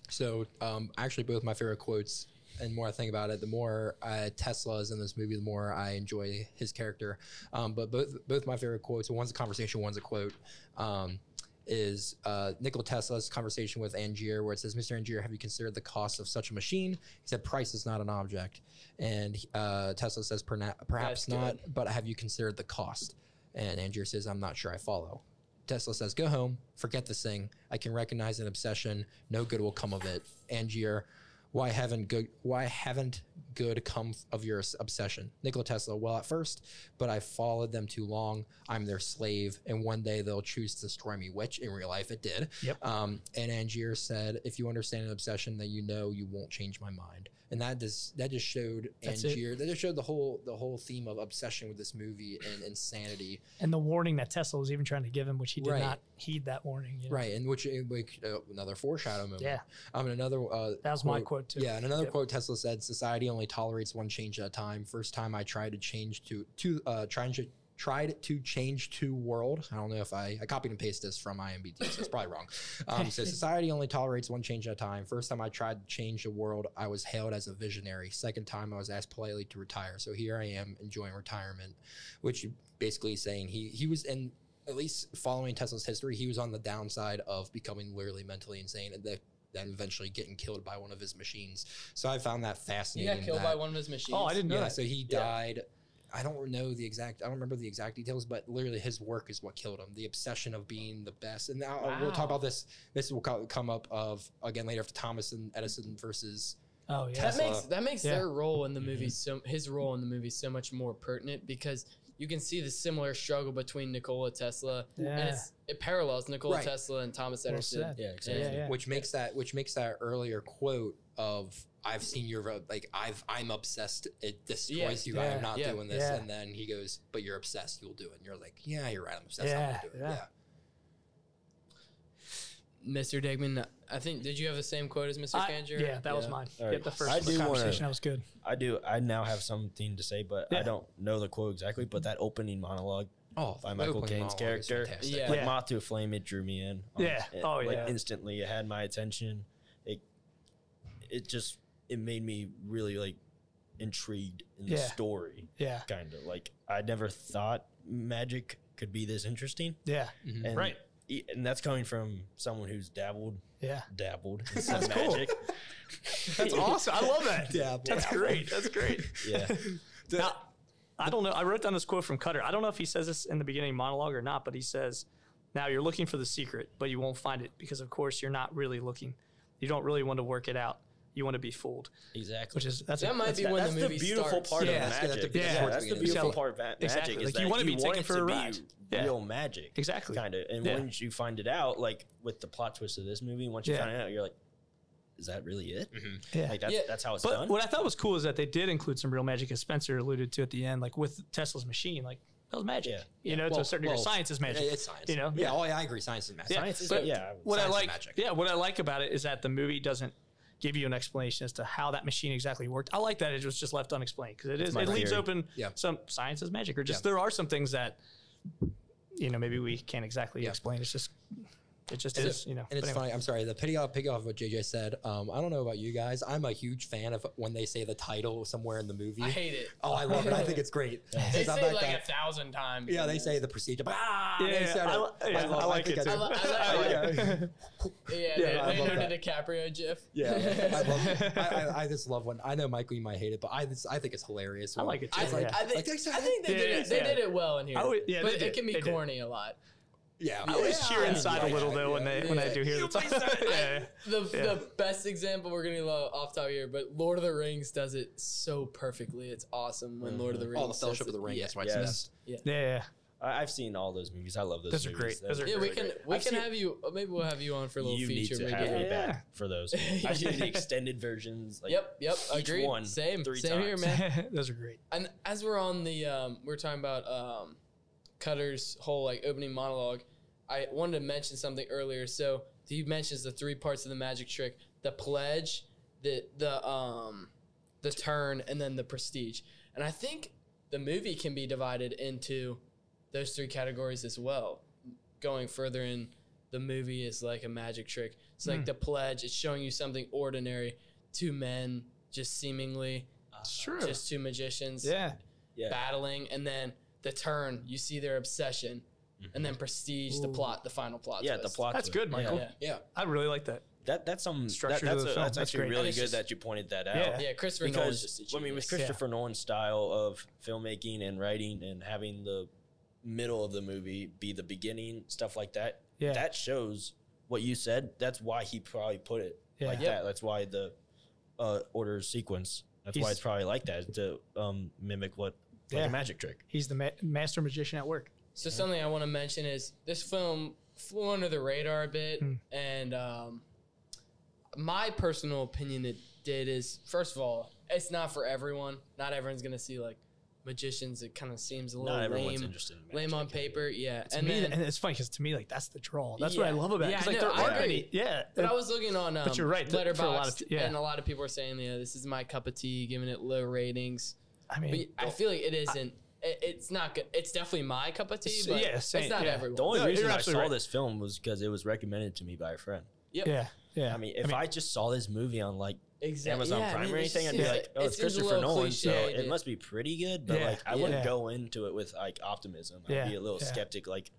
Speaker 3: So, um, actually, both my favorite quotes, and the more I think about it, the more uh, Tesla is in this movie, the more I enjoy his character. Um, but both both my favorite quotes, one's a conversation, one's a quote, um, is uh, Nikola Tesla's conversation with Angier, where it says, "Mr. Angier, have you considered the cost of such a machine?" He said, "Price is not an object," and uh, Tesla says, "Perna- "Perhaps
Speaker 1: That's
Speaker 3: not, but have you considered the cost?" And Angier says, "I'm not sure I follow." Tesla says, "Go home, forget this thing. I can recognize an obsession. No good will come of it." Angier, why haven't good? Why haven't good come of your s- obsession? Nikola Tesla, well, at first, but I followed them too long. I'm their slave, and one day they'll choose to destroy me, which in real life it did.
Speaker 2: Yep.
Speaker 3: Um, and Angier said, "If you understand an obsession, then you know you won't change my mind." And that just that just showed
Speaker 2: That's it.
Speaker 3: Angier. That just showed the whole the whole theme of obsession with this movie and insanity.
Speaker 2: And the warning that Tesla was even trying to give him, which he did
Speaker 3: Right.
Speaker 2: not heed that warning. you know?
Speaker 3: Right, and which like uh, another foreshadow moment.
Speaker 2: Yeah.
Speaker 3: Um, and another uh,
Speaker 2: That was my quote, too.
Speaker 3: Yeah, and another
Speaker 2: Yep.
Speaker 3: quote Tesla said: "Society only tolerates one change at a time. First time I tried to change to to uh, trying to." Tried to change to world. I don't know if I, I copied and pasted this from IMBD, so it's probably wrong. Um, so society only tolerates one change at a time. First time I tried to change the world, I was hailed as a visionary. Second time, I was asked politely to retire. So here I am enjoying retirement, which basically is saying he he was in at least following Tesla's history, he was on the downside of becoming literally mentally insane and that then eventually getting killed by one of his machines. So I found that
Speaker 1: He
Speaker 3: fascinating.
Speaker 1: got killed
Speaker 3: that-
Speaker 1: by one of his machines.
Speaker 2: Oh, I didn't know
Speaker 3: Yeah,
Speaker 2: that.
Speaker 3: so he
Speaker 1: Yeah.
Speaker 3: died. I don't know the exact. I don't remember the exact details, but literally his work is what killed him. The obsession of being the best, and now uh, we'll
Speaker 1: Wow.
Speaker 3: talk about this. This will co- come up of again later after Thomas and Edison versus
Speaker 2: Oh, yeah.
Speaker 1: That
Speaker 3: Tesla.
Speaker 1: makes that makes
Speaker 2: Yeah.
Speaker 1: their role in the
Speaker 3: Mm-hmm.
Speaker 4: Mhm.
Speaker 1: movie so his role in the movie so much more pertinent because you can see the similar struggle between Nikola Tesla and
Speaker 2: Yeah.
Speaker 1: it's, it parallels Nikola
Speaker 3: Right.
Speaker 1: Tesla and Thomas
Speaker 2: Well
Speaker 1: Edison.
Speaker 2: said.
Speaker 4: Yeah,
Speaker 1: exactly.
Speaker 2: Yeah, yeah.
Speaker 3: which makes that which makes that earlier quote of I've seen your ro- like I've I'm obsessed. It destroys you.
Speaker 2: Yeah.
Speaker 3: I'm not
Speaker 1: Yeah.
Speaker 3: doing this.
Speaker 2: Yeah.
Speaker 3: And then he goes, "But you're obsessed. You'll do it." And you're like, "Yeah, you're right. I'm obsessed.
Speaker 2: Yeah.
Speaker 3: I'm gonna do it."
Speaker 2: Yeah.
Speaker 3: Yeah.
Speaker 1: Mr. Degman, I think did you have the same quote as Mr.
Speaker 2: I-
Speaker 1: Kanger?
Speaker 2: yeah, that was mine.
Speaker 4: All
Speaker 2: Yep,
Speaker 4: right.
Speaker 2: the first
Speaker 4: I do wanna-
Speaker 2: conversation. that was good.
Speaker 4: I do. I now have something to say, but
Speaker 2: Yeah.
Speaker 4: I don't know the quote exactly. But that opening monologue
Speaker 3: Oh,
Speaker 4: by
Speaker 3: the
Speaker 4: Michael
Speaker 3: opening
Speaker 4: Caine's
Speaker 3: monologue is
Speaker 4: character,
Speaker 3: fantastic.
Speaker 1: Yeah.
Speaker 4: like moth to a flame, it drew me in. Um,
Speaker 2: Yeah.
Speaker 4: It,
Speaker 2: Oh,
Speaker 4: like,
Speaker 2: yeah.
Speaker 4: Instantly, it had my attention. It, it just, it made me really like intrigued in the
Speaker 2: Yeah.
Speaker 4: story.
Speaker 2: Yeah.
Speaker 4: Kind of like I never thought magic could be this interesting.
Speaker 2: Yeah.
Speaker 3: Mhm.
Speaker 4: And
Speaker 2: Right.
Speaker 4: e- And that's coming from someone who's dabbled,
Speaker 2: Yeah.
Speaker 4: dabbled in some
Speaker 2: That's cool.
Speaker 4: magic.
Speaker 2: That's awesome. I love that.
Speaker 3: Yeah,
Speaker 2: That's
Speaker 3: boy.
Speaker 2: great. That's great.
Speaker 4: Yeah.
Speaker 2: Now, I don't know. I wrote down this quote from Cutter. I don't know if he says this in the beginning monologue or not, but he says, Now you're looking for the secret, but you won't find it because, of course, you're not really looking. You don't really want to work it out. You want to be fooled,
Speaker 4: Exactly.
Speaker 2: which is, that's
Speaker 1: That
Speaker 2: a,
Speaker 1: might
Speaker 4: that's
Speaker 1: be
Speaker 4: the,
Speaker 1: when
Speaker 4: that's
Speaker 1: the
Speaker 4: the,
Speaker 1: movie
Speaker 4: beautiful
Speaker 1: starts.
Speaker 4: part
Speaker 2: Yeah,
Speaker 4: of
Speaker 3: that's good. That's
Speaker 4: magic.
Speaker 3: the
Speaker 2: Yeah.
Speaker 4: that's the
Speaker 3: beginning.
Speaker 4: beautiful
Speaker 2: Yeah.
Speaker 4: part of ma-
Speaker 2: Exactly.
Speaker 4: magic. Is
Speaker 2: Like,
Speaker 4: that
Speaker 2: you wanna be
Speaker 4: want
Speaker 2: taken
Speaker 4: it
Speaker 2: for
Speaker 4: to
Speaker 2: a
Speaker 4: be
Speaker 2: ride. Yeah.
Speaker 4: Real magic.
Speaker 2: Exactly.
Speaker 4: Kind of. And
Speaker 2: Yeah.
Speaker 4: once you find it out, like with the plot twist of this movie, once you
Speaker 2: Yeah. Mm-hmm.
Speaker 4: find it out, you're like, is that really it?
Speaker 2: yeah.
Speaker 4: Like that's
Speaker 1: Yeah.
Speaker 4: that's how it's
Speaker 2: But
Speaker 4: done.
Speaker 2: what I thought was cool is that they did include some real magic, as Spencer alluded to at the end, like with Tesla's machine. Like That was magic.
Speaker 4: Yeah.
Speaker 2: You know, to
Speaker 3: Well,
Speaker 2: a certain degree,
Speaker 3: well,
Speaker 2: science is magic.
Speaker 3: It's science.
Speaker 2: You know?
Speaker 3: Yeah. Oh, yeah. I agree. Science is magic.
Speaker 2: Yeah.
Speaker 4: Science is
Speaker 2: but
Speaker 4: yeah.
Speaker 2: what I
Speaker 3: science is
Speaker 2: like,
Speaker 3: magic.
Speaker 2: yeah, what I like about it is that the movie doesn't give you an explanation as to how that machine exactly worked. I like that it was just left unexplained because it is
Speaker 4: my
Speaker 2: it leaves
Speaker 4: theory.
Speaker 2: open
Speaker 3: Yeah.
Speaker 2: some science is magic or just
Speaker 3: Yeah.
Speaker 2: there are some things that you know maybe we can't exactly
Speaker 3: Yeah.
Speaker 2: explain. It's just it just
Speaker 3: And
Speaker 2: is, you know.
Speaker 3: And it's
Speaker 2: But anyway.
Speaker 3: funny. I'm sorry. The pity off, pick off what JJ said. Um, I don't know about you guys. I'm a huge fan of when they say the title somewhere in the movie.
Speaker 1: I hate it.
Speaker 3: oh, I love it. I think it's great.
Speaker 1: They
Speaker 3: Since I'm
Speaker 1: say
Speaker 3: not
Speaker 1: like
Speaker 3: that-
Speaker 1: a thousand times.
Speaker 3: yeah, they say the procedure. But ah,
Speaker 2: Yeah,
Speaker 3: they
Speaker 2: yeah,
Speaker 3: said
Speaker 2: I,
Speaker 3: it.
Speaker 2: li- yeah, I,
Speaker 3: love- I
Speaker 2: like
Speaker 3: think
Speaker 2: it.
Speaker 3: I
Speaker 2: Too.
Speaker 1: do. I li- I
Speaker 2: I
Speaker 1: like
Speaker 2: like it.
Speaker 1: Yeah,
Speaker 2: Yeah, I
Speaker 1: they, they
Speaker 3: love
Speaker 1: know the DiCaprio gif.
Speaker 3: Yeah, I love. It. I, I, I just love when I know Michael, you might hate it, but I just, I think it's hilarious.
Speaker 2: I
Speaker 3: when-
Speaker 2: like it too.
Speaker 1: I,
Speaker 3: It's like-
Speaker 1: think- I think,
Speaker 3: like-
Speaker 1: I think they,
Speaker 2: Yeah,
Speaker 1: did,
Speaker 2: yeah,
Speaker 1: it, they
Speaker 2: yeah.
Speaker 1: did it well in here.
Speaker 2: I would- yeah,
Speaker 1: but
Speaker 2: they
Speaker 1: it
Speaker 2: did.
Speaker 1: can be
Speaker 2: They did.
Speaker 1: corny a lot.
Speaker 3: Yeah,
Speaker 2: I always cheer
Speaker 1: Yeah.
Speaker 2: inside a
Speaker 3: Yeah,
Speaker 2: little though when
Speaker 3: yeah,
Speaker 2: they when I
Speaker 1: yeah.
Speaker 2: do hear the time. yeah,
Speaker 1: The,
Speaker 2: Yeah.
Speaker 1: the best example we're gonna go off top here, but Lord of the Rings does it so perfectly. It's awesome when Lord
Speaker 4: Mm-hmm.
Speaker 1: of the Rings.
Speaker 3: Oh, the
Speaker 1: does
Speaker 3: Fellowship of
Speaker 1: it.
Speaker 3: the Ring.
Speaker 1: Yeah,
Speaker 3: That's why it's
Speaker 4: Yes.
Speaker 2: yeah, yeah.
Speaker 4: I, I've seen all those movies. I love those.
Speaker 2: Those are
Speaker 4: movies.
Speaker 2: great. Those are
Speaker 1: yeah
Speaker 2: great.
Speaker 1: we can we
Speaker 4: I've
Speaker 1: can
Speaker 4: seen-
Speaker 1: have you. uh, Maybe we'll have you on for a little
Speaker 4: you
Speaker 1: feature.
Speaker 4: need to
Speaker 1: maybe.
Speaker 4: have me
Speaker 2: Yeah.
Speaker 4: back for those. I've seen the extended versions. Like,
Speaker 1: Yep, yep,
Speaker 4: each
Speaker 1: agreed.
Speaker 4: one
Speaker 1: same,
Speaker 4: three
Speaker 1: same here,
Speaker 4: times.
Speaker 1: man.
Speaker 2: those are great.
Speaker 1: And as we're on the, um, we're talking about um, Cutter's whole like opening monologue. I wanted to mention something earlier. So he mentions the three parts of the magic trick: the pledge, the the um, the turn, and then the prestige. And I think the movie can be divided into those three categories as well. Going further in, the movie is like a magic trick. It's like
Speaker 2: Hmm.
Speaker 1: the pledge; it's showing you something ordinary. Two men just seemingly
Speaker 2: It's true.
Speaker 1: just two magicians
Speaker 2: yeah,
Speaker 4: Yeah.
Speaker 1: battling and then the turn you see their obsession
Speaker 4: mm-hmm.
Speaker 1: and then prestige the
Speaker 2: Ooh.
Speaker 1: plot the final plot
Speaker 4: Yeah, the
Speaker 1: twist.
Speaker 4: plot.
Speaker 2: That's
Speaker 4: twist.
Speaker 2: good,
Speaker 4: Yeah.
Speaker 2: Michael.
Speaker 1: yeah
Speaker 3: Yeah,
Speaker 2: I really like that.
Speaker 4: That that's something. that-
Speaker 2: Structure of
Speaker 4: that's,
Speaker 2: the
Speaker 4: a-
Speaker 2: film.
Speaker 4: that's
Speaker 2: That's
Speaker 4: actually
Speaker 2: great.
Speaker 1: And
Speaker 4: really
Speaker 1: it's
Speaker 4: good
Speaker 1: just-
Speaker 4: that you pointed that out.
Speaker 2: Yeah.
Speaker 1: yeah christopher nolan's
Speaker 4: because
Speaker 1: just a
Speaker 4: I mean,
Speaker 1: genius.
Speaker 4: with Christopher Nolan's style of filmmaking and writing and having the middle of the movie be the beginning, stuff like that,
Speaker 2: Yeah.
Speaker 4: that shows what you said. That's why he probably put it
Speaker 2: Yeah.
Speaker 4: like
Speaker 1: Yep.
Speaker 4: that. That's why the uh, order sequence. That's why
Speaker 2: He's-
Speaker 4: it's probably like that to um, mimic what like
Speaker 2: Yeah.
Speaker 4: a magic trick.
Speaker 2: He's the ma- master magician at work.
Speaker 1: so something i want to mention is this film flew under the radar a bit
Speaker 2: Hmm.
Speaker 1: and um, my personal opinion it did is first of all it's not for everyone not everyone's gonna see like magicians it kind of seems a little
Speaker 4: Not everyone's
Speaker 1: lame
Speaker 4: interested in
Speaker 1: lame
Speaker 4: magic.
Speaker 1: on paper yeah
Speaker 2: To
Speaker 1: and
Speaker 2: me,
Speaker 1: then
Speaker 2: and it's funny because to me, like that's the draw. That's what I
Speaker 1: Yeah.
Speaker 2: love about
Speaker 1: Yeah,
Speaker 2: it. 'cause,
Speaker 1: I
Speaker 2: like
Speaker 1: know.
Speaker 2: there
Speaker 1: I
Speaker 2: aren't
Speaker 1: agree.
Speaker 2: any. Yeah,
Speaker 1: But I was looking on um,
Speaker 2: Uh, But you're right, th- for a lot of
Speaker 1: Letterboxd,
Speaker 2: pe- yeah.
Speaker 1: and a lot of people are saying, "Yeah, this is my cup of tea," giving it low ratings.
Speaker 2: I mean,
Speaker 1: But I feel like it isn't. it, it's not good. It's definitely my cup of tea,
Speaker 2: S-
Speaker 1: but
Speaker 2: yeah,
Speaker 1: it's
Speaker 2: same,
Speaker 1: not
Speaker 2: yeah.
Speaker 1: everyone.
Speaker 4: The only
Speaker 2: No,
Speaker 4: reason
Speaker 2: you're
Speaker 4: I saw
Speaker 2: absolutely right.
Speaker 4: this film was because it was recommended to me by a friend.
Speaker 1: yep.
Speaker 2: yeah, yeah.
Speaker 4: I mean, if I, just saw this movie on like
Speaker 1: exactly.
Speaker 4: Amazon
Speaker 1: yeah, I
Speaker 4: Prime
Speaker 1: mean,
Speaker 4: or
Speaker 1: it's
Speaker 4: anything, I'd be
Speaker 1: just-
Speaker 4: like, "Oh, it's
Speaker 1: just a
Speaker 4: Christopher
Speaker 1: little
Speaker 4: Nolan, so
Speaker 1: cliche,
Speaker 4: it
Speaker 1: dude.
Speaker 4: must be pretty good." But
Speaker 2: Yeah.
Speaker 4: like, I wouldn't
Speaker 2: Yeah.
Speaker 4: go into it with like optimism. I'd
Speaker 2: Yeah.
Speaker 4: be a little
Speaker 2: Yeah.
Speaker 4: skeptic, like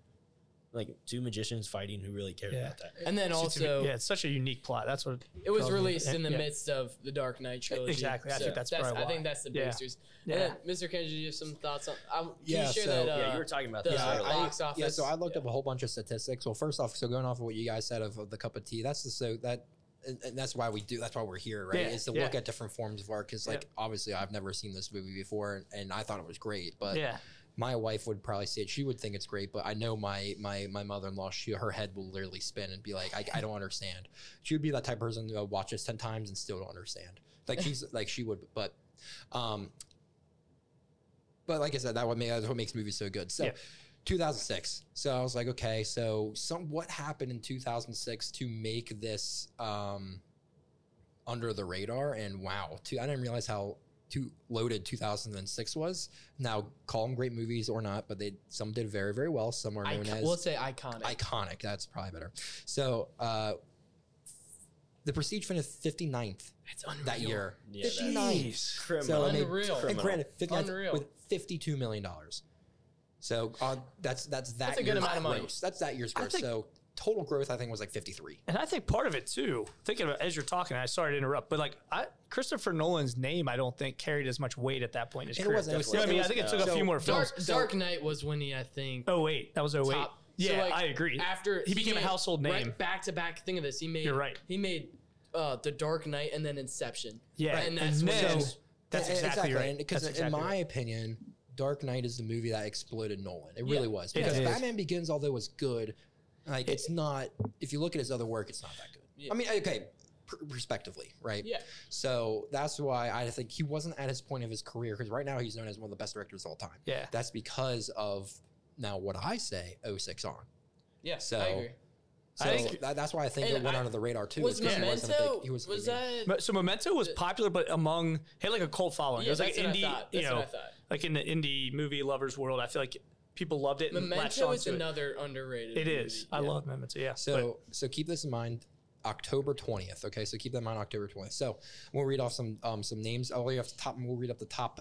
Speaker 4: like two magicians fighting who really cared
Speaker 2: Yeah.
Speaker 4: about that.
Speaker 1: And then
Speaker 2: It's- it's-
Speaker 1: also,
Speaker 2: yeah, it's such a unique plot. That's what
Speaker 1: it was
Speaker 2: Probably.
Speaker 1: released in the
Speaker 2: Yeah. E,
Speaker 1: midst of the Dark Knight trilogy.
Speaker 2: Exactly. I think that's probably
Speaker 1: I think
Speaker 2: why.
Speaker 1: that's the
Speaker 2: Yeah.
Speaker 1: boosters.
Speaker 2: Yeah.
Speaker 1: And then, Mr. Kendrick, do you have some thoughts on? Um, can
Speaker 3: Yeah,
Speaker 1: you share
Speaker 3: so-
Speaker 1: that? Uh,
Speaker 4: yeah, you were talking about
Speaker 1: the-
Speaker 4: this
Speaker 3: yeah, I-
Speaker 4: earlier.
Speaker 3: I-
Speaker 1: box
Speaker 3: Yeah, so
Speaker 1: office.
Speaker 3: I looked
Speaker 1: Yeah.
Speaker 3: up a whole bunch of statistics. Well, first off, so going off of what you guys said of, of the cup of tea, that's the so that. And, and that's why we do. That's why we're here, right?
Speaker 2: Yeah,
Speaker 3: is to
Speaker 2: yeah.
Speaker 3: look at different forms of art. Because,
Speaker 2: Yeah.
Speaker 3: like, obviously, I've never seen this movie before, and, and I thought it was great.
Speaker 1: uh,
Speaker 3: But
Speaker 2: yeah,
Speaker 3: my wife would probably say it. She would think it's great, but I know my my my mother in law. She her head will literally spin and be like, I, I don't understand. She would be that type of person who watches ten times and still don't understand. Like she's like she would, but um, but like I said, that what ma- that's what makes movies so good. So.
Speaker 2: Yeah.
Speaker 3: 2006. So I was like, okay, so some what happened in 2006 to make this um, under the radar? And wow, two, I didn't realize how too loaded 2006 was. Now, call them great movies or not, but they some did very, very well. Some are known
Speaker 1: Icon-
Speaker 3: as
Speaker 1: we'll say iconic.
Speaker 3: iconic. That's probably better. So, uh, the Prestige finished 59th
Speaker 1: it's unreal.
Speaker 3: that year.
Speaker 4: Yeah, that's
Speaker 3: 59th.
Speaker 4: Criminal.
Speaker 3: So I mean,
Speaker 1: Unreal.
Speaker 3: And granted, 59th
Speaker 1: Unreal.
Speaker 3: with 52 million dollars. So uh, that's that's that
Speaker 1: That's a good
Speaker 3: year's
Speaker 1: amount of money.
Speaker 3: gross. That's that year's
Speaker 2: I
Speaker 3: gross.
Speaker 2: think-
Speaker 3: so total growth, I think, was like 53.
Speaker 2: and I think part of it too. Thinking about as you're talking, I sorry to interrupt, but like I, Christopher Nolan's name, I don't think carried as much weight at that point in his
Speaker 3: It
Speaker 2: career.
Speaker 3: wasn't. It was-
Speaker 2: You know what I mean,
Speaker 3: it
Speaker 2: I think it
Speaker 3: was-
Speaker 2: took a
Speaker 3: so
Speaker 2: few more films.
Speaker 1: Dark, Dark Knight was when he, I think,
Speaker 2: Oh wait, that was oh wait.
Speaker 1: top. So,
Speaker 2: Yeah,
Speaker 1: like,
Speaker 2: I agree.
Speaker 1: After
Speaker 2: He became a
Speaker 1: made-
Speaker 2: household name.
Speaker 1: right back to back. Think of this. He made.
Speaker 2: You're right.
Speaker 1: He made uh, the Dark Knight and then Inception.
Speaker 2: Yeah,
Speaker 1: and
Speaker 2: and
Speaker 1: that's when
Speaker 2: then-
Speaker 1: it-
Speaker 2: That's
Speaker 3: Yeah,
Speaker 2: exactly right.
Speaker 3: Because
Speaker 2: That's
Speaker 3: in
Speaker 2: exactly
Speaker 3: my
Speaker 2: right.
Speaker 3: opinion, Dark Knight is the movie that exploded Nolan. It
Speaker 1: Yeah.
Speaker 3: really was
Speaker 2: Yeah,
Speaker 3: because
Speaker 2: it is.
Speaker 3: Batman Begins, although it's good, like it's not. If you look at his other work, it's not that good.
Speaker 1: Yeah.
Speaker 3: I mean, okay, pr- respectively, right?
Speaker 1: Yeah.
Speaker 3: So that's why I think he wasn't at his point of his career because right now he's known as one of the best directors of all time.
Speaker 2: Yeah.
Speaker 3: That's because of now what I say 06 on.
Speaker 1: Yeah,
Speaker 3: So,
Speaker 1: I agree.
Speaker 3: So
Speaker 2: I think-
Speaker 3: that, that's why I think
Speaker 1: And
Speaker 3: it went
Speaker 1: I-
Speaker 3: under the radar too.
Speaker 1: Was
Speaker 3: is 'cause he
Speaker 1: Memento?
Speaker 3: wasn't a big- he
Speaker 1: was
Speaker 3: wasn't a big-
Speaker 1: that?
Speaker 2: Mo- So Memento was
Speaker 1: The-
Speaker 2: popular, but among had like a cult following.
Speaker 1: Yeah,
Speaker 2: oh, it was like
Speaker 1: that's what I
Speaker 2: indie,
Speaker 1: thought.
Speaker 2: you
Speaker 1: That's what I
Speaker 2: know,
Speaker 1: thought.
Speaker 2: like in the indie movie lovers world. I feel like people loved it. And latched
Speaker 1: Memento is
Speaker 2: onto it.
Speaker 1: another underrated.
Speaker 2: It is.
Speaker 1: movie.
Speaker 2: I
Speaker 1: Yeah.
Speaker 2: love Memento. Yeah.
Speaker 3: So so keep this in mind. October twentieth. Okay, so keep that in mind. October twentieth. So we'll read off some um, some names. I'll read off the top. We'll read up the top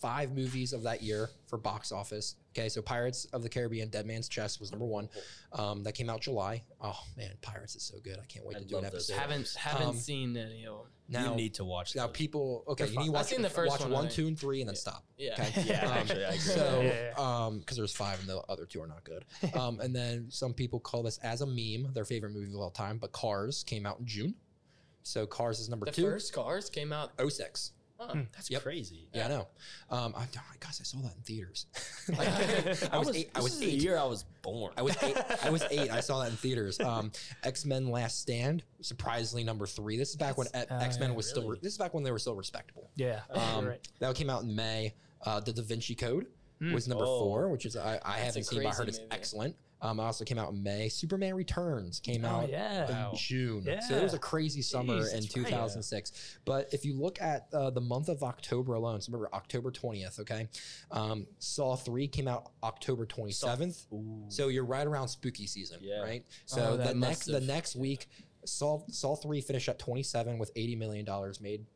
Speaker 3: five movies of that year for box office. Okay, so Pirates of the Caribbean: Dead Man's Chest was number one. Um, that came out July. Oh man, Pirates is so good. I can't wait
Speaker 4: I
Speaker 3: to do an
Speaker 4: love those.
Speaker 3: episode.
Speaker 1: Haven't haven't
Speaker 3: Um,
Speaker 1: seen any of them.
Speaker 3: Now,
Speaker 4: you need to watch
Speaker 3: now
Speaker 4: those.
Speaker 3: people. Okay,
Speaker 2: They're fun.
Speaker 3: you need to
Speaker 1: I've
Speaker 3: watch,
Speaker 1: seen the first
Speaker 3: watch
Speaker 1: one, I
Speaker 3: one,
Speaker 1: think.
Speaker 3: two, and three, and then stop.
Speaker 1: Yeah.
Speaker 3: Okay.
Speaker 4: Yeah,
Speaker 3: Um,
Speaker 4: actually, I agree.
Speaker 3: So,
Speaker 2: Yeah, yeah,
Speaker 3: um, because there's five and the other two are not good. Um, and then some people call this as a meme, their favorite movie of all time. But Cars came out in June, so Cars is number
Speaker 1: The
Speaker 3: two.
Speaker 1: first Cars came out.
Speaker 3: 06.
Speaker 1: Huh.
Speaker 2: Hmm.
Speaker 4: That's
Speaker 3: Yep.
Speaker 4: crazy.
Speaker 3: Yeah, I know. Um, I, oh my gosh, I saw that in theaters.
Speaker 2: But
Speaker 3: I was eight- I
Speaker 4: this
Speaker 3: was
Speaker 4: is
Speaker 3: eight.
Speaker 4: the year I was born.
Speaker 3: I was eight. I was eight. I saw that in theaters. Um, X Men: Last Stand, surprisingly number three. This is back when
Speaker 2: That's- oh,
Speaker 3: X Men
Speaker 2: yeah,
Speaker 3: was still.
Speaker 4: really?
Speaker 3: Re- this is back when they were still respectable.
Speaker 2: yeah.
Speaker 3: Um,
Speaker 2: right.
Speaker 3: That came out in May. Uh, the Da Vinci Code
Speaker 2: Mm.
Speaker 3: was number
Speaker 4: Oh.
Speaker 3: four, which is I, I
Speaker 1: That's
Speaker 3: haven't
Speaker 1: a
Speaker 3: seen, but I
Speaker 1: crazy
Speaker 3: heard it's
Speaker 1: movie.
Speaker 3: excellent. Um, I also came out in May. Superman Returns came
Speaker 2: Oh
Speaker 3: out
Speaker 2: yeah.
Speaker 3: in
Speaker 4: Wow.
Speaker 3: June. So it was a
Speaker 2: Yeah.
Speaker 3: crazy summer
Speaker 2: Jeez,
Speaker 3: in
Speaker 2: that's right.
Speaker 3: 2006. But if you look at uh, the month of October alone, so remember October 20th, okay? Um, Saw 3 came out October 27th.
Speaker 4: Ooh.
Speaker 3: So you're right around spooky season,
Speaker 4: Yeah.
Speaker 3: right? So
Speaker 1: Oh,
Speaker 3: the
Speaker 1: that
Speaker 3: next
Speaker 1: must
Speaker 3: the
Speaker 1: have-
Speaker 3: next week, Saw Saw three finished at 27 with 80 million dollars made.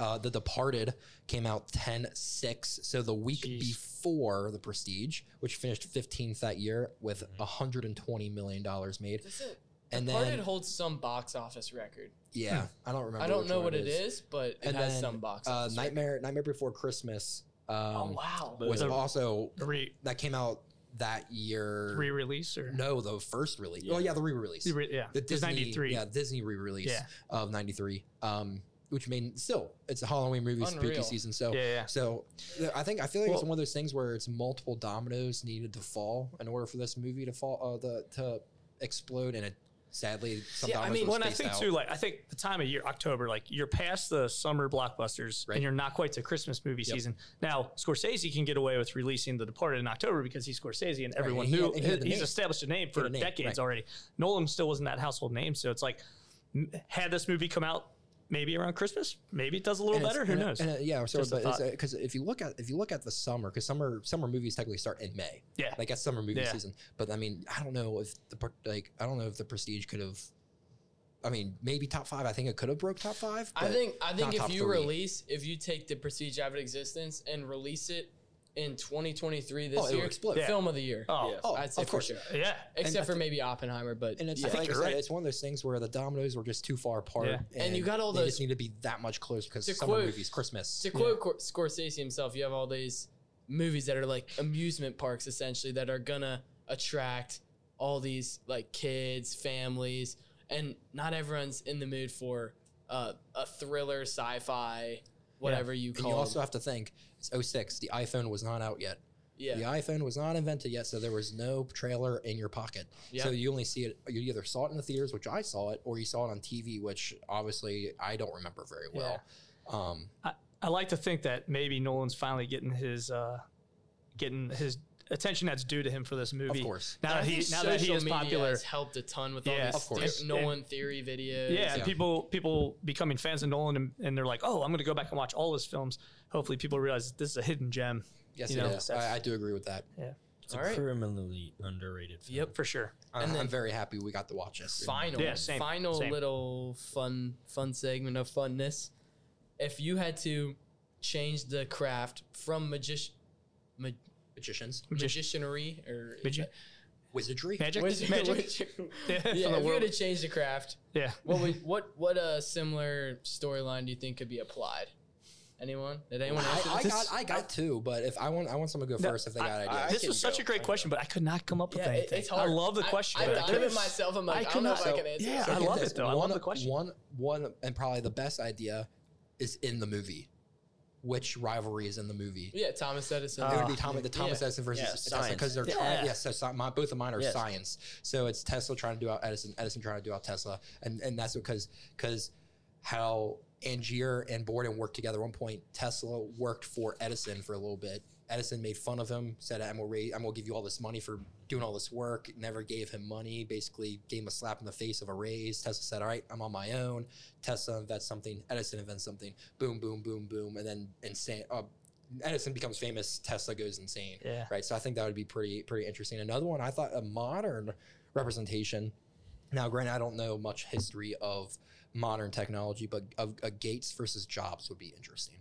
Speaker 3: Uh, the Departed came out 10-6. So the week
Speaker 2: Jeez.
Speaker 3: before The Prestige, which finished 15th that year with
Speaker 1: Hmm.
Speaker 4: Mhm.
Speaker 3: 120 million dollars made,
Speaker 1: Does it?
Speaker 3: and
Speaker 1: Parted
Speaker 3: then
Speaker 1: holds some box office record.
Speaker 3: yeah, I don't remember.
Speaker 1: I don't
Speaker 3: which
Speaker 1: know
Speaker 3: one
Speaker 1: what it is, but it
Speaker 3: And
Speaker 1: has
Speaker 3: then,
Speaker 1: some box
Speaker 3: Uh,
Speaker 1: office. record.
Speaker 3: Nightmare Nightmare Before Christmas
Speaker 1: Oh
Speaker 3: um,
Speaker 1: wow.
Speaker 4: But-
Speaker 3: was
Speaker 2: The-
Speaker 3: also
Speaker 2: Re-
Speaker 3: that came out that year.
Speaker 2: re-release or
Speaker 3: no, the first release. Oh
Speaker 4: Yeah.
Speaker 3: yeah, the re-release.
Speaker 2: Re- yeah.
Speaker 3: the
Speaker 2: It was
Speaker 3: Disney,
Speaker 2: 93.
Speaker 3: yeah, Disney re-release
Speaker 2: Yeah.
Speaker 3: of '93, um, which made still it's a Halloween movie, spooky
Speaker 1: Unreal.
Speaker 3: season. So,
Speaker 2: Yeah, yeah.
Speaker 3: so th- I think I feel like it's
Speaker 2: Well-
Speaker 3: one of those things where it's multiple dominoes needed to fall in order for this movie to fall, uh, the to explode, and it sadly some
Speaker 1: Yeah, I
Speaker 3: dominoes
Speaker 1: mean,
Speaker 3: were
Speaker 2: Well, and I
Speaker 3: spaced
Speaker 2: think
Speaker 3: out.
Speaker 2: too, like I think the time of year, October, like you're past the summer blockbusters
Speaker 3: Right.
Speaker 2: and you're not quite to Christmas movie
Speaker 3: Yep.
Speaker 2: season. Now, Scorsese can get away with releasing The Departed in October because he's Scorsese and everyone
Speaker 3: and he-
Speaker 2: knew
Speaker 3: and he had the
Speaker 2: he's
Speaker 3: name.
Speaker 2: established a name
Speaker 3: had
Speaker 2: for
Speaker 3: a name,
Speaker 2: decades
Speaker 3: right.
Speaker 2: already. Nolan still wasn't that household name, so it's like m- had this movie come out maybe around Christmas, maybe it does a little
Speaker 3: And it's-
Speaker 2: better. Who
Speaker 3: and it-
Speaker 2: knows?
Speaker 3: and it- yeah, so
Speaker 2: Just a thought.
Speaker 3: because if you look at if you look at the summer, because summer summer movies technically start in May,
Speaker 2: yeah,
Speaker 3: like that's summer movie
Speaker 2: Yeah.
Speaker 3: season. But I mean, I don't know if the par- like I don't know if the Prestige could have. I mean, maybe top five. I think it could have broke top five.
Speaker 1: I
Speaker 3: but-
Speaker 1: think I
Speaker 3: not
Speaker 1: think if
Speaker 3: top
Speaker 1: you
Speaker 3: three.
Speaker 1: release if you take the Prestige out of existence and release it in 2023 this
Speaker 3: Oh, it'll
Speaker 1: year,
Speaker 3: explode.
Speaker 2: Yeah.
Speaker 1: film of the year.
Speaker 2: oh
Speaker 4: Yeah.
Speaker 3: Oh,
Speaker 1: I'd say
Speaker 3: of
Speaker 1: for
Speaker 3: course.
Speaker 1: sure.
Speaker 2: yeah,
Speaker 1: Except
Speaker 3: I
Speaker 1: for maybe Oppenheimer, but
Speaker 3: And it's
Speaker 1: yeah.
Speaker 2: I think
Speaker 3: like I
Speaker 2: you're
Speaker 3: said,
Speaker 2: right.
Speaker 3: it's one of those things where the dominoes were just too far apart,
Speaker 2: Yeah.
Speaker 1: And you got all
Speaker 3: they
Speaker 1: those-
Speaker 3: just need to be that much closer because
Speaker 1: To
Speaker 3: summer
Speaker 1: quote-
Speaker 3: movies, Christmas.
Speaker 1: to quote Cor- Scorsese himself, you have all these movies that are like amusement parks essentially that are gonna attract all these like kids, families, and not everyone's in the mood for uh, a thriller, sci-fi, whatever you
Speaker 3: And
Speaker 1: call.
Speaker 3: you
Speaker 1: it.
Speaker 3: also have to think it's 06. The iPhone was not out yet.
Speaker 1: yeah,
Speaker 3: The iPhone was not invented yet, so there was no trailer in your pocket.
Speaker 1: Yeah.
Speaker 3: So you only see it. You either saw it in the theaters, which I saw it, or you saw it on TV, which obviously I don't remember very well. Um,
Speaker 2: I, I like to think that maybe Nolan's finally getting his uh, getting his attention that's due to him for this movie.
Speaker 3: of course,
Speaker 2: Now
Speaker 1: I
Speaker 2: that he
Speaker 1: think
Speaker 2: now that he
Speaker 1: social
Speaker 2: is
Speaker 1: media
Speaker 2: popular,
Speaker 1: has helped a ton with
Speaker 2: Yeah,
Speaker 1: all
Speaker 3: of
Speaker 1: these
Speaker 3: course.
Speaker 1: th- Nolan theory videos.
Speaker 2: yeah,
Speaker 3: Yeah.
Speaker 2: and people people becoming fans of Nolan and, and they're like, oh, I'm going to go back and watch all his films. Hopefully, people realize this is a hidden gem.
Speaker 3: yes,
Speaker 2: You
Speaker 3: it
Speaker 2: know,
Speaker 3: is.
Speaker 2: that's-
Speaker 3: I, I do agree with that.
Speaker 4: It's a
Speaker 1: All right.
Speaker 4: criminally underrated film.
Speaker 2: for sure.
Speaker 3: I-
Speaker 1: And
Speaker 3: I'm
Speaker 1: then-
Speaker 3: very happy we got to watch this.
Speaker 1: final
Speaker 2: Yeah, same,
Speaker 1: final
Speaker 2: same.
Speaker 1: little fun fun segment of funness. If you had to change the craft from magician ma-
Speaker 3: Magicians,
Speaker 2: Magician.
Speaker 1: magicianry or is
Speaker 2: Magi-
Speaker 1: that-
Speaker 3: wizardry.
Speaker 2: magic,
Speaker 1: wizard-
Speaker 2: magic.
Speaker 1: wizard-
Speaker 2: yeah, from
Speaker 1: yeah,
Speaker 2: the
Speaker 1: if you had
Speaker 2: world.
Speaker 1: to change the craft,
Speaker 2: yeah.
Speaker 1: what would, what what a similar storyline do you think could be applied? Anyone? Did anyone
Speaker 3: I,
Speaker 1: answer
Speaker 3: I
Speaker 1: this?
Speaker 3: got, I got two, but if I want, I want someone to go
Speaker 2: No,
Speaker 3: first if they got
Speaker 2: I-
Speaker 3: ideas.
Speaker 4: I
Speaker 2: this
Speaker 4: can
Speaker 2: was such
Speaker 4: go.
Speaker 2: a
Speaker 4: I
Speaker 2: great
Speaker 4: can
Speaker 2: question, but I could not come up with
Speaker 1: Yeah, it-
Speaker 2: anything.
Speaker 1: it's hard.
Speaker 2: I love the question.
Speaker 1: I, I
Speaker 2: but
Speaker 1: thought of it myself. I'm like,
Speaker 2: I
Speaker 1: I, don't know if
Speaker 2: could
Speaker 1: I
Speaker 2: not-
Speaker 1: can answer.
Speaker 2: yeah,
Speaker 1: this.
Speaker 2: I
Speaker 3: get
Speaker 2: love
Speaker 3: this.
Speaker 2: it, though. I love
Speaker 3: One-
Speaker 2: the question.
Speaker 3: One, one, and probably the best idea is in the movie. Which rivalry is in the movie?
Speaker 1: yeah, Thomas Edison.
Speaker 3: it would
Speaker 2: Uh,
Speaker 3: be Thomas, the Thomas Edison versus
Speaker 4: Ah, Yeah,
Speaker 3: Tesla because they're
Speaker 2: science.
Speaker 3: trying.
Speaker 2: Yeah.
Speaker 3: Yes, so sci- my, both of mine are
Speaker 4: Yes.
Speaker 3: science. So it's Tesla trying to do out Edison, Edison trying to do out Tesla, and and that's because because how Angier and Borden worked together. At one point, Tesla worked for Edison for a little bit. Edison made fun of him, said, "I'm gonna, ra- I'm gonna give you all this money for doing all this work." Never gave him money. Basically, gave him a slap in the face of a raise. Tesla said, "All right, I'm on my own." Tesla invents something. Edison invents something. Boom, boom, boom, boom, and then insane. Uh, Edison becomes famous. Tesla goes insane.
Speaker 2: Yeah.
Speaker 3: Right. So I think that would be pretty pretty interesting. Another one I thought a modern representation. Now, granted, I don't know much history of modern technology, but of, a Gates versus Jobs would be interesting.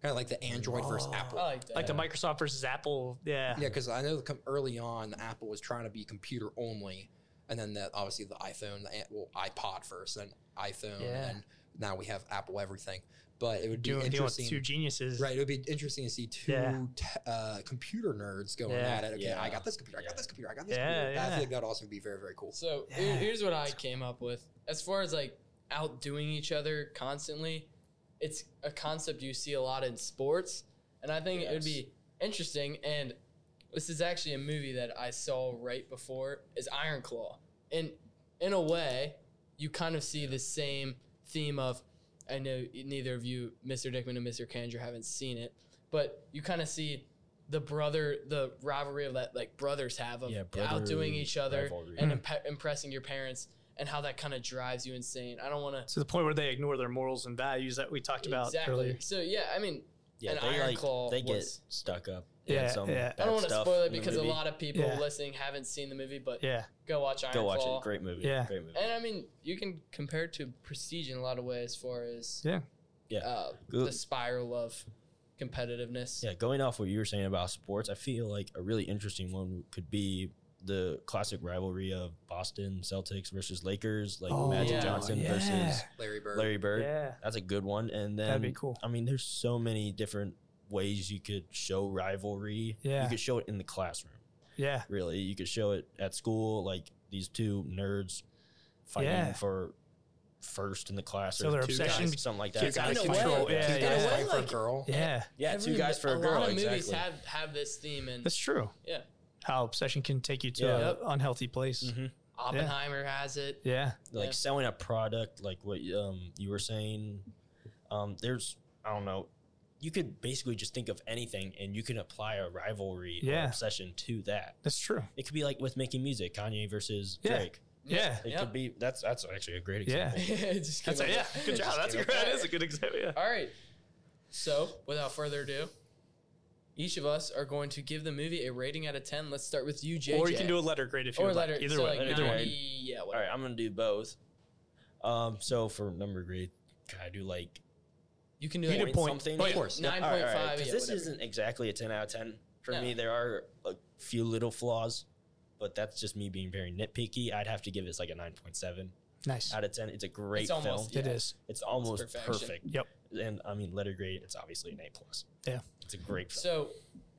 Speaker 3: Kind of like the Android versus
Speaker 2: Oh.
Speaker 1: I
Speaker 3: Apple.
Speaker 1: like that.
Speaker 2: Like the Microsoft versus Apple. Yeah.
Speaker 3: Yeah, because I know the com- early on Apple was trying to be computer only, and then the, obviously the iPhone, the, a- well iPod first, then iPhone,
Speaker 2: Yeah.
Speaker 3: and now we have Apple everything. But it would be
Speaker 2: Doing, dealing with
Speaker 3: interesting.
Speaker 2: two geniuses.
Speaker 3: Right, it would be interesting to see two
Speaker 2: Yeah.
Speaker 3: te- uh, computer nerds going
Speaker 2: Yeah.
Speaker 3: at it. Okay, I
Speaker 4: Yeah.
Speaker 3: got this computer. I
Speaker 4: Yeah.
Speaker 3: got this computer. I got this
Speaker 2: Yeah,
Speaker 3: computer. I
Speaker 2: yeah.
Speaker 3: think that would also be very, very cool.
Speaker 1: So
Speaker 2: Yeah.
Speaker 1: here- here's what I came up with. As far as like outdoing each other constantly, it's a concept you see a lot in sports, and I think it would
Speaker 4: Yes.
Speaker 1: be interesting. And this is actually a movie that I saw right before is Iron Claw, and in a way, you kind of see the same theme of. I know neither of you, Mr. Dickman and Mr. Kanger, haven't seen it, but you kind of see the brother, the rivalry of that like brothers have of
Speaker 4: Yeah,
Speaker 1: outdoing
Speaker 4: brotherly
Speaker 1: each other
Speaker 4: rivalry.
Speaker 1: and
Speaker 2: Mm.
Speaker 1: imp- impressing your parents and how that kind of drives you insane. I don't want to
Speaker 2: To the point where they ignore their morals and values that we talked about
Speaker 1: exactly.
Speaker 2: earlier.
Speaker 1: So yeah, I mean,
Speaker 4: Yeah,
Speaker 1: An
Speaker 4: they
Speaker 1: Iron
Speaker 4: like
Speaker 1: Claw
Speaker 4: they get
Speaker 1: was-
Speaker 4: stuck up.
Speaker 2: Yeah,
Speaker 4: in some
Speaker 2: yeah. I
Speaker 1: I don't
Speaker 4: want to
Speaker 1: spoil it because a lot of people
Speaker 2: Yeah.
Speaker 1: listening haven't seen the movie, but
Speaker 2: Yeah.
Speaker 1: go watch Iron
Speaker 4: Go watch
Speaker 1: Claw.
Speaker 4: it. Great movie.
Speaker 2: Yeah.
Speaker 4: Great movie.
Speaker 1: And I mean, you can compare it to Prestige in a lot of ways, as far as
Speaker 2: Yeah.
Speaker 4: Yeah.
Speaker 1: uh,
Speaker 4: Go-
Speaker 1: the spiral of competitiveness.
Speaker 4: Yeah, going off what you were saying about sports, I feel like a really interesting one could be the classic rivalry of Boston Celtics versus Lakers, like
Speaker 2: Oh,
Speaker 4: Magic
Speaker 1: yeah.
Speaker 4: Johnson
Speaker 2: Yeah.
Speaker 4: versus
Speaker 3: Larry Bird.
Speaker 4: Larry Bird.
Speaker 2: Yeah.
Speaker 4: That's a good one. And then
Speaker 2: That'd be cool.
Speaker 4: I mean, there's so many different ways you could show rivalry.
Speaker 2: Yeah.
Speaker 4: You could show it in the classroom,
Speaker 2: Yeah.
Speaker 4: really. You could show it at school, like these two nerds fighting
Speaker 2: Yeah.
Speaker 4: for first in the class
Speaker 2: So their
Speaker 4: two
Speaker 2: obsession-
Speaker 4: guys, something like that.
Speaker 2: two
Speaker 4: It's kinda
Speaker 2: guys
Speaker 4: cute.
Speaker 2: control-
Speaker 1: yeah,
Speaker 3: two guys
Speaker 1: yeah.
Speaker 3: fight for a
Speaker 1: Like-
Speaker 3: girl.
Speaker 2: Yeah.
Speaker 4: Yeah,
Speaker 1: Every-
Speaker 4: two guys for a girl.
Speaker 1: A lot of
Speaker 4: exactly.
Speaker 1: movies have have this theme, and
Speaker 2: That's true.
Speaker 1: Yeah.
Speaker 2: How obsession can take you to
Speaker 4: Yeah.
Speaker 2: an
Speaker 1: Yep. Mm-hmm.
Speaker 2: unhealthy place.
Speaker 4: Mhm.
Speaker 1: Oppenheimer has it.
Speaker 2: Yeah.
Speaker 4: like
Speaker 1: Yeah.
Speaker 4: selling a product like what um you were saying um there's i don't know you could basically just think of anything and you can apply a rivalry
Speaker 2: Yeah.
Speaker 4: or obsession to that
Speaker 2: That's true.
Speaker 4: it could be like with making music kanye versus
Speaker 2: Yeah.
Speaker 4: drake
Speaker 2: Yeah.
Speaker 4: it
Speaker 1: Yeah.
Speaker 4: could be that's that's actually a great
Speaker 2: Yeah.
Speaker 4: example
Speaker 1: Just
Speaker 2: That's
Speaker 1: came
Speaker 2: a,
Speaker 1: up
Speaker 2: yeah.
Speaker 1: with-
Speaker 2: Good job.
Speaker 1: just
Speaker 2: That's
Speaker 1: came
Speaker 2: a,
Speaker 1: up
Speaker 2: that
Speaker 1: with-
Speaker 2: is a good example. Yeah.
Speaker 1: All right. So, without further ado, each of us are going to give the movie a rating out of 10. Let's start with you, JJ.
Speaker 2: Or you can do a letter grade if you
Speaker 1: or
Speaker 2: would
Speaker 1: letter.
Speaker 2: like. Either
Speaker 1: so
Speaker 2: way.
Speaker 1: like
Speaker 4: either way.
Speaker 1: 90 Yeah,
Speaker 4: all
Speaker 1: whatever.
Speaker 4: right i'm gonna do both um so for number grade can i do like
Speaker 1: You can do
Speaker 2: You
Speaker 1: like
Speaker 2: can
Speaker 4: point
Speaker 2: point.
Speaker 4: something
Speaker 2: Oh, yeah.
Speaker 3: Of course.
Speaker 1: nine
Speaker 4: All
Speaker 1: point
Speaker 4: right, all
Speaker 1: five.
Speaker 4: right, 'cause
Speaker 1: yeah,
Speaker 4: this
Speaker 1: whatever.
Speaker 4: isn't exactly a 10 out of 10 for
Speaker 1: No.
Speaker 4: me there are a few little flaws but that's just me being very nitpicky i'd have to give this like a 9.7
Speaker 2: Nice.
Speaker 4: out of 10 it's a great
Speaker 1: It's almost-
Speaker 4: film
Speaker 1: yeah.
Speaker 2: It is.
Speaker 4: it's almost
Speaker 1: perfection.
Speaker 4: perfect
Speaker 2: Yep.
Speaker 4: and i mean letter grade it's obviously an a plus
Speaker 2: Yeah.
Speaker 4: it's a great film
Speaker 1: So,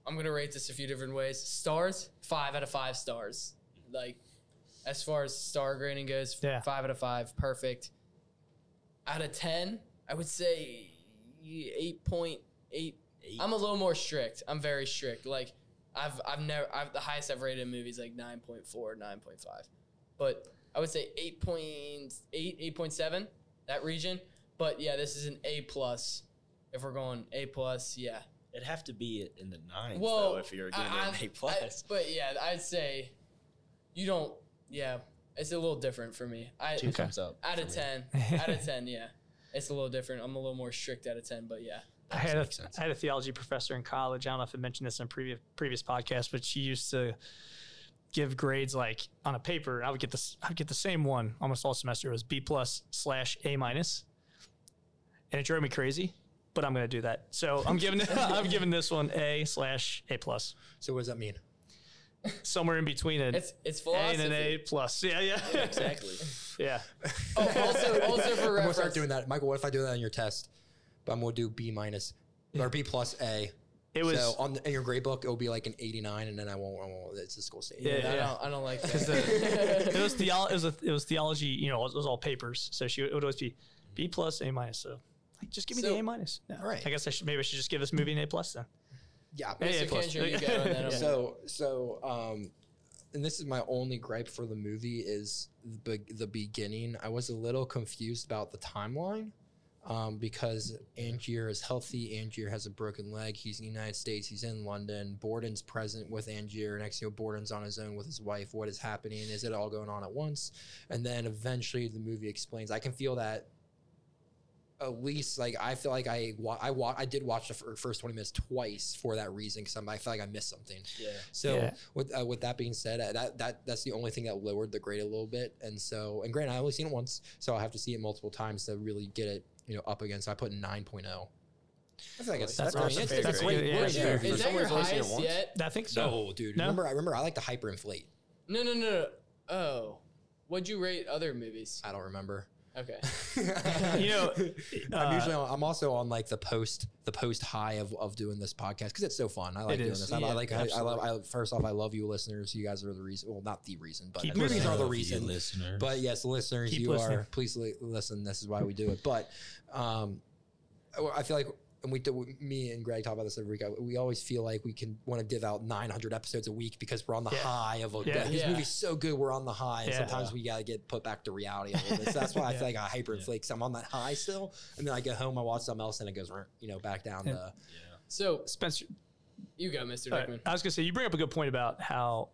Speaker 1: I'm going to rate this a few different ways. Stars, five out of five stars. Like, as far as star grading goes,
Speaker 2: Yeah.
Speaker 1: five out of five. Perfect. Out of 10, I would say 8.8.
Speaker 4: Eight.
Speaker 1: I'm a little more strict. I'm very strict. Like I've I've never I've the highest I've rated a movie is like 9.4, 9.5. But I would say 8.8, 8.7, that region. But yeah, this is an A plus. If we're going A plus, yeah.
Speaker 4: it'd have to be in the nines
Speaker 1: Well,
Speaker 4: though if you're
Speaker 1: I-
Speaker 4: giving it
Speaker 1: I-
Speaker 4: an a
Speaker 1: I-
Speaker 4: plus
Speaker 1: but yeah, I'd say you don't yeah. It's a little different for me. I
Speaker 4: two comes up
Speaker 1: out of
Speaker 4: for me.
Speaker 1: ten. out of ten, yeah. It's a little different. I'm a little more strict out of ten, but yeah.
Speaker 2: I
Speaker 4: That
Speaker 2: had, a,
Speaker 4: makes sense.
Speaker 2: I had a theology professor in college. I don't know if I mentioned this in a previous previous podcast, but she used to give grades like on a paper. I would get this. I would get the same one almost all semester. It was B plus slash A minus, and it drove me crazy. But I'm going to do that. So I'm giving I'm giving this one A slash A plus,
Speaker 3: So what does that mean?
Speaker 2: somewhere in between an
Speaker 1: It's it's
Speaker 2: A
Speaker 1: philosophy.
Speaker 2: and an A plus. Yeah, yeah,
Speaker 4: exactly
Speaker 2: yeah.
Speaker 1: Oh, also, also for
Speaker 3: I'm gonna
Speaker 1: reference,
Speaker 3: start doing that, Michael. What if I do that on your test? But I'm gonna do B minus or B plus A.
Speaker 2: It was
Speaker 3: so on the, in your grade book, it'll be like an 89, and then I won't. I won't it's the school state.
Speaker 2: Yeah,
Speaker 1: I,
Speaker 2: yeah.
Speaker 1: don't, I don't like
Speaker 2: it
Speaker 1: that.
Speaker 2: was theolo- it was a, it was theology. You know, it was all papers. So she it would always be B plus A minus. So like, just give me
Speaker 1: So-
Speaker 2: the A minus. No,
Speaker 3: Right.
Speaker 2: I guess I should maybe I should just give this movie an A plus then.
Speaker 3: yeah.
Speaker 2: Yeah,
Speaker 1: Mr.
Speaker 2: yeah, plus.
Speaker 1: Kendrick, you go, and then I'm-
Speaker 3: So so um, and this is my only gripe for the movie is the, be- the beginning. I was a little confused about the timeline um, because Angier is healthy. Angier has a broken leg. He's in the United States. He's in London. Borden's present with Angier. Next, you know, Borden's on his own with his wife. What is happening? Is it all going on at once? And then eventually the movie explains. I can feel that. At least, like I feel like I wa- I wa- I did watch the fir- first twenty minutes twice for that reason because I feel like I missed something.
Speaker 4: Yeah.
Speaker 3: So
Speaker 2: Yeah.
Speaker 3: with uh, with that being said, uh, that that that's the only thing that lowered the grade a little bit. And so, and granted, I only seen it once, so I have to see it multiple times to really get it, you know, up again. So I put oh. 9.0. I feel like it's,
Speaker 2: That's
Speaker 3: I mean,
Speaker 2: awesome.
Speaker 3: it's-
Speaker 2: Fair
Speaker 3: it's
Speaker 2: grade.
Speaker 3: way-
Speaker 2: Yeah,
Speaker 3: way
Speaker 2: that's
Speaker 3: there.
Speaker 2: fair.
Speaker 3: For
Speaker 1: Is that
Speaker 4: someone
Speaker 1: your
Speaker 4: who's only seen it
Speaker 1: highest
Speaker 4: once?
Speaker 1: yet?
Speaker 2: I think so.
Speaker 3: No, dude.
Speaker 2: No?
Speaker 3: Remember, I remember I like to hyperinflate.
Speaker 1: No, no, no. no. Oh, what'd you rate other movies?
Speaker 3: I don't remember.
Speaker 1: Okay.
Speaker 2: You know,
Speaker 3: I'm
Speaker 2: uh,
Speaker 3: usually on, I'm also on like the post the post high of, of doing this podcast because it's so fun. I like
Speaker 2: It
Speaker 3: doing
Speaker 2: is.
Speaker 3: this. I, I
Speaker 1: Yeah,
Speaker 3: like I, I love
Speaker 2: absolutely.
Speaker 3: I, first off I love you listeners. You guys are the reason. Well, not the reason, but
Speaker 2: Keep
Speaker 3: movies
Speaker 2: listening.
Speaker 3: are the reason.
Speaker 4: listener.
Speaker 3: But yes, listeners,
Speaker 2: Keep
Speaker 3: you
Speaker 2: listening.
Speaker 3: are please li- listen. This is why we do it. But um, I- I feel like. And we, do, me and Greg talk about this every week. I- We always feel like we can want to div out 900 episodes a week because we're on the
Speaker 2: Yeah.
Speaker 3: high of a.
Speaker 2: Yeah.
Speaker 3: Like, this
Speaker 1: Yeah.
Speaker 3: movie's so good, we're on the high, and
Speaker 2: Yeah.
Speaker 3: sometimes we gotta get put back to reality a little bit. So that's why I feel like I hyperinflate.
Speaker 4: Yeah.
Speaker 3: 'cause I'm on that high still, and then I get home, I watch something else, and it goes, you know, back down
Speaker 2: Yeah.
Speaker 3: to.
Speaker 1: So
Speaker 2: Spencer,
Speaker 1: you go, Mr.
Speaker 2: uh,
Speaker 1: Dickman.
Speaker 2: I was gonna say you bring up a good point about how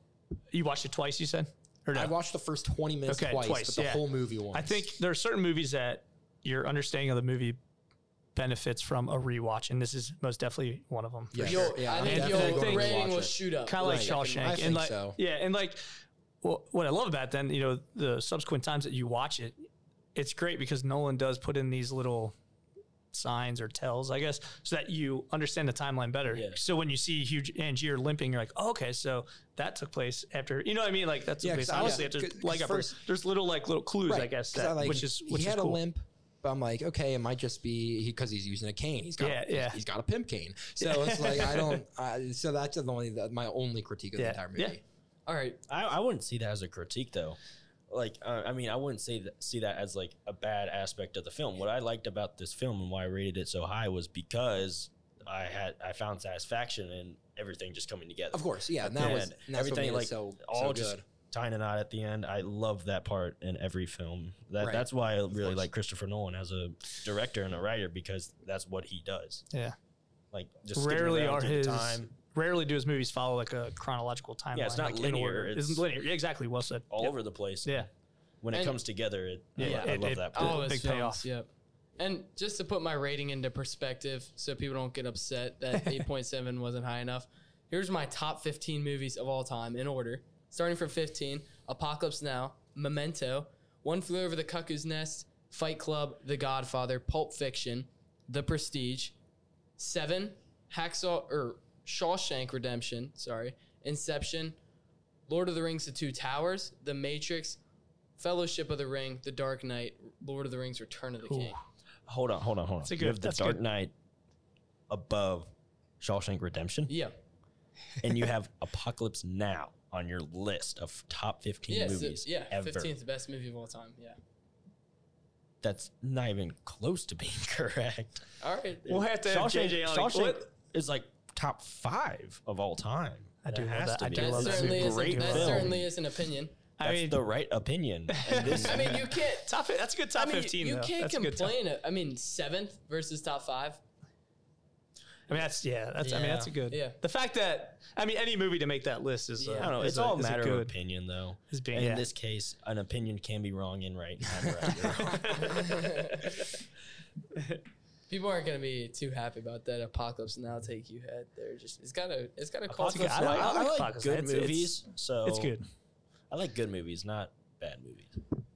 Speaker 2: you watched it twice. You said, or no?
Speaker 3: I watched the first 20 minutes
Speaker 2: Okay,
Speaker 3: twice,
Speaker 2: twice,
Speaker 3: but the
Speaker 2: yeah.
Speaker 3: whole movie once.
Speaker 2: I think there are certain movies that your understanding of the movie benefits from a rewatch, and this is most definitely one of them.
Speaker 3: Yeah,
Speaker 1: You'll-
Speaker 3: sure. Yeah,
Speaker 1: I
Speaker 3: I'm
Speaker 1: think
Speaker 2: definitely
Speaker 1: your
Speaker 2: gonna
Speaker 1: rating
Speaker 3: watch
Speaker 1: will
Speaker 3: it.
Speaker 1: shoot up.
Speaker 2: Kind of like
Speaker 1: Right.
Speaker 2: Shawshank,
Speaker 3: I
Speaker 2: and
Speaker 3: think
Speaker 2: like
Speaker 3: so.
Speaker 2: yeah, and like well, what I love about then, you know, the subsequent times that you watch it, it's great because Nolan does put in these little signs or tells, I guess, so that you understand the timeline better.
Speaker 4: Yeah.
Speaker 2: So when you see huge Angier limping, you're like, oh, okay, so that took place after, you know what I mean? Like that took
Speaker 3: Yeah, 'cause
Speaker 2: place
Speaker 3: I-
Speaker 2: obviously
Speaker 3: yeah,
Speaker 2: after
Speaker 3: 'cause- 'cause
Speaker 2: leg up. or-
Speaker 3: first-
Speaker 2: There's little like little clues, I
Speaker 3: Right,
Speaker 2: guess,
Speaker 3: 'cause
Speaker 2: that,
Speaker 3: I, like,
Speaker 2: which is which
Speaker 3: he
Speaker 2: is
Speaker 3: had
Speaker 2: cool.
Speaker 3: a limp, but I'm like, okay, it might just be because he's using a cane. He's got,
Speaker 2: Yeah,
Speaker 3: he's-
Speaker 2: yeah.
Speaker 3: he's got a pimp cane. So it's like I don't. I, so that's the only the, my only critique of
Speaker 2: Yeah,
Speaker 3: the entire movie.
Speaker 2: yeah.
Speaker 1: All right.
Speaker 4: I, I wouldn't see that as a critique though. Like uh, I mean, I wouldn't say that see that as like a bad aspect of the film. What I liked about this film and why I rated it so high was because I had I found satisfaction in everything just coming together.
Speaker 3: Of course, yeah. And that was
Speaker 4: And
Speaker 3: and that's
Speaker 4: everything,
Speaker 3: what made
Speaker 4: like,
Speaker 3: it so,
Speaker 4: all
Speaker 3: so
Speaker 4: just
Speaker 3: good.
Speaker 4: tying a knot at the end. I love that part in every film. That
Speaker 3: Right.
Speaker 4: that's why I really
Speaker 3: course.
Speaker 4: like Christopher Nolan as a director and a writer because that's what he does.
Speaker 2: Yeah.
Speaker 4: Like just skipping
Speaker 2: Rarely
Speaker 4: around
Speaker 2: are
Speaker 4: through the
Speaker 2: his
Speaker 4: time.
Speaker 2: Rarely do his movies follow like a chronological timeline.
Speaker 4: Yeah, it's not
Speaker 2: like, in
Speaker 4: linear,
Speaker 2: order. It
Speaker 4: it's
Speaker 2: isn't linear. Yeah, exactly. Well said.
Speaker 4: all
Speaker 2: Yep.
Speaker 4: over the place.
Speaker 2: Yeah.
Speaker 4: When it
Speaker 1: And-
Speaker 4: comes together, it, I,
Speaker 2: Yeah,
Speaker 4: lo- I
Speaker 2: it-
Speaker 4: love
Speaker 2: it-
Speaker 4: that part.
Speaker 1: All his
Speaker 2: big
Speaker 1: films,
Speaker 2: payoff.
Speaker 1: Oh, Yep. And just to put my rating into perspective, so people don't get upset that 8.7 wasn't high enough. Here's my top 15 movies of all time in order, starting from 15: Apocalypse Now, Memento, One Flew Over the Cuckoo's Nest, Fight Club, The Godfather, Pulp Fiction, The Prestige, Seven, Hacksaw or Shawshank Redemption, sorry, Inception, Lord of the Rings: The Two Towers, The Matrix, Fellowship of the Ring, The Dark Knight, Lord of the Rings: Return of the
Speaker 2: Ooh.
Speaker 1: King.
Speaker 4: Hold on, hold on, hold on.
Speaker 2: That's a
Speaker 4: You
Speaker 2: good-
Speaker 4: have the
Speaker 2: that's
Speaker 4: Dark
Speaker 2: good.
Speaker 4: Knight above Shawshank Redemption,
Speaker 1: Yeah,
Speaker 4: and you have Apocalypse Now on your list of top fifteen
Speaker 1: yes,
Speaker 4: movies
Speaker 1: yeah.
Speaker 4: ever.
Speaker 1: Fifteenth best movie of all time. Yeah.
Speaker 4: That's not even close to being correct.
Speaker 1: All right.
Speaker 2: We'll have to have
Speaker 4: Shawshank,
Speaker 2: JJ on. Like,
Speaker 4: Shawshank
Speaker 2: what?
Speaker 4: is like top five of all time.
Speaker 2: I
Speaker 4: That
Speaker 2: do love
Speaker 4: has
Speaker 2: that.
Speaker 4: to
Speaker 2: I
Speaker 4: be.
Speaker 2: do
Speaker 1: that
Speaker 2: love that.
Speaker 4: That's
Speaker 1: certainly
Speaker 4: a
Speaker 1: is
Speaker 4: great
Speaker 1: that
Speaker 4: film.
Speaker 1: certainly is an opinion.
Speaker 2: I
Speaker 4: That's
Speaker 2: mean,
Speaker 4: the right opinion. And this-
Speaker 1: I mean, you can't.
Speaker 2: top. That's a good top
Speaker 1: I mean,
Speaker 2: fifteen.
Speaker 1: you
Speaker 2: though.
Speaker 1: can't
Speaker 2: that's a good top-
Speaker 1: complain. I mean, seventh versus top five.
Speaker 2: I mean, that's yeah. That's I mean, that's a good.
Speaker 1: Yeah.
Speaker 2: The fact that I mean, any movie to make that list is. uh,
Speaker 1: Yeah.
Speaker 4: I don't know.
Speaker 2: is
Speaker 4: It's all a
Speaker 2: is
Speaker 4: matter of
Speaker 2: good.
Speaker 4: opinion, though.
Speaker 2: Is being
Speaker 4: And
Speaker 2: yeah.
Speaker 4: in this case, an opinion can be wrong and right. And right and wrong.
Speaker 1: People aren't gonna be too happy about that apocalypse now take you head. They're just it's got a it's got a cult.
Speaker 2: Apocalypse
Speaker 4: I,
Speaker 2: Now.
Speaker 4: like, I
Speaker 2: I like
Speaker 4: like
Speaker 2: Apocalypse Now.
Speaker 4: good
Speaker 2: It's- it's-
Speaker 4: movies. so
Speaker 2: it's good.
Speaker 4: I like good movies, not bad movies.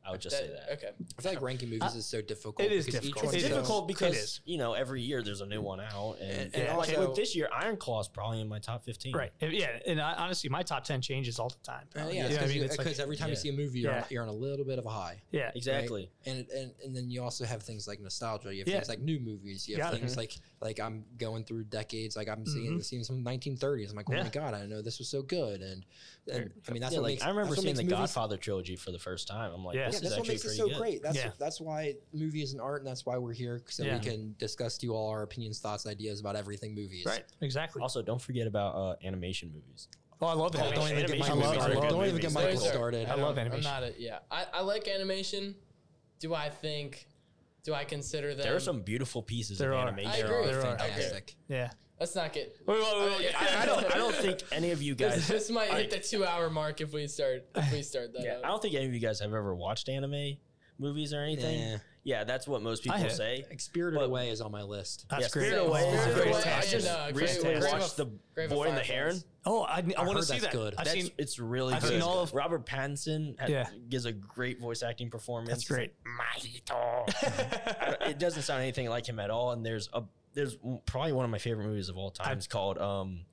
Speaker 4: I would just say that.
Speaker 1: Okay.
Speaker 3: I feel like ranking movies is so difficult.
Speaker 2: it is
Speaker 3: because each
Speaker 2: difficult.
Speaker 3: one's
Speaker 2: It
Speaker 4: It's
Speaker 2: is.
Speaker 3: so-
Speaker 4: difficult because
Speaker 2: is.
Speaker 4: you know every year there's a new one out, and,
Speaker 3: And-
Speaker 2: and
Speaker 4: like
Speaker 3: also-
Speaker 4: with this year, Iron Claw is probably in my top fifteen.
Speaker 2: Right. And- Yeah. And I, honestly, my top ten changes all the time.
Speaker 1: Oh,
Speaker 3: Uh,
Speaker 2: You know
Speaker 3: yeah,
Speaker 2: what I
Speaker 3: because
Speaker 2: mean, it's like-
Speaker 3: every time you
Speaker 4: yeah.
Speaker 3: see a movie, you're, on,
Speaker 2: Yeah.
Speaker 3: you're on a little bit of a high.
Speaker 2: yeah.
Speaker 4: Exactly.
Speaker 3: and and and then you also have things like nostalgia. You have
Speaker 2: Yeah.
Speaker 3: things like new movies. You have
Speaker 2: Got it.
Speaker 4: Mm-hmm.
Speaker 3: things like like I'm going through decades. Like I'm seeing seeing some 1930s. I'm like, oh
Speaker 2: Yeah.
Speaker 3: my god, I didn't know this was so good. And, and I mean, that's
Speaker 4: Yeah,
Speaker 3: what
Speaker 4: like
Speaker 3: makes,
Speaker 4: I remember
Speaker 3: that's what
Speaker 4: seeing
Speaker 3: makes
Speaker 4: the
Speaker 3: movies-
Speaker 4: Godfather trilogy for the first time. I'm like,
Speaker 2: Yeah.
Speaker 4: this
Speaker 3: Yeah,
Speaker 4: is
Speaker 3: that's what
Speaker 4: actually
Speaker 3: makes it
Speaker 4: pretty
Speaker 3: so
Speaker 4: good.
Speaker 3: great. That's
Speaker 2: Yeah.
Speaker 3: that's why movie is an art, and that's why we're here so
Speaker 2: Yeah.
Speaker 3: we can discuss to you all our opinions, thoughts, ideas about everything movies.
Speaker 2: Right. Exactly.
Speaker 4: Also, don't forget about uh, animation movies.
Speaker 2: Oh, I love
Speaker 3: Oh,
Speaker 2: animation.
Speaker 3: don't even get
Speaker 2: Animation
Speaker 3: Michael,
Speaker 2: movies are
Speaker 3: started.
Speaker 4: good
Speaker 3: Don't even
Speaker 4: movies.
Speaker 3: get
Speaker 4: Those
Speaker 3: Michael
Speaker 1: Those are-
Speaker 3: started.
Speaker 2: I love
Speaker 1: don't-
Speaker 2: animation.
Speaker 1: I'm not a, yeah. I, I like animation. Do I think do I consider them?
Speaker 4: There are some beautiful pieces
Speaker 2: There
Speaker 4: of
Speaker 2: are.
Speaker 4: animation.
Speaker 1: I agree.
Speaker 2: There are.
Speaker 3: Fantastic.
Speaker 2: Yeah.
Speaker 1: Let's not get.
Speaker 2: Wait, wait, wait, wait.
Speaker 4: I, I don't. I don't think any of you
Speaker 1: This,
Speaker 4: guys.
Speaker 1: this might
Speaker 4: I-
Speaker 1: hit the two hour mark if we start if we start that.
Speaker 4: Yeah, I
Speaker 1: up.
Speaker 4: don't think any of you guys have ever watched anime movies or anything.
Speaker 3: Nah.
Speaker 4: Yeah, that's what most people
Speaker 2: have.
Speaker 4: say.
Speaker 3: Spirited
Speaker 4: But-
Speaker 3: Away is on my list.
Speaker 2: That's
Speaker 4: yeah, Spirit
Speaker 1: Same.
Speaker 2: great.
Speaker 4: Away is a
Speaker 1: Spirited
Speaker 4: great
Speaker 1: Away,
Speaker 4: test.
Speaker 1: I should, uh,
Speaker 4: Recently
Speaker 1: Grave- Grave
Speaker 4: watched
Speaker 1: of-
Speaker 4: the
Speaker 1: Grave of
Speaker 4: Boy and the
Speaker 1: Fireflies.
Speaker 4: Heron.
Speaker 2: Oh, I, I, want
Speaker 3: heard
Speaker 2: to see
Speaker 3: that's
Speaker 2: that.
Speaker 3: good.
Speaker 2: I've
Speaker 4: That's
Speaker 2: seen.
Speaker 4: it's really
Speaker 2: I've
Speaker 4: good.
Speaker 2: seen all of-
Speaker 4: Robert Pattinson had-
Speaker 2: Yeah.
Speaker 4: gives a great voice acting performance.
Speaker 2: That's great.
Speaker 4: I don't- it doesn't sound anything like him at all. And there's a there's w- probably one of my favorite movies of all time. it's called um,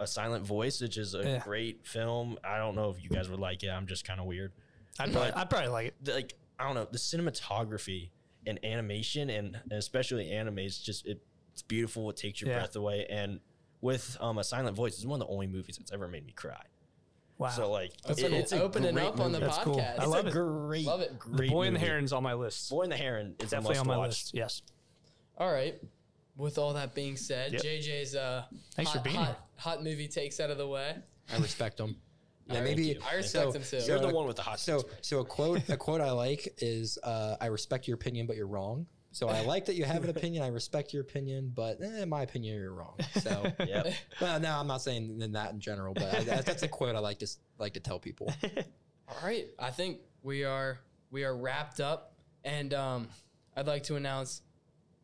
Speaker 4: A Silent Voice, which is a
Speaker 2: Yeah.
Speaker 4: great film. I don't know if you guys would like it. I'm just kind of weird.
Speaker 2: I'd probably, I'd probably like it.
Speaker 4: The, like I don't know the cinematography and animation and, and especially anime is just it, it's beautiful. It takes your
Speaker 2: Yeah.
Speaker 4: breath away. And with um, A Silent Voice, it's one of the only movies that's ever made me cry.
Speaker 2: Wow.
Speaker 4: So like
Speaker 1: That's
Speaker 4: it-
Speaker 1: cool.
Speaker 4: it's a
Speaker 1: Opening
Speaker 4: great
Speaker 1: up on the
Speaker 4: movie.
Speaker 2: That's cool.
Speaker 1: podcast.
Speaker 2: I
Speaker 4: It's
Speaker 2: love
Speaker 4: a
Speaker 2: it.
Speaker 4: great,
Speaker 1: Love it.
Speaker 2: the
Speaker 4: Great
Speaker 2: Boy
Speaker 4: movie.
Speaker 2: and the Heron's on my list.
Speaker 4: Boy and the Heron is
Speaker 2: Definitely
Speaker 4: a
Speaker 2: on my
Speaker 4: must-watch.
Speaker 2: list. Yes.
Speaker 1: All right. With all that being said,
Speaker 2: Yep.
Speaker 1: JJ's uh,
Speaker 2: Thanks for
Speaker 1: hot,
Speaker 2: being
Speaker 1: hot, hot movie takes out of the way.
Speaker 3: I respect them. Yeah,
Speaker 1: All right.
Speaker 3: maybe
Speaker 1: I respect them too.
Speaker 4: You're the one with the hot
Speaker 3: So,
Speaker 4: sauce.
Speaker 3: so a quote, a quote I like is, uh, "I respect your opinion, but you're wrong." So I like that you have an opinion. I respect your opinion, but eh, in my opinion, you're wrong. So,
Speaker 4: Yep.
Speaker 3: well, no, I'm not saying in that in general, but I, that's that's a quote I like to s- like to tell people.
Speaker 1: All right. I think we are we are wrapped up, and um, I'd like to announce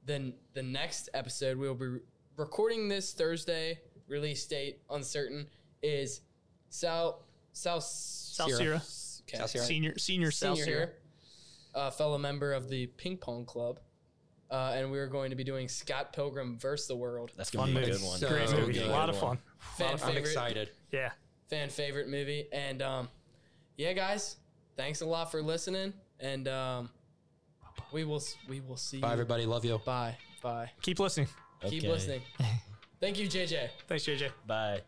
Speaker 1: then the next episode we will be recording this Thursday. Release date uncertain is Sal Sal
Speaker 2: Sal
Speaker 1: Sal
Speaker 2: Sierra.
Speaker 1: okay.
Speaker 3: Sal Sierra.
Speaker 2: Senior, senior Sal
Speaker 1: Senior,
Speaker 2: Sierra.
Speaker 1: a fellow member of the ping pong club, uh, and we are going to be doing Scott Pilgrim versus the World.
Speaker 4: That's
Speaker 2: Fun
Speaker 4: gonna be a
Speaker 2: movie.
Speaker 4: good one.
Speaker 3: So
Speaker 2: Great
Speaker 4: That's
Speaker 3: Oh,
Speaker 4: gonna
Speaker 2: movie.
Speaker 4: be
Speaker 2: A
Speaker 3: yeah.
Speaker 2: lot
Speaker 4: good
Speaker 2: of
Speaker 4: one.
Speaker 2: fun.
Speaker 1: Fan
Speaker 3: I'm
Speaker 1: favorite,
Speaker 3: excited.
Speaker 2: Yeah.
Speaker 1: fan favorite movie, and um, yeah, guys, thanks a lot for listening, and um, we will s- we will see.
Speaker 3: Bye,
Speaker 1: you.
Speaker 3: everybody. Love you.
Speaker 1: Bye, bye.
Speaker 2: Keep listening.
Speaker 1: Keep
Speaker 4: Okay.
Speaker 1: listening. Thank you, JJ.
Speaker 2: Thanks, JJ.
Speaker 4: Bye.